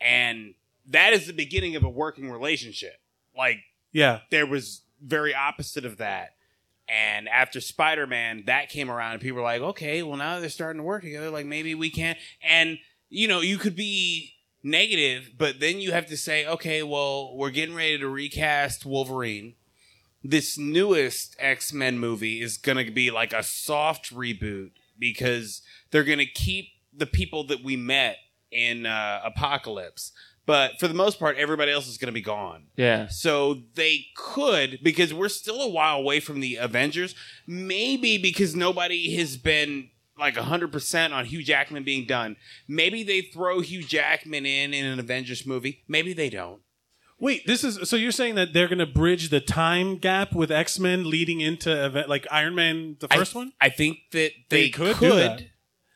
S14: and that is the beginning of a working relationship. Like
S1: Yeah.
S14: there was very opposite of that. And after Spider Man, that came around, and people were like, okay, well, now they're starting to work together. Like, maybe we can. And, you know, you could be negative, but then you have to say, okay, well, we're getting ready to recast Wolverine. This newest X Men movie is going to be like a soft reboot because they're going to keep the people that we met in uh, Apocalypse. But for the most part, everybody else is going to be gone.
S2: Yeah.
S14: So they could, because we're still a while away from the Avengers, maybe because nobody has been like 100% on Hugh Jackman being done. Maybe they throw Hugh Jackman in in an Avengers movie. Maybe they don't.
S1: Wait, this is so you're saying that they're going to bridge the time gap with X Men leading into event like Iron Man, the first
S14: I,
S1: one.
S14: I think that they, could,
S1: do that.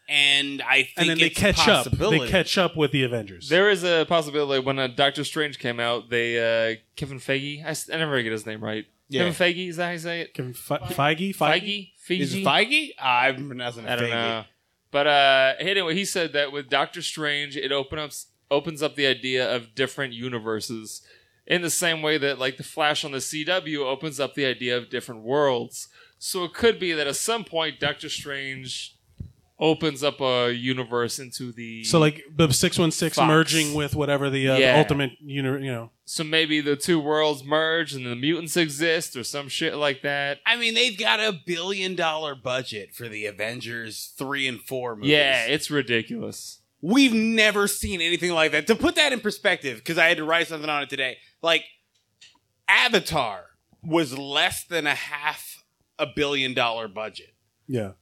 S14: and I think
S1: and then they
S14: it's a
S1: catch up. They
S14: possibility.
S1: catch up with the Avengers.
S2: There is a possibility when uh, Doctor Strange came out, they uh, Kevin Feige. I, s- I never get his name right.
S1: Yeah.
S2: Kevin Feige is that how you say it?
S1: Kevin Fe- Feige.
S2: Feige. Feige.
S14: Is it Feige? I'm pronouncing it
S2: I don't
S14: Feige.
S2: know. But uh, anyway, he said that with Doctor Strange, it opens up opens up the idea of different universes in the same way that like the Flash on the CW opens up the idea of different worlds. So it could be that at some point Doctor Strange opens up a universe into the
S1: So like the six one six
S2: Fox.
S1: merging with whatever the, uh, the
S2: Yeah.
S1: ultimate uni- you know.
S2: So maybe the two worlds merge and the mutants exist or some shit like that.
S14: I mean, they've got a billion dollar budget for the Avengers 3 and 4 movies.
S2: Yeah, it's ridiculous.
S14: We've never seen anything like that. To put that in perspective, because I had to write something on it today, like Avatar was less than a half a billion dollar budget.
S1: Yeah.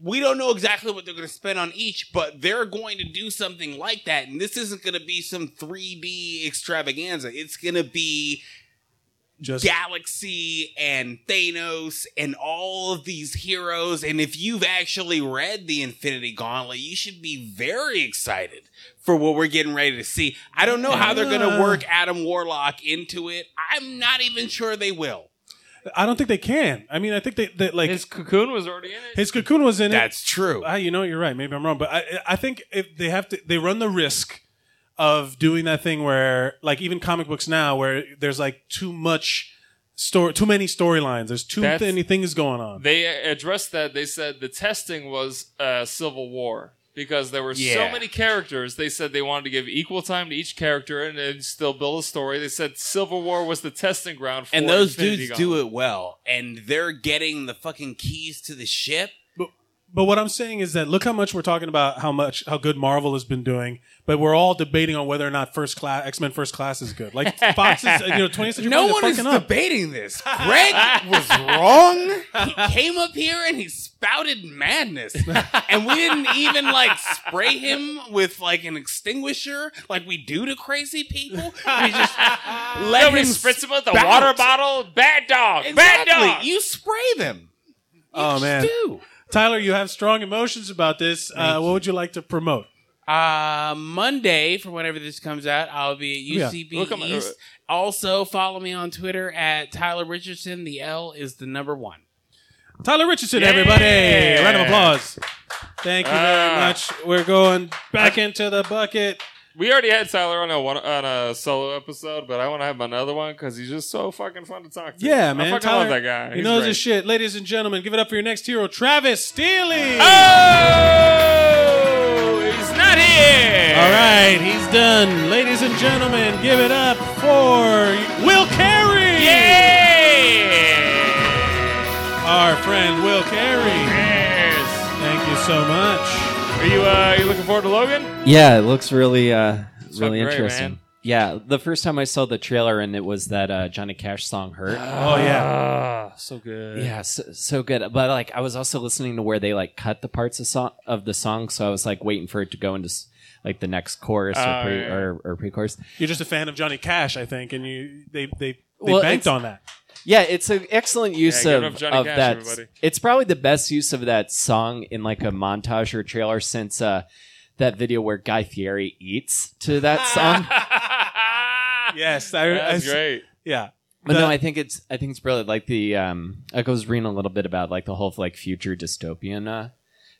S14: We don't know exactly what they're going to spend on each, but they're going to do something like that. And this isn't going to be some 3D extravaganza. It's going to be
S1: Just
S14: Galaxy and Thanos and all of these heroes. And if you've actually read the Infinity Gauntlet, you should be very excited for what we're getting ready to see. I don't know how they're going to work Adam Warlock into it. I'm not even sure they will.
S1: I don't think they can. I mean, I think they, they like his
S2: cocoon was already in it.
S1: His cocoon was in it.
S14: That's true.
S1: you know, you're right. Maybe I'm wrong, but I, I think if they have to, they run the risk of doing that thing where, like, even comic books now, where there's like too much story, too many storylines. There's too
S2: That's-
S1: many things going on.
S2: They addressed that. They said the testing was uh, Civil War because there were
S1: Yeah.
S2: so many characters. They said they wanted to give equal time to each character and then still build a story. They said Civil War was the testing ground for
S14: And those
S2: Infinity
S14: dudes do
S2: Gauntlet.
S14: it well. And they're getting the fucking keys to the ship.
S1: But what I'm saying is that look how much we're talking about how much how good Marvel has been doing, but we're all debating on whether or not First Class X Men First Class is good. Like Fox is, you know, 20th century.
S14: No
S1: Fox
S14: one is
S1: fucking up.
S14: debating this. Greg was wrong. He came up here and he spouted madness, and we didn't even like spray him with like an extinguisher like we do to crazy people. We just let
S2: Nobody
S14: him
S2: spritz him with a
S14: spout.
S2: water bottle. Bad dog.
S14: Exactly.
S2: Bad dog.
S14: You spray them.
S1: Oh man,
S14: do.
S1: Tyler, you have strong emotions about this. Uh, what would you like to promote?
S14: Uh, Monday, for whenever this comes out, I'll be
S1: Oh, Yeah.
S14: at UCB
S1: Look, I'm- uh,
S14: East. Also, follow me on Twitter at Tyler Richardson. The L is the number one.
S1: Tyler Richardson,
S14: Yeah.
S1: everybody, A round of applause. Thank you very
S2: Ah.
S1: much. We're going back into the bucket.
S2: We already had Tyler on a one, on a solo episode, but I want to have another one because he's just so fucking fun to talk to.
S1: Yeah, man.
S2: I fucking
S1: Tyler,
S2: love that guy.
S1: He
S2: He's
S1: knows
S2: great.
S1: his shit. Ladies and gentlemen, give it up for your next hero, Travis Steely.
S2: Oh, he's not here.
S1: All right, he's done. Ladies and gentlemen, give it up for Will Carey. Our friend Will Carey. Thank you so much.
S2: Are you uh, you looking forward to Logan?
S15: Yeah, it looks really, uh, really
S2: fucking great,
S15: interesting.
S2: man.
S15: Yeah, the first time I saw the trailer and it was that uh, Johnny Cash song "Hurt."
S2: Oh, yeah. Ah, so good.
S15: Yeah, so, so good. But like, I was also listening to where they like cut the parts of song of the song, so I was like waiting for it to go into s- like the next chorus
S1: Oh,
S15: or, pre-
S1: yeah.
S15: or, or pre-chorus.
S1: You're just a fan of Johnny Cash, I think, and you they they, they
S15: Well,
S1: banked
S15: it's-
S1: on that.
S15: Yeah, it's an excellent use
S1: give it
S15: of,
S1: up Johnny
S15: of
S1: Cash,
S15: that.
S1: everybody.
S15: It's probably the best use of that song in like a montage or trailer since uh, that video where Guy Fieri eats to that song.
S1: yes, I,
S2: Ah. That's
S1: I-
S2: great.
S1: Yeah,
S15: But
S1: The-
S15: no, I think it's I think it's brilliant. Like the um, I was reading a little bit about like the whole like future dystopian uh,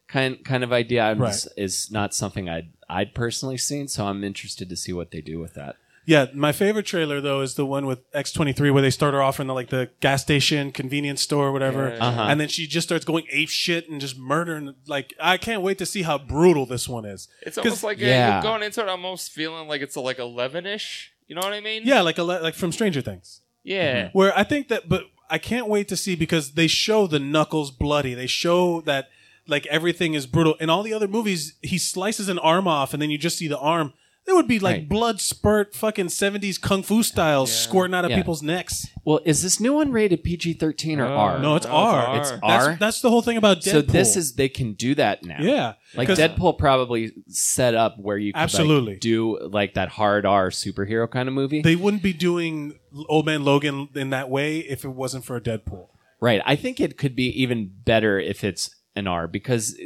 S15: kind kind of idea I'm
S1: Right.
S15: s- is not something I'd I'd personally seen. So I'm interested to see what they do with that.
S1: Yeah, my favorite trailer though is the one with X twenty three where they start her off in the, like the gas station, convenience store, whatever,
S15: Yeah, yeah, yeah.
S1: and then she just starts going ape shit and just murdering. Like I can't wait to see how brutal this one is.
S2: It's
S1: 'Cause-
S2: almost like uh, you're going into it, almost feeling like it's a, like eleven ish. You know what I mean?
S1: yeah, like a, le- like from Stranger Things.
S2: Yeah.
S15: Mm-hmm.
S1: where I think that, but I can't wait to see because they show the knuckles bloody. They show that like everything is brutal. In all the other movies, he slices an arm off and then you just see the arm. There would be like blood spurt, fucking seventies kung fu style squirting out of
S15: Yeah.
S1: people's necks.
S15: Well, is this new one rated PG thirteen or R?
S1: No, it's R.
S15: It's
S1: That's-
S15: R.
S1: That's, the whole thing about Deadpool.
S15: So this is they can do that now.
S1: Yeah,
S15: like
S1: 'cause-
S15: Deadpool probably set up where you could like,
S1: Absolutely.
S15: do like that hard R superhero kind of movie.
S1: they wouldn't be doing Old Man Logan in that way if it wasn't for a Deadpool.
S15: Right. I think it could be even better if it's an R because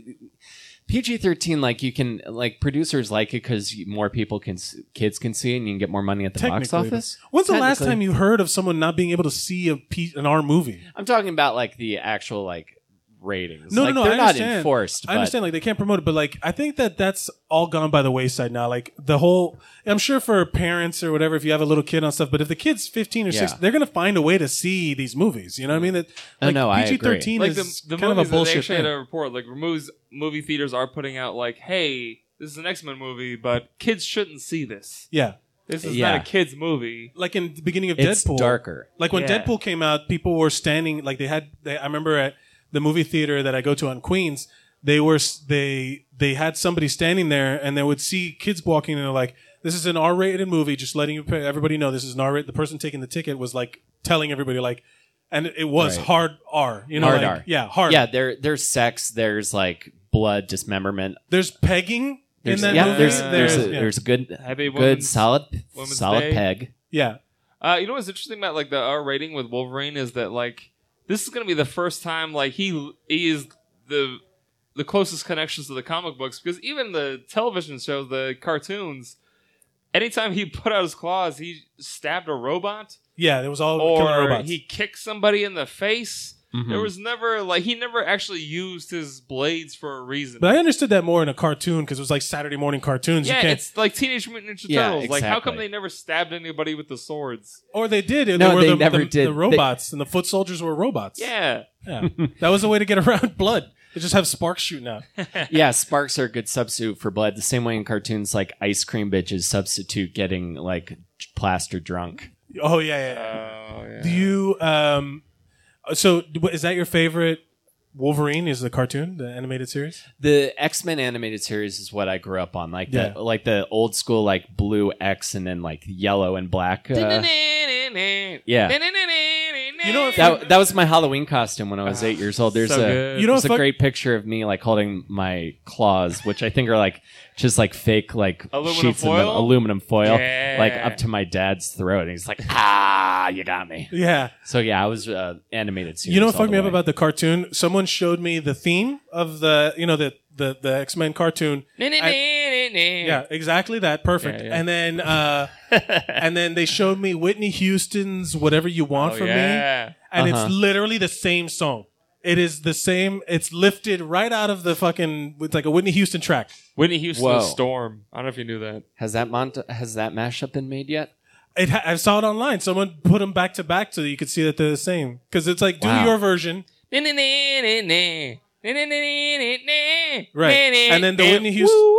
S15: PG thirteen, like you can, like producers like it because more people can, s- kids can see it, and you can get more money at the box
S1: Technically,
S15: office.
S1: when's the last
S15: Technically.
S1: time you heard of someone not being able to see a P- an R movie?
S15: I'm talking about like the actual like ratings.
S1: No,
S15: like,
S1: no, no.
S15: They're
S1: I
S15: not
S1: understand.
S15: enforced.
S1: I understand. Like they can't promote it, but like I think that that's all gone by the wayside now. Like the whole, I'm sure for parents or whatever, if you have a little kid on stuff, but if the kid's 15 or
S15: Yeah.
S1: 16, they're gonna find a way to see these movies. You know what I mean? That
S15: I
S1: like
S15: know, I agree.
S1: PG-13
S2: like
S1: is
S2: the, the
S1: kind of a
S2: movies that they
S1: bullshit
S2: actually
S1: thing.
S2: had a report like removes movie theaters are putting out like hey this is an x-men movie but kids shouldn't see this
S1: Yeah.
S2: this is
S1: Yeah.
S2: not a kids movie
S1: like in the beginning of
S2: It's
S1: Deadpool.
S2: darker.
S1: Like when
S2: Yeah.
S1: Deadpool came out, people were standing like they had. They, I remember at the movie theater that I go to on Queens, they were s- they they had somebody standing there, and they would see kids walking, and they're like, "This is an R-rated movie." Just letting you- everybody know this is an R-rated. The person taking the ticket was like telling everybody like, and it was
S15: Right.
S1: hard R. You know,
S15: hard
S1: like,
S15: R.
S1: Yeah, hard.
S15: Yeah, there, there's sex. There's like blood dismemberment.
S1: There's pegging
S15: There's,
S1: in that
S15: yeah,
S1: movie.
S15: there's there's a,
S1: yeah.
S15: there's a good
S2: Happy
S15: good
S2: Women's-
S15: solid
S2: Women's
S15: solid
S2: Day.
S15: peg.
S1: Yeah.
S2: uh, you know what's interesting about like the r rating with wolverine is that like this is going to be the first time like he he is the the closest connections to the comic books because even the television shows the cartoons anytime he put out his claws he stabbed a robot
S1: Yeah, it was all killer
S2: or
S1: robots.
S2: he kicked somebody in the face.
S1: Mhm.
S2: There was never like he never actually used his blades for a reason.
S1: but I understood that more in a cartoon because it was like Saturday morning cartoons. you
S2: yeah,
S1: can't,
S2: it's like Teenage Mutant Ninja
S1: Yeah,
S2: Turtles. Like, how
S1: exactly.
S2: come they never stabbed anybody with the swords?
S1: Or they did. And
S2: No,
S1: they were
S2: they
S1: the,
S2: never
S1: the-
S2: did.
S1: the
S2: They-
S1: robots, and the foot soldiers were robots.
S2: Yeah.
S1: Yeah. that was the way to get around blood. They just have sparks shooting out.
S15: yeah, sparks are a good substitute for blood. The same way in cartoons, like ice cream bitches substitute getting like plaster drunk.
S1: Oh, yeah, yeah. Do you, um, so d- is that your favorite Wolverine? Is the cartoon, the animated series?
S15: The X Men animated series is what I grew up on, like
S1: Yeah.
S15: the like the old school like blue X and then like yellow and black. uh, yeah.
S2: You know,
S15: that, that was my Halloween costume when I was eight years old. There's
S2: so
S15: a
S2: good.
S15: you
S2: You
S15: know
S2: know
S15: there's a
S2: if I-
S15: great picture of me like holding my claws, which I think are like just like fake like
S2: Aluminum
S15: sheets of
S2: foil?
S15: aluminum foil,
S2: Yeah.
S15: like up to my dad's throat, and he's like, "Ah, you got me."
S1: Yeah.
S15: So yeah, I was uh, animated. Series
S1: you know what
S15: all
S1: fucked
S15: the
S1: me up
S15: way.
S1: about the cartoon? Someone showed me the theme of the, you know, the, the, the X Men cartoon. Yeah, exactly that. Perfect.
S12: Yeah, yeah.
S1: And then uh and then they showed me Whitney Houston's Whatever You Want
S12: Oh,
S1: From
S12: yeah.
S1: Me. And
S12: Uh-huh.
S1: it's literally the same song. It is the same. It's lifted right out of the fucking it's like a Whitney Houston track.
S2: Whitney Houston
S15: Whoa.
S2: Storm. I don't know if you knew that.
S15: Has that mont- has that mashup been made yet?
S1: It ha- I saw it online. Someone put them back to back so you could see that they're the same. Cuz it's like do
S15: Wow.
S1: your version. Right. And then the Whitney Houston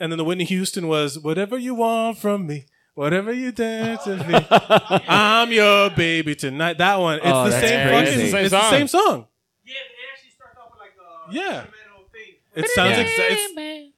S1: and then the Whitney Houston was whatever you want from me. Whatever you dance with me, I'm your baby tonight. That one, it's
S12: Oh,
S1: the
S12: that's
S1: same fucking,
S12: crazy. It's the same
S1: it's the
S12: song.
S1: same song. Yeah, it sounds
S15: Yeah.
S1: exactly.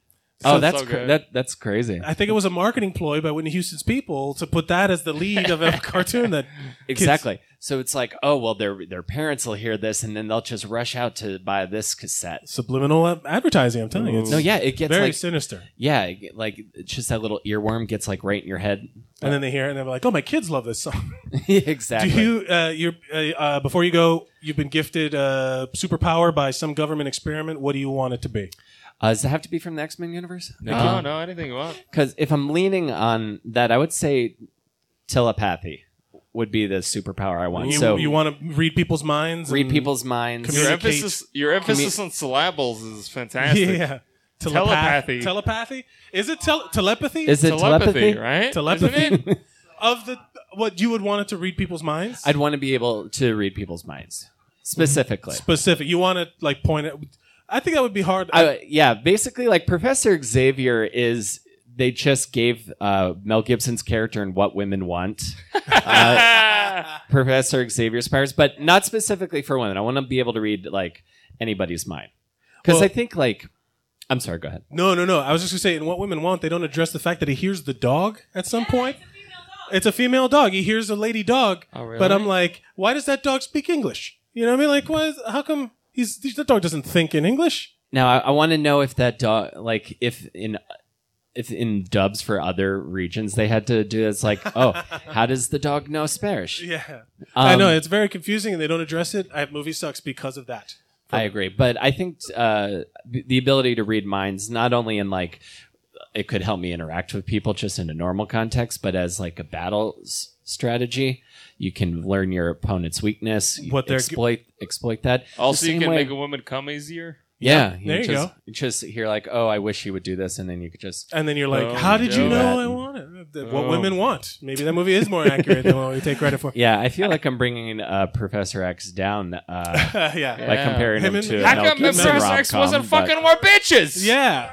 S15: oh, that's cra- that that's crazy.
S1: I think it was a marketing ploy by Whitney Houston's people to put that as the lead of a cartoon that kids-
S15: Exactly. So it's like, oh well, their their parents will hear this, and then they'll just rush out to buy this cassette.
S1: subliminal ad- advertising. I'm telling you, Oh, it's
S15: no, yeah, it gets
S1: very
S15: like,
S1: sinister.
S15: Yeah, it get- like it's just that little earworm gets like right in your head.
S1: And then they hear it and they're like, "Oh, my kids love this song."
S15: exactly.
S1: Do you, uh, you're, uh, uh, before you go, you've been gifted uh, superpower by some government experiment. What do you want it to be?
S15: Uh, does it have to be from the X Men universe?
S2: No, no, anything you want.
S15: Because if I'm leaning on that, I would say telepathy would be the superpower I want.
S1: You,
S15: so
S1: you want to read people's minds?
S15: Read
S1: and
S15: people's minds.
S2: Your
S1: communicate-
S2: emphasis, your emphasis on syllables is fantastic.
S1: Yeah. Telepath-
S2: Telepathy.
S1: Telepathy? Is it tel- telepathy?
S15: Is it Telepathy, telepathy?
S2: right?
S1: Telepathy. of the what you would want it to read people's minds?
S15: I'd want to be able to read people's minds
S1: Mm-hmm.
S15: specifically.
S1: Specific. You want to like point it I think that would be hard.
S15: I, yeah, basically, like Professor Xavier is. They just gave uh, Mel Gibson's character in What Women Want uh, Professor Xavier's powers, but not specifically for women. I want to be able to read like anybody's mind because
S1: Well-
S15: I think like I'm sorry. Go ahead.
S1: No, no, no. I was just gonna say, in what women want, they don't address the fact that he hears the dog at some point. It's a female dog. He hears a lady dog,
S12: Oh, really?
S1: but I'm like, why does that dog speak English? You know what I mean? Like, why? Is, how come he's that dog doesn't think in English?
S15: Now I, I want to know if that dog, like, if in if in dubs for other regions they had to do it's like, oh, how does the dog know Spanish?
S1: Yeah,
S15: Um,
S1: I know it's very confusing, and they don't address it. I movie sucks because of that.
S15: I agree, but I think uh, the the ability to read minds, not only in like it could help me interact with people just in a normal context, but as like a battle s- strategy, you can learn your opponent's weakness, you
S2: What they're-
S15: exploit exploit that.
S2: Also,
S15: The
S2: you
S15: same
S2: can
S15: way-
S2: make a woman come easier.
S15: yeah,
S2: There you
S15: just,
S2: go.
S15: Just hear like, oh, I wish he would do this, and then you could just
S1: And then you're like,
S15: Oh,
S1: how did
S15: do
S1: you know
S15: that.
S1: I want it? That- What
S15: Oh.
S1: women want? Maybe that movie is more accurate than what we take credit for.
S15: Yeah, I feel like I'm bringing uh, Professor X down. Uh,
S1: Yeah.
S15: by
S1: Yeah.
S15: comparing
S1: Him
S15: him,
S1: and-
S15: to
S1: How
S15: an
S1: come
S15: Elkins
S1: Professor
S2: X
S15: rom-com,
S2: wasn't
S15: but-
S2: fucking more bitches?
S1: Yeah.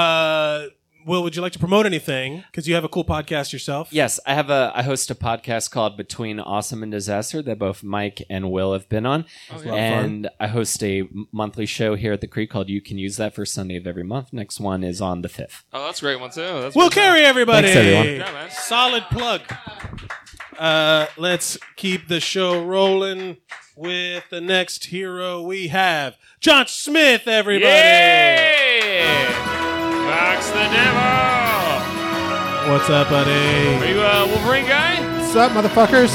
S1: uh, Will, would you like to promote anything? Because you have a cool podcast yourself.
S15: Yes, I have a I host a podcast called Between Awesome and Disaster that both Mike and Will have been on,
S1: That's Oh, a lot of fun.
S15: and I host a m- monthly show here at the Creek called You Can Use That First Sunday of Every Month. Next one is on the fifth.
S2: Oh, that's a great one too. That's
S1: Will
S2: what's up.
S1: Carey, everybody.
S15: Thanks, everyone.
S2: Yeah, man.
S1: Solid plug. Uh, let's keep the show rolling with the next hero we have, John Smith, everybody.
S2: Fox the devil.
S1: What's up, buddy?
S2: Are you a Wolverine guy?
S16: What's up, motherfuckers?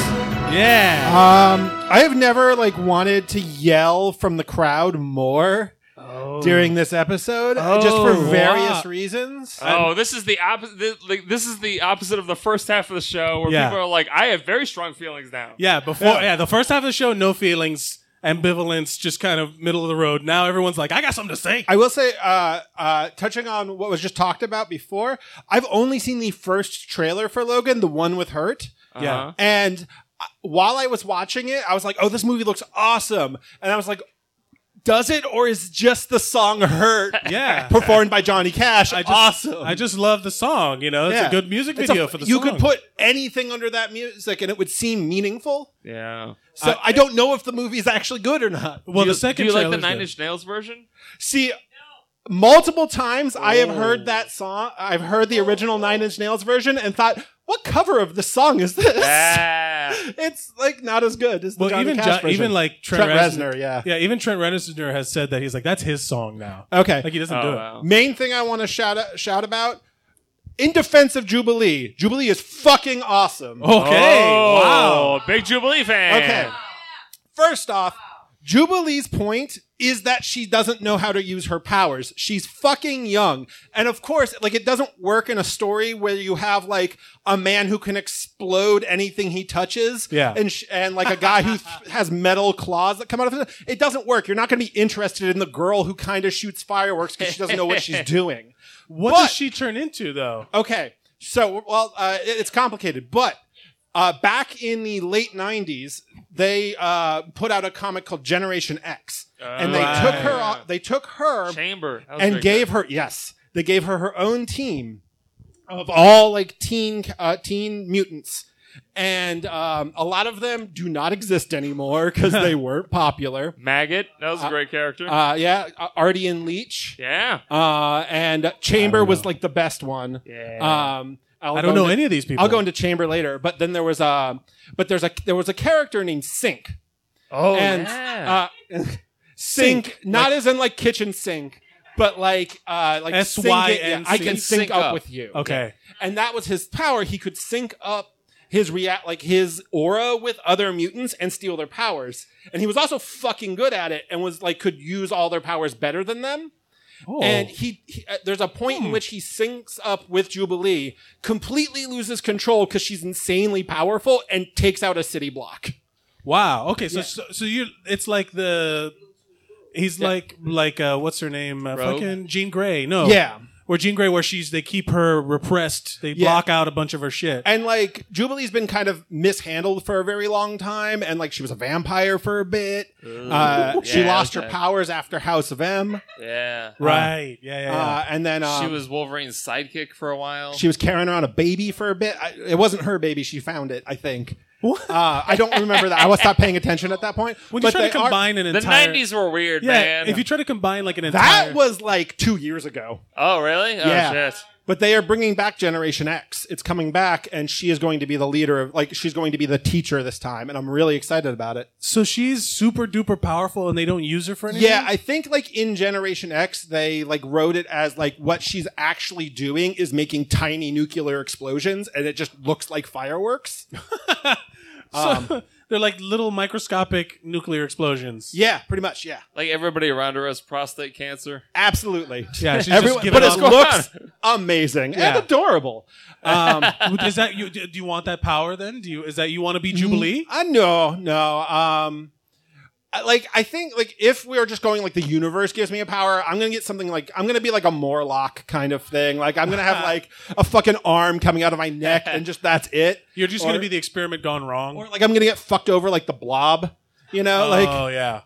S1: Yeah.
S16: Um, I have never like wanted to yell from the crowd more
S1: Oh.
S16: during this episode, uh, just for
S2: Oh,
S16: various
S2: wow.
S16: reasons.
S2: Oh, this is the opposite. This, like, this is the opposite of the first half of the show where
S1: Yeah.
S2: people are like, "I have very strong feelings now."
S1: Yeah, before yeah. the first half of the show, no feelings, ambivalence, just kind of middle of the road. Now everyone's like, I got something to say.
S16: I will say, uh, uh, touching on what was just talked about before, I've only seen the first trailer for Logan, the one with Hurt.
S1: Yeah. Uh-huh.
S16: And uh, while I was watching it, I was like, oh, this movie looks awesome. And I was like, does it or is just the song Hurt
S1: Yeah.
S16: performed by Johnny Cash
S1: I just,
S16: awesome?
S1: I just love the song. You know, it's
S16: Yeah.
S1: a good music
S16: It's a-
S1: video for the
S16: You
S1: song.
S16: could put anything under that music and it would seem meaningful.
S2: Yeah.
S16: So I, don't know if the movie is actually good or not.
S1: Uh, Well,
S2: Do you- Do you like the Nine Inch Nails version?
S16: See, multiple times I have heard that song. I've heard the original Nine Inch Nails version and thought, what cover of the song is this? it's like not as good as the
S1: well,
S16: Johnny
S1: even
S16: Cash
S1: John,
S16: version.
S1: even like Trent,
S16: Trent Reznor, yeah.
S1: yeah, even Trent Reznor has said that he's like, that's his song now.
S16: Okay.
S1: like he doesn't do it.
S16: Main thing I want to shout out, shout about in defense of Jubilee. Jubilee is fucking awesome.
S2: Oh, Big Jubilee fan.
S16: Okay. First off, Jubilee's point is that she doesn't know how to use her powers. She's fucking young. And of course, like it doesn't work in a story where you have like a man who can explode anything he touches
S1: Yeah.
S16: and sh- and like a guy who th- has metal claws that come out of it. It doesn't work. You're not going to be interested in the girl who kind of shoots fireworks cuz she doesn't know what she's doing.
S1: What
S16: But-
S1: does she turn into though?
S16: Okay. So, well, uh, it- it's complicated, but uh, back in the late 90s, they uh, put out a comic called Generation X. and they
S2: Oh,
S16: took
S2: yeah.
S16: her off, they took her
S2: Chamber That was
S16: and
S2: very
S16: gave her yes, they gave her her own team of all like teen uh, teen mutants. And um, a lot of them do not exist anymore because they weren't popular.
S2: Maggot, that was a great character.
S16: Uh, yeah, uh, Artie and Leach.
S2: Yeah.
S16: Uh, and Chamber was like the best one.
S2: Yeah.
S16: Um,
S1: I don't
S16: go
S1: know
S16: into-
S1: any of these people.
S16: I'll go into Chamber later. But then there was a, but there's a there was a character named Sink.
S2: Oh,
S16: and
S2: yeah.
S16: uh, Sink, not as in like kitchen sink, but like uh, like
S1: S
S16: sink it-
S1: Y
S16: yeah,
S1: N C.
S16: I can sync up, with you.
S1: Okay.
S16: And that was his power. He could sync up his react like his aura with other mutants and steal their powers. And he was also fucking good at it and was like could use all their powers better than them.
S1: Oh.
S16: And he, he- uh, there's a point
S1: Hmm.
S16: in which he syncs up with Jubilee, completely loses control because she's insanely powerful and takes out a city block.
S1: Wow. Okay. So so, so you it's like the he's
S16: Yeah.
S1: like like uh, what's her name? Uh,
S16: Rogue?
S1: fucking Jean Grey. No.
S16: Yeah.
S1: Where Jean Grey, where she's they keep her repressed. They
S16: Yeah.
S1: block out a bunch of her shit.
S16: And like Jubilee's been kind of mishandled for a very long time, and like she was a vampire for a bit. Uh, she
S2: Yeah,
S16: lost her
S2: okay.
S16: powers after House of M.
S2: Yeah.
S16: Right. Yeah, yeah, yeah. Uh, and then,
S2: she
S16: um,
S2: was Wolverine's sidekick for a while.
S16: She was carrying around a baby for a bit. I, it wasn't her baby; she found it, I think. Uh, I don't remember that. I was not paying attention at that point.
S1: When you try to
S16: they are-
S1: combine an entire,
S2: were weird,
S1: yeah,
S2: man.
S1: If you try to combine like an entire,
S16: that was like two years ago.
S2: Oh, really? Oh,
S16: yeah.
S2: shit.
S16: But they are bringing back Generation X. It's coming back, and she is going to be the leader of, like, she's going to be the teacher this time, and I'm really excited about it.
S1: so she's super duper powerful, and they don't use her for anything.
S16: Yeah, I think like in Generation X, they like wrote it as like what she's actually doing is making tiny nuclear explosions, and it just looks like fireworks. Um,
S1: so, they're like little microscopic nuclear explosions.
S16: Yeah, pretty much. Yeah.
S2: Like everybody around her has prostate cancer.
S16: Absolutely.
S1: Yeah, she's just
S16: Everyone-
S1: giving
S16: but it
S1: up.
S16: looks amazing
S1: Yeah.
S16: and adorable.
S1: Um,
S16: Um,
S1: is that you? Do you want that power? Then do you? Is that you want to be Jubilee?
S16: I know, Mm, uh, no. Um, I- like I think like if we are just going like the universe gives me a power, I'm gonna get something like I'm gonna be like a Morlock kind of thing. Like I'm gonna have like a fucking arm coming out of my neck and just that's it.
S1: You're just
S16: Or-
S1: gonna be the experiment gone wrong. Or
S16: like I'm gonna get fucked over like the blob. You know,
S1: oh,
S16: like
S1: yeah.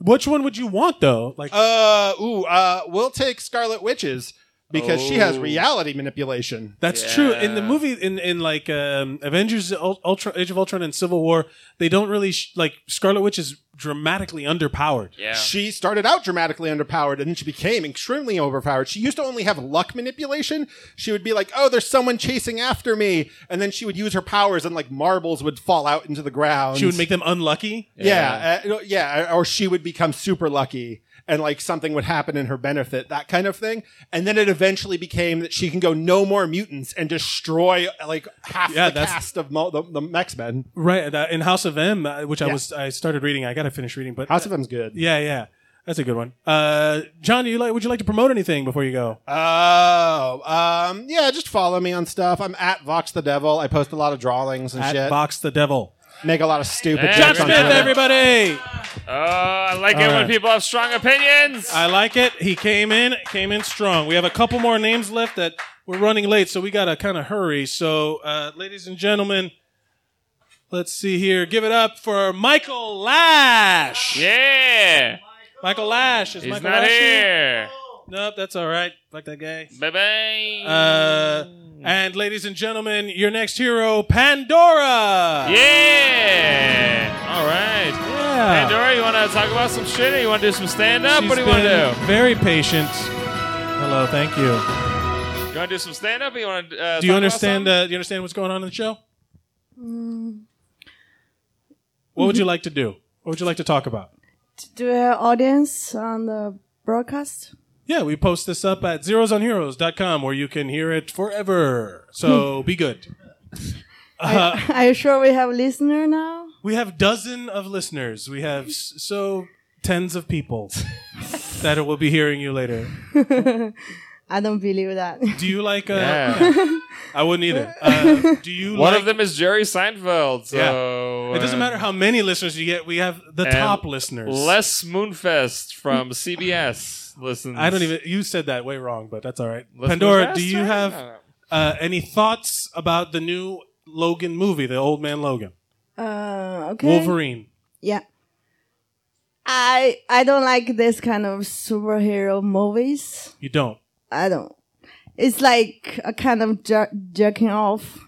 S1: Which one would you want though? Like
S16: uh ooh, uh we'll take Scarlet Witches because she has
S1: Oh.
S16: reality manipulation.
S1: That's true. In the movie, in in like um, Avengers, Ul- Ultra, Age of Ultron, and Civil War, they don't really sh- like Scarlet Witch is dramatically underpowered.
S2: Yeah.
S16: She started out dramatically underpowered and then she became extremely overpowered. She used to only have luck manipulation. She would be like, oh, there's someone chasing after me. And then she would use her powers and like marbles would fall out into the ground.
S1: She would make them unlucky.
S16: Yeah. Yeah. Uh, yeah. Or she would become super lucky and like something would happen in her benefit, that kind of thing. And then it eventually became that she can go no more mutants and destroy like half
S1: Yeah,
S16: the
S1: that's-
S16: cast of Mo- the, the X Men.
S1: Right. That, in House of M, uh, which I
S16: Yeah.
S1: was I started reading. I got to finish reading, but
S16: House of M's good.
S1: Yeah, yeah. That's a good one. Uh, John, do you like? Would you like to promote anything before you go?
S16: Oh, um, yeah, just follow me on stuff. I'm at Vox the Devil. I post a lot of drawings and
S1: At
S16: shit.
S1: Vox the Devil.
S16: Make a lot of stupid
S2: Hey,
S16: jokes.
S2: John
S16: on
S2: Smith,
S16: Twitter.
S1: everybody.
S2: Oh, I like
S1: All
S2: it
S1: right.
S2: when people have strong opinions.
S1: I like it. He came in, came in strong. We have a couple more names left that we're running late, so we gotta kind of hurry. So, uh, ladies and gentlemen, let's see here. Give it up for Michael Lash.
S2: Yeah.
S1: Michael Lash is
S2: He's
S1: Michael
S2: not
S1: Lash
S2: here.
S1: Nope, that's all right. Fuck that guy.
S2: Bye bye.
S1: Uh, and ladies and gentlemen, your next hero, Pandora.
S2: Yeah. All right.
S1: Yeah.
S2: Pandora, you want to talk about some shit? Or you want to do some stand up? What do you want to do?
S1: Very patient. Hello, thank you.
S2: You want to do some stand up? You want to? Uh,
S1: Do you
S2: talk about
S1: understand? Uh, do you understand what's going on in the show? What would you
S2: Mm-hmm.
S1: like to do? What would you like to talk about?
S17: to our audience on the broadcast.
S1: Yeah, we post this up at zerosonheroes.com where you can hear it forever.
S2: Hmm.
S1: So be good. Uh,
S17: Are you sure we have listener now?
S1: we have dozen of listeners. We have s- so tens of people that will be hearing you later.
S17: I don't believe that.
S1: Do you like? Uh,
S2: Yeah.
S1: I wouldn't either. Uh, do you?
S2: One
S1: like,
S2: of them is Jerry Seinfeld. So
S1: yeah. It doesn't
S2: uh,
S1: matter how many listeners you get. We have the
S2: and
S1: top listeners.
S2: Les Moonfest from CBS. Listen,
S1: I don't even. You said that way wrong, but that's all right.
S2: Let's
S1: Pandora,
S2: move
S1: do you
S2: faster.
S1: have uh, any thoughts about the new Logan movie, the Old Man Logan,
S17: Uh, okay.
S1: Wolverine?
S17: Yeah. I I don't like this kind of superhero movies.
S1: You don't.
S17: I don't. It's like a kind of jer- jerking off.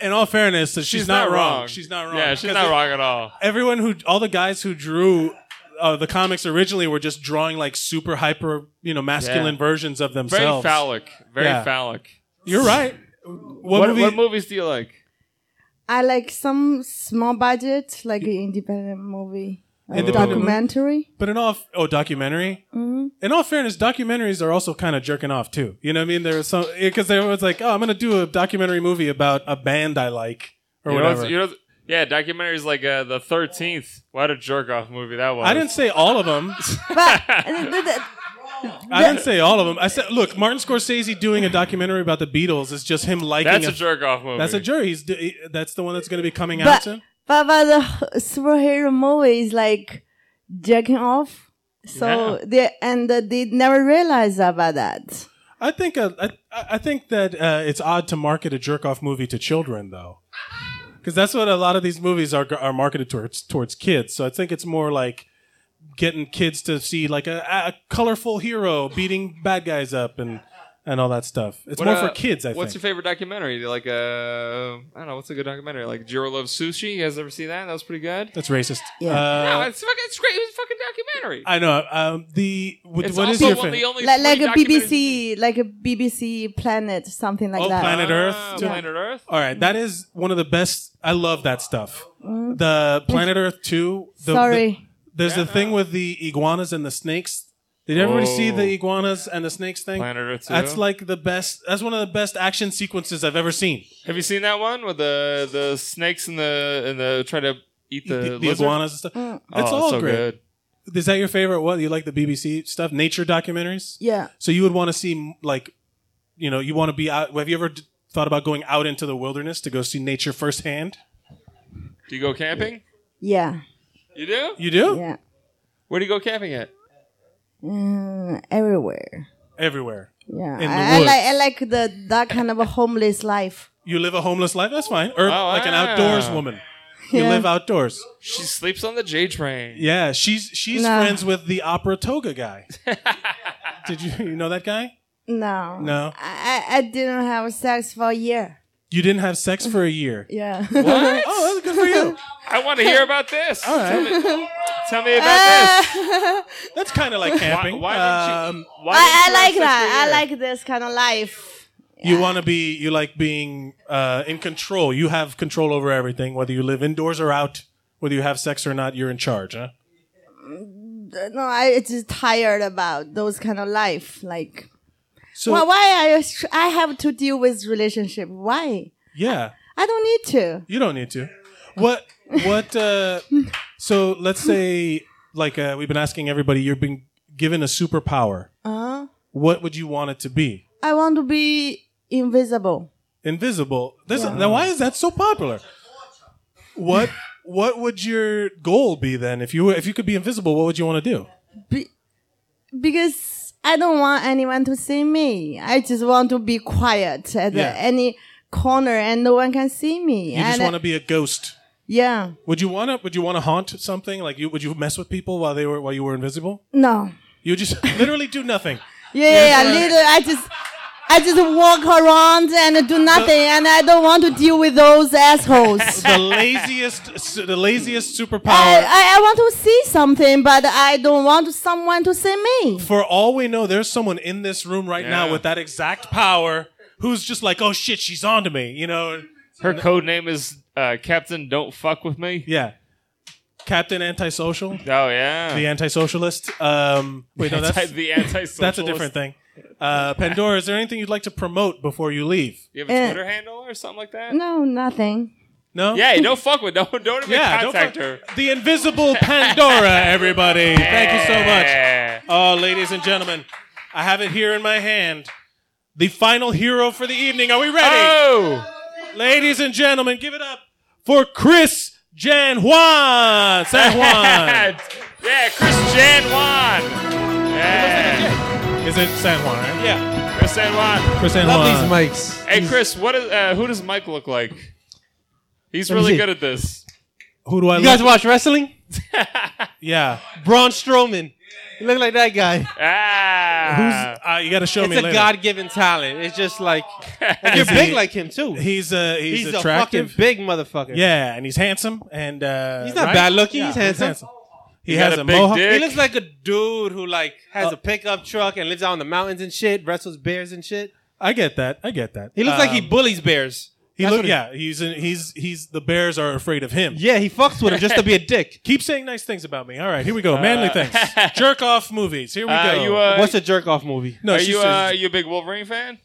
S1: In all fairness, that she's, not, wrong. She's not wrong.
S2: Yeah, she's
S1: Because
S2: not
S1: it-
S2: wrong at all.
S1: Everyone who, all the guys who drew uh, the comics originally were just drawing like super hyper, you know, masculine
S2: Yeah.
S1: versions of
S2: Very
S1: themselves.
S2: phallic. Very
S1: Yeah.
S2: phallic.
S1: You're right. What,
S2: What,
S1: movie?
S2: what movies do you like?
S17: I like some small budget, like an independent movie, a
S1: Independent
S17: documentary.
S1: But in all, f- oh, documentary.
S17: Mhm.
S1: In all fairness, documentaries are also kind of jerking off too. You know what I mean? There was some because everyone's like, "Oh, I'm gonna do a documentary movie about a band I like or
S2: You know what's-
S1: whatever."
S2: you know what's- yeah, documentaries like uh, the Thirteenth. What a jerk off movie that was.
S1: I didn't say all of them. I didn't say all of them. I said, look, Martin Scorsese doing a documentary about the Beatles is just him liking.
S2: That's a jerk-off movie.
S1: That's a jerk. He's do- he- that's the one that's going to be coming out
S17: But,
S1: soon.
S17: but but the h- superhero movie is like jerking off. So
S1: Yeah.
S17: they and they never realize about that.
S1: I think uh, I, I think that uh, it's odd to market a jerk off movie to children though, because that's what a lot of these movies are are marketed towards towards kids. So I think it's more like getting kids to see like a, a colorful hero beating bad guys up and and all that stuff. It's
S2: What,
S1: more
S2: uh,
S1: for kids, I
S2: What's
S1: think.
S2: your favorite documentary? Like, uh, I don't know, what's a good documentary? Like Jiro loves sushi. You guys ever see that? That was pretty good.
S1: That's racist.
S2: no,
S1: Uh,
S2: it's fucking it's great. It's a fucking documentary.
S1: I know. Um, the what,
S2: It's
S1: what is
S2: also
S1: your
S2: one of the
S1: favorite?
S2: only
S17: like, like
S2: three
S17: a BBC, like a BBC Planet, something like
S1: oh,
S17: that.
S1: Planet Earth.
S17: Yeah.
S2: Ah, Planet Earth.
S1: All right, that is one of the best. I love that stuff. The Planet Earth Two. The,
S17: Mm. Sorry.
S1: the- there's the thing with the iguanas and the snakes. Did everybody see
S2: Oh.
S1: the iguanas and the snakes thing?
S2: Planet Earth 2?
S1: That's like the best. That's one of the best action sequences I've ever seen.
S2: Have you seen that one with the the snakes and the and the try to eat the,
S1: the, the
S2: lizard?
S1: iguanas and stuff.
S17: Mm.
S2: Oh,
S1: It's all
S2: so
S1: great.
S2: good.
S1: Is that your favorite one? You like the BBC stuff, nature documentaries?
S17: Yeah.
S1: So you would want to see like, you know, you want to be out. Have you ever d- thought about going out into the wilderness to go see nature firsthand?
S2: Do you go camping?
S17: Yeah.
S2: You do?
S1: You do?
S17: Yeah.
S2: Where do you go camping at?
S17: Mm, everywhere.
S1: Everywhere.
S17: Yeah.
S1: In the
S17: I, I
S1: woods.
S17: like I like the that kind of a homeless life.
S1: You live a homeless life. That's fine. Or
S2: Oh,
S1: like an
S2: wow.
S1: outdoors woman. You
S17: Yeah.
S1: live outdoors.
S2: She sleeps on the J train.
S1: Yeah, she's she's
S17: Nah.
S1: friends with the opera toga guy. Did you you know that guy?
S17: No.
S1: No.
S17: I, I didn't have sex for a year.
S1: You didn't have sex for a year.
S17: Yeah.
S2: What?
S1: oh, that's good for you.
S2: I want to hear about this.
S1: All right.
S2: Tell me, tell me
S17: Uh,
S2: about this.
S1: That's kind of like camping.
S2: Why, why don't you?
S1: Um,
S2: Why don't
S17: I, I
S2: you
S17: like
S2: have sex
S17: that.
S2: for
S17: I
S2: a year?
S17: like this kind of life.
S1: You want to be, you like being uh, in control. You have control over everything, whether you live indoors or out, whether you have sex or not, you're in charge, huh?
S17: No, I it's just tired about those kind of life. Like,
S1: So-
S17: why, why I I have to deal with relationship? Why?
S1: Yeah,
S17: I don't need to.
S1: you don't need to. What, what, uh, so let's say, like, uh, we've been asking everybody, you've been given a superpower. Uh-huh.
S17: Uh,
S1: What would you want it to be?
S17: I want to be invisible.
S1: Invisible. This, Now, why is that so popular? What, what would your goal be then? If you were, if you could be invisible, what would you want to do?
S17: because I don't want anyone to see me. I just want to be quiet at
S1: Yeah.
S17: any corner and no one can see me.
S1: You just
S17: and uh,
S1: want to be a ghost.
S17: yeah,
S1: Would you want to? Would you want to haunt something? Like you? Would you mess with people while they were while you were invisible?
S17: no,
S1: You would just literally do nothing.
S17: yeah, yeah, yeah, little. I just. I just walk around and do nothing, and I don't want to deal with those assholes.
S1: The laziest, the laziest
S17: I,
S1: superpower.
S17: I, I want to see something, but I don't want someone to see me.
S1: For all we know, there's someone in this room right now with that exact power who's just like, oh shit, she's onto me. You know,
S2: Her code name is uh, Captain. Don't fuck with me.
S1: Yeah, Captain Antisocial.
S2: Oh yeah.
S1: The anti-socialist. Um, wait, no, that's
S2: Anti- the anti-socialist.
S1: That's a different thing. Uh, Pandora, is there anything you'd like to promote before you leave?
S2: You have a
S17: Eh.
S2: Twitter handle or something like that?
S17: No, nothing.
S1: No.
S2: Yeah, don't fuck with. Don't don't even
S1: Yeah, don't
S2: contact
S1: fuck-
S2: her.
S1: The Invisible Pandora, everybody. Thank you so
S2: Yeah.
S1: much. Oh, ladies and gentlemen, I have it here in my hand. The final hero for the evening. Are we ready?
S2: Oh!
S1: Ladies and gentlemen, give it up for Chris Jan Juan. San Juan.
S2: yeah, Chris Jan Juan. Yeah.
S1: Is it San Juan, right?
S2: Yeah, Chris San Juan.
S1: Chris San Juan.
S2: mics. Hey, Chris, what is, uh, who does Mike look like? He's
S1: Let me
S2: really
S1: see.
S2: good at this.
S1: Who do I
S18: You
S1: look-
S18: guys watch wrestling?
S1: Yeah.
S18: Braun Strowman. You look like that guy.
S2: Ah.
S1: Who's, uh, you got to show
S18: it's
S1: me
S18: a
S1: later.
S18: God-given talent. It's just like and you're
S1: Is he-
S18: big like him too.
S1: He's uh, he's,
S18: he's
S1: attractive.
S18: a fucking big motherfucker.
S1: Yeah, and he's handsome, and uh,
S18: he's not
S1: right?
S18: bad looking.
S1: Yeah,
S18: he's handsome.
S1: He, has a, mohawk.
S18: He looks like a dude who like has a pickup truck and lives out in the mountains and shit, wrestles bears and shit.
S1: I get that. I get that.
S18: He looks like he
S1: Um,
S18: bullies bears.
S1: He
S18: That's
S1: look,
S18: what
S1: yeah, he's in, he's he's the Bears are afraid of him.
S18: Yeah, he fucks with him just to be a dick.
S1: Keep saying nice things about me. All right, here we go. Manly things. jerk off movies. Here we
S2: Uh,
S1: go.
S2: you, uh,
S18: What's a jerk off movie?
S1: No,
S2: are
S1: she
S2: you uh,
S1: says-
S2: you a big Wolverine fan?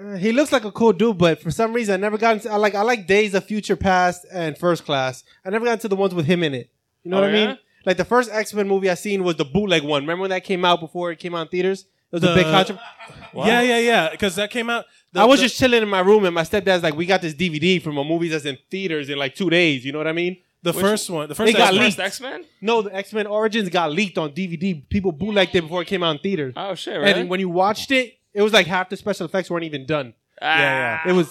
S18: Uh, He looks like a cool dude, but for some reason I never got into. I like I like Days of Future Past and First Class. I never got into the ones with him in it. You know
S2: Oh,
S18: what I mean?
S2: yeah?
S18: Like the first X Men movie I seen was the bootleg one. Remember when that came out before it came out in theaters? It was a big
S1: The-
S18: controversy.
S1: Yeah, yeah, yeah. Because that came out. the-
S18: I was
S1: the-
S18: just chilling in my room, and my stepdad's like, "We got this DVD from a movie that's in theaters in like two days." You know what I mean?
S1: The Which- first one- the first
S18: they got
S1: X-Men.
S18: leaked.
S1: First
S2: X-Men?
S18: No, the X Men Origins got leaked on DVD. People bootlegged it before it came out in theaters.
S2: Oh shit!
S18: And when you watched it, it was like half the special effects weren't even done.
S2: Yeah,
S18: It was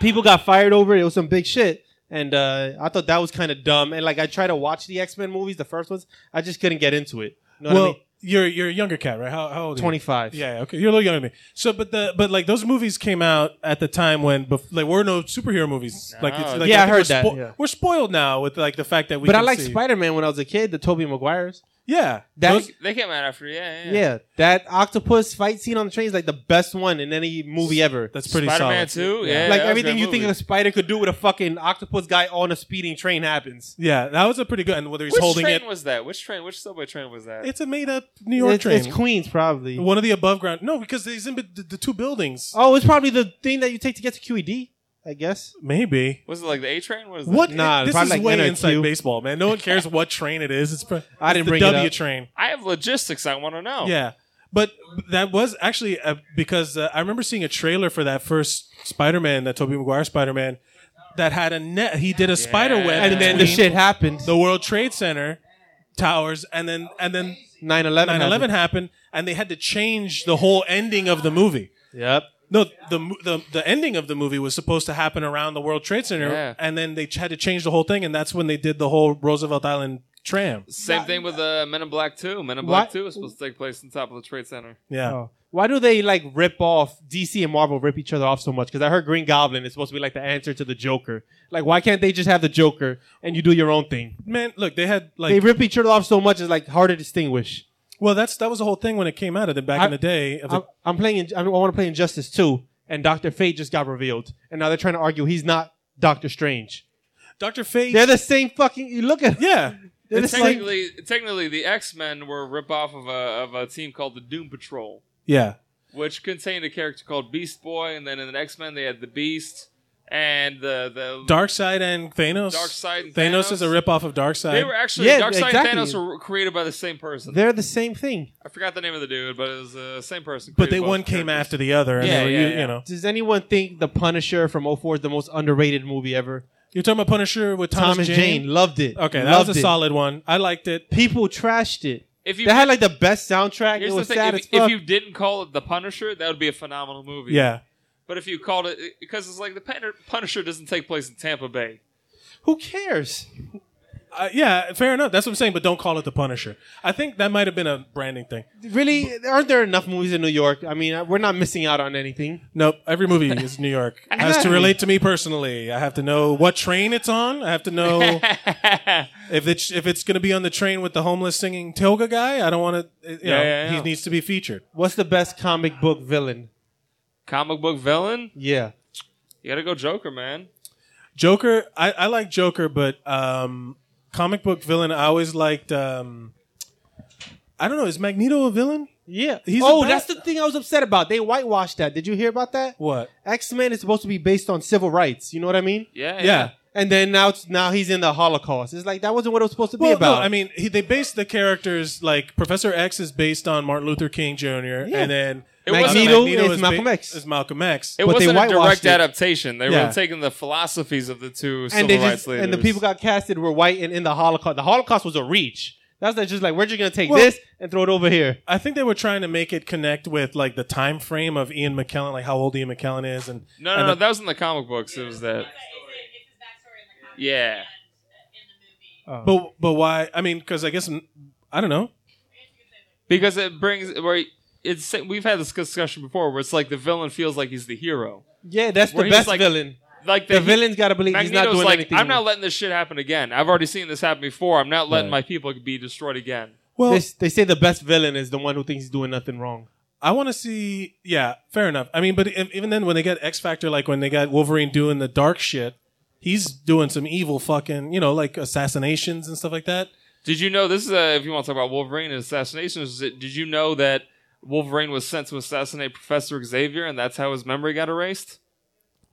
S18: people got fired over it. It was some big shit. And uh, I thought that was kind of dumb. And like I tried to watch the X Men movies, the first ones, I just couldn't get into it. You know
S1: well,
S18: what I mean?
S1: You're you're a younger cat, right? How, how old? Are you?
S18: 25.
S1: Yeah. Okay. You're a little younger than me. So, but the but like those movies came out at the time when bef- like were no superhero movies. Like,
S18: No.
S1: like
S18: Yeah, I
S1: think we're
S18: heard that, yeah.
S1: We're spoiled now with like the fact that we.
S18: but I
S1: can
S18: like
S1: see-
S18: Spider Man when I was a kid, the Tobey Maguire's.
S1: Yeah.
S18: That,
S2: They came out after, yeah, yeah.
S18: yeah, that octopus fight scene on the train is like the best one in any movie ever.
S1: That's
S2: pretty Spider-Man solid. 2? Yeah, that was
S18: like
S2: a good
S18: everything you
S2: movie.
S18: think a spider could do with a fucking octopus guy on a speeding train happens.
S1: Yeah, that was a pretty good. And whether he's
S2: Which
S1: holding
S2: train
S1: it,
S2: was that? Which train? Which subway train was that?
S1: it's a made up New York
S18: it's,
S1: train.
S18: It's Queens, probably.
S1: One of the above ground. No, because he's in be- the, the two buildings.
S18: Oh, it's probably the thing that you take to get to QED. I guess
S1: maybe.
S2: Was it like the A train? What is
S1: What?
S2: That?
S1: Nah, this is way inside baseball, man. No one cares what train it is. It's, pro-
S18: I
S1: it's
S18: didn't
S1: the
S18: bring it
S1: W
S18: up.
S1: train.
S2: I have logistics. I want to know.
S1: Yeah, but that was actually uh, because uh, I remember seeing a trailer for that first Spider-Man, that Tobey Maguire Spider-Man, that had a net. He did a spider web,
S18: And then the
S1: between
S18: shit happened.
S1: The World Trade Center towers, and then and then
S18: 9/11
S1: 9/11 happened. and they had to change the whole ending of the movie.
S18: Yep.
S1: No, the mo- the the ending of the movie was supposed to happen around the World Trade Center,
S2: Yeah.
S1: and then they ch- had to change the whole thing, and that's when they did the whole Roosevelt Island tram.
S2: Same thing with uh, Men in Black Two. Men in
S18: Why-
S2: Black Two is supposed to take place on top of the Trade Center.
S1: Yeah.
S18: Oh. Why do they like rip off DC and Marvel rip each other off so much? Because I heard Green Goblin is supposed to be like the answer to the Joker. Like, why can't they just have the Joker and you do your own thing?
S1: Man, look, they had like
S18: they rip each other off so much it's like hard to distinguish.
S1: Well, that's that was the whole thing when it came out. Of then back in the day, of the,
S18: I'm, I'm playing. In, I want to play Injustice too, and Doctor Fate just got revealed, and now they're trying to argue he's not Doctor Strange.
S1: Doctor Fate.
S18: They're the same fucking. You look at
S1: yeah.
S18: They're the same.
S2: technically, technically, the X Men were a ripoff of a of a team called the Doom Patrol,
S1: yeah,
S2: which contained a character called Beast Boy, and then in the X Men they had the Beast and the the
S1: Dark Side and Thanos.
S2: Darkseid and
S1: Thanos,
S2: Thanos.
S1: is a ripoff of Dark Side.
S2: They were actually
S18: Yeah,
S2: Dark Side
S18: exactly.
S2: and Thanos were created by the same person.
S18: They're the same thing.
S2: I forgot the name of the dude, but it was the same person.
S1: But they
S2: created both
S1: one came
S2: characters.
S1: after the other. And
S2: Yeah,
S1: they were,
S2: yeah,
S1: you,
S2: yeah.
S1: you know.
S18: Does anyone think The Punisher from 04 is the most underrated movie ever?
S1: You're talking about Punisher with Thomas,
S18: Thomas Jane. Loved it.
S1: Okay, that
S18: Loved
S1: was a
S18: it.
S1: solid one. I liked it.
S18: People trashed it.
S2: If you-
S18: they had like the best soundtrack.
S2: Here's
S18: It was
S2: the
S18: sad
S2: thing:
S18: as
S2: if,
S18: fuck.
S2: if you didn't call it the Punisher, that would be a phenomenal movie.
S1: Yeah.
S2: But if you called it, because it's like the Pun- Punisher doesn't take place in Tampa Bay.
S18: Who cares?
S1: Uh, yeah, fair enough. That's what I'm saying. But don't call it the Punisher. I think that might have been a branding thing.
S18: Really, aren't there enough movies in New York? I mean, I- we're not missing out on anything.
S1: Nope. Every movie is New York. Has to relate to me personally. I have to know what train it's on. I have to know if it's if it's going to be on the train with the homeless singing toga guy. I don't want to. You know, he needs to be featured.
S18: What's the best comic book villain?
S2: Comic book villain?
S18: Yeah.
S2: You gotta go Joker, man.
S1: Joker, I, I like Joker, but um, comic book villain, I always liked. Um, I don't know. Is Magneto a villain?
S18: Yeah.
S1: He's
S18: oh,
S1: a bad-
S18: that's the thing I was upset about. They whitewashed that. Did you hear about that?
S1: What?
S18: X Men is supposed to be based on civil rights. You know what I mean?
S2: Yeah,
S1: Yeah. yeah.
S18: And then now, it's, now he's in the Holocaust. It's like that wasn't what it was supposed to be
S1: Well, no,
S18: about.
S1: I mean, he, they based the characters like Professor X is based on Martin Luther King Jr. and then
S2: It
S1: uh,
S2: wasn't- Magneto is
S1: ba-
S2: Malcolm
S18: X.
S1: Is Malcolm X.
S2: It wasn't a direct adaptation. They
S1: Yeah.
S2: were taking the philosophies of the two
S18: and
S2: civil
S18: they
S2: rights
S18: just,
S2: leaders.
S18: and the people got casted were white and in the Holocaust. The Holocaust was a reach. That's not just like we're just gonna take
S1: Well-
S18: this and throw it over here.
S1: I think they were trying to make it connect with like the time frame of Ian McKellen, like how old Ian McKellen is, and
S2: no, no,
S1: and
S2: no,
S1: the-
S2: that was in the comic books. It was that. Yeah.
S1: But but why? I mean, because I guess I don't know.
S2: because it brings where it's we've had this discussion before where it's like the villain feels like he's the hero.
S18: Yeah, that's the
S2: Where he's
S18: best
S2: like-
S18: villain.
S2: Like
S18: the, villain's got to believe he's not
S2: Magneto's
S18: doing
S2: like,
S18: anything.
S2: I'm not letting this shit happen again. I've already seen this happen before. I'm not letting my people be destroyed again.
S1: Well,
S18: they, they say the best villain is the one who thinks he's doing nothing wrong.
S1: I want to see. Yeah, fair enough. I mean, but e- even then, when they got X Factor, like when they got Wolverine doing the dark shit, he's doing some evil fucking, you know, like assassinations and stuff like that.
S2: Did you know this is uh if you want to talk about Wolverine and assassinations? Did did you know that Wolverine was sent to assassinate Professor Xavier and that's how his memory got erased?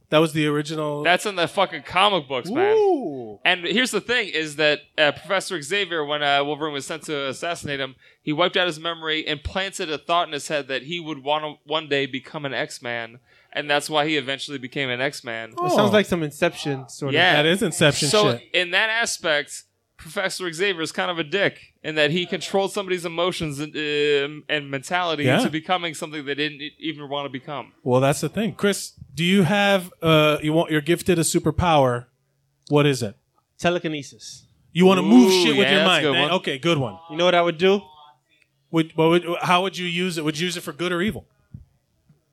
S1: That was the original.
S2: That's in the fucking comic books, man. And here's the thing: is that uh, Professor Xavier, when uh, Wolverine was sent to assassinate him, he wiped out his memory and planted a thought in his head that he would want to one day become an X-Man, and that's why he eventually became an X-Man.
S1: oh.
S18: It sounds like some Inception sort
S2: yeah,
S18: of.
S2: So in that aspect, Professor Xavier is kind of a dick in that he controlled somebody's emotions and, um and mentality
S1: Yeah.
S2: into becoming something they didn't e- even want to become.
S1: Well, that's the thing, Chris. Do you have? Uh, you want? You're gifted a superpower. What is it?
S18: Telekinesis.
S1: You want to move shit with your mind.
S18: That's a good
S1: Thank-
S18: one.
S1: okay, good one.
S18: You know what I would do?
S1: Would, but would, how would you use it? Would you use it for good or evil?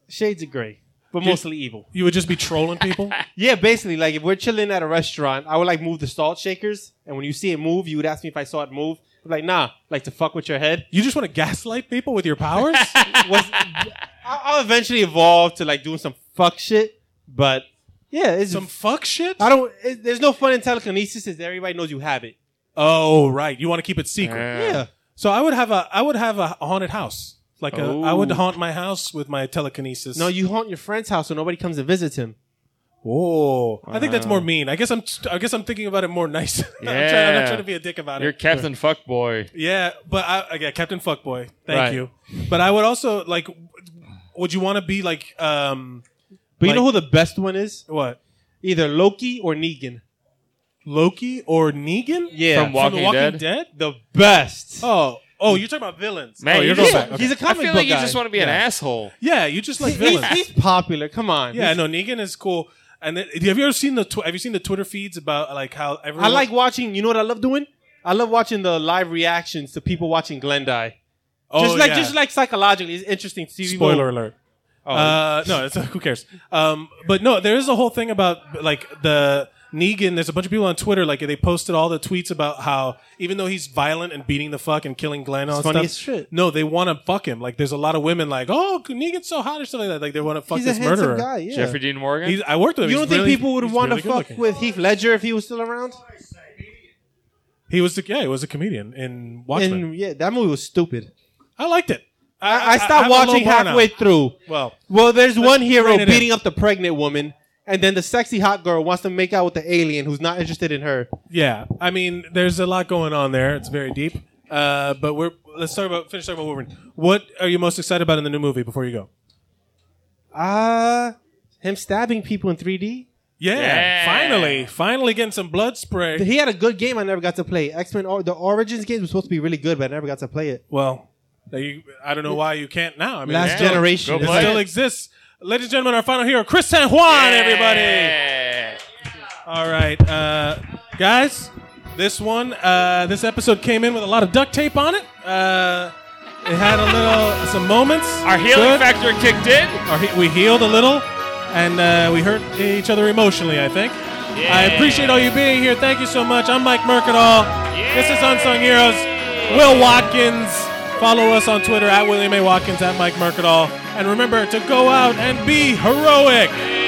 S18: Shades of gray, but
S1: You-
S18: mostly evil.
S1: You would just be trolling people.
S18: Yeah, basically, like if we're chilling at a restaurant, I would like move the salt shakers, and when you see it move, you would ask me if I saw it move. I'm like, nah, like to fuck with your head.
S1: You just want to gaslight people with your powers.
S18: I- I'll eventually evolve to like doing some fuck shit, but yeah, it's some
S1: fuck shit.
S18: I don't. It, there's no fun in telekinesis. Is everybody knows you have it?
S1: Oh, right. You want to keep it secret.
S18: Yeah.
S1: So I would have a I would have a haunted house. Like a, I would
S18: Oh.
S1: haunt my house with my telekinesis.
S18: No, you haunt your friend's house so nobody comes and visits him.
S1: Whoa, I think that's more mean. I guess I'm I guess I'm thinking about it more nice. I'm, trying, I'm not trying to be a dick about
S2: You're
S1: it.
S2: Captain Fuckboy.
S1: Yeah, but I again Captain Fuckboy. Thank
S2: Right.
S1: you. But I would also like. w- Would you want to be like? um
S18: But you know who the best one is?
S1: What?
S18: Either Loki or Negan.
S1: Loki or Negan?
S18: Yeah,
S1: From Walking, Dead?
S18: The best.
S1: Oh, oh, you're talking about villains.
S18: Man,
S1: oh,
S18: you
S1: you're
S18: just-
S1: going back.
S18: he's a comic
S2: I feel
S18: book
S2: like you
S18: guy.
S2: just want to be an
S1: Yeah.
S2: asshole.
S1: Yeah, you just like
S18: He- he's-
S1: villains.
S18: he's popular. Come on.
S1: Yeah,
S18: He's-
S1: no, Negan is cool. And then, have you ever seen the tw- have you seen the Twitter feeds about like how everyone
S18: I like watching. You know what I love doing? I love watching the live reactions to people watching Glendie.
S1: Oh,
S18: just like
S1: yeah.
S18: just like psychologically, it's interesting to see. people-
S1: Spoiler alert.
S18: Oh.
S1: Uh, no, it's, who cares? Um, but no, there is a whole thing about like the Negan. There's a bunch of people on Twitter like they posted all the tweets about how even though he's violent and beating the fuck and killing Glenn and all
S18: It's
S1: that
S18: funny
S1: stuff,
S18: as shit.
S1: no, they want to fuck him. Like there's a lot of women like, oh, Negan's so hot or something like that. Like they want to fuck
S18: He's a
S1: this
S18: handsome
S1: murderer.
S18: guy, yeah. Jeffrey
S2: Dean Morgan?
S1: He's, I worked with him.
S18: You
S1: He's
S18: don't think
S1: really-
S18: people would
S1: he's
S18: want
S1: really
S18: to
S1: good
S18: fuck
S1: looking.
S18: with Heath Ledger if he was still around?
S1: He was the, yeah, he was a comedian in Watchmen.
S18: And yeah, that movie was stupid.
S1: I liked it.
S18: I, I
S1: I have
S18: stopped
S1: a
S18: watching
S1: low bar now.
S18: halfway through.
S1: Well,
S18: well, there's
S1: let's
S18: one hero
S1: rein it in.
S18: beating up the pregnant woman, and then the sexy hot girl wants to make out with the alien who's not interested in her.
S1: Yeah, I mean, there's a lot going on there. It's very deep. Uh, but we're let's talk about finish talking about Wolverine. What are you most excited about in the new movie before you go?
S18: Ah, him stabbing people in 3D.
S1: Yeah, finally, finally getting some blood spray.
S18: He had a good game I never got to play. X Men, the Origins game was supposed to be really good, but I never got to play it.
S1: Well, now you, I don't know why you can't now. I mean,
S18: Last
S1: it's still-
S18: generation.
S1: it
S18: Go play
S1: still
S18: it.
S1: exists. Ladies and gentlemen, our final hero, Chris San Juan. Everybody. All right, uh, guys. This one, uh, this episode came in with a lot of duct tape on it. Uh, it had a little, some moments.
S2: Our healing
S1: Good.
S2: factor kicked in.
S1: Our he- we healed a little, and uh, we hurt each other emotionally. I think. I appreciate all you being here. Thank you so much. I'm Mike Mercadal. This is Unsung Heroes. Will Watkins. Follow us on Twitter at William A. Watkins at Mike Mercadal. And remember to go out and be heroic.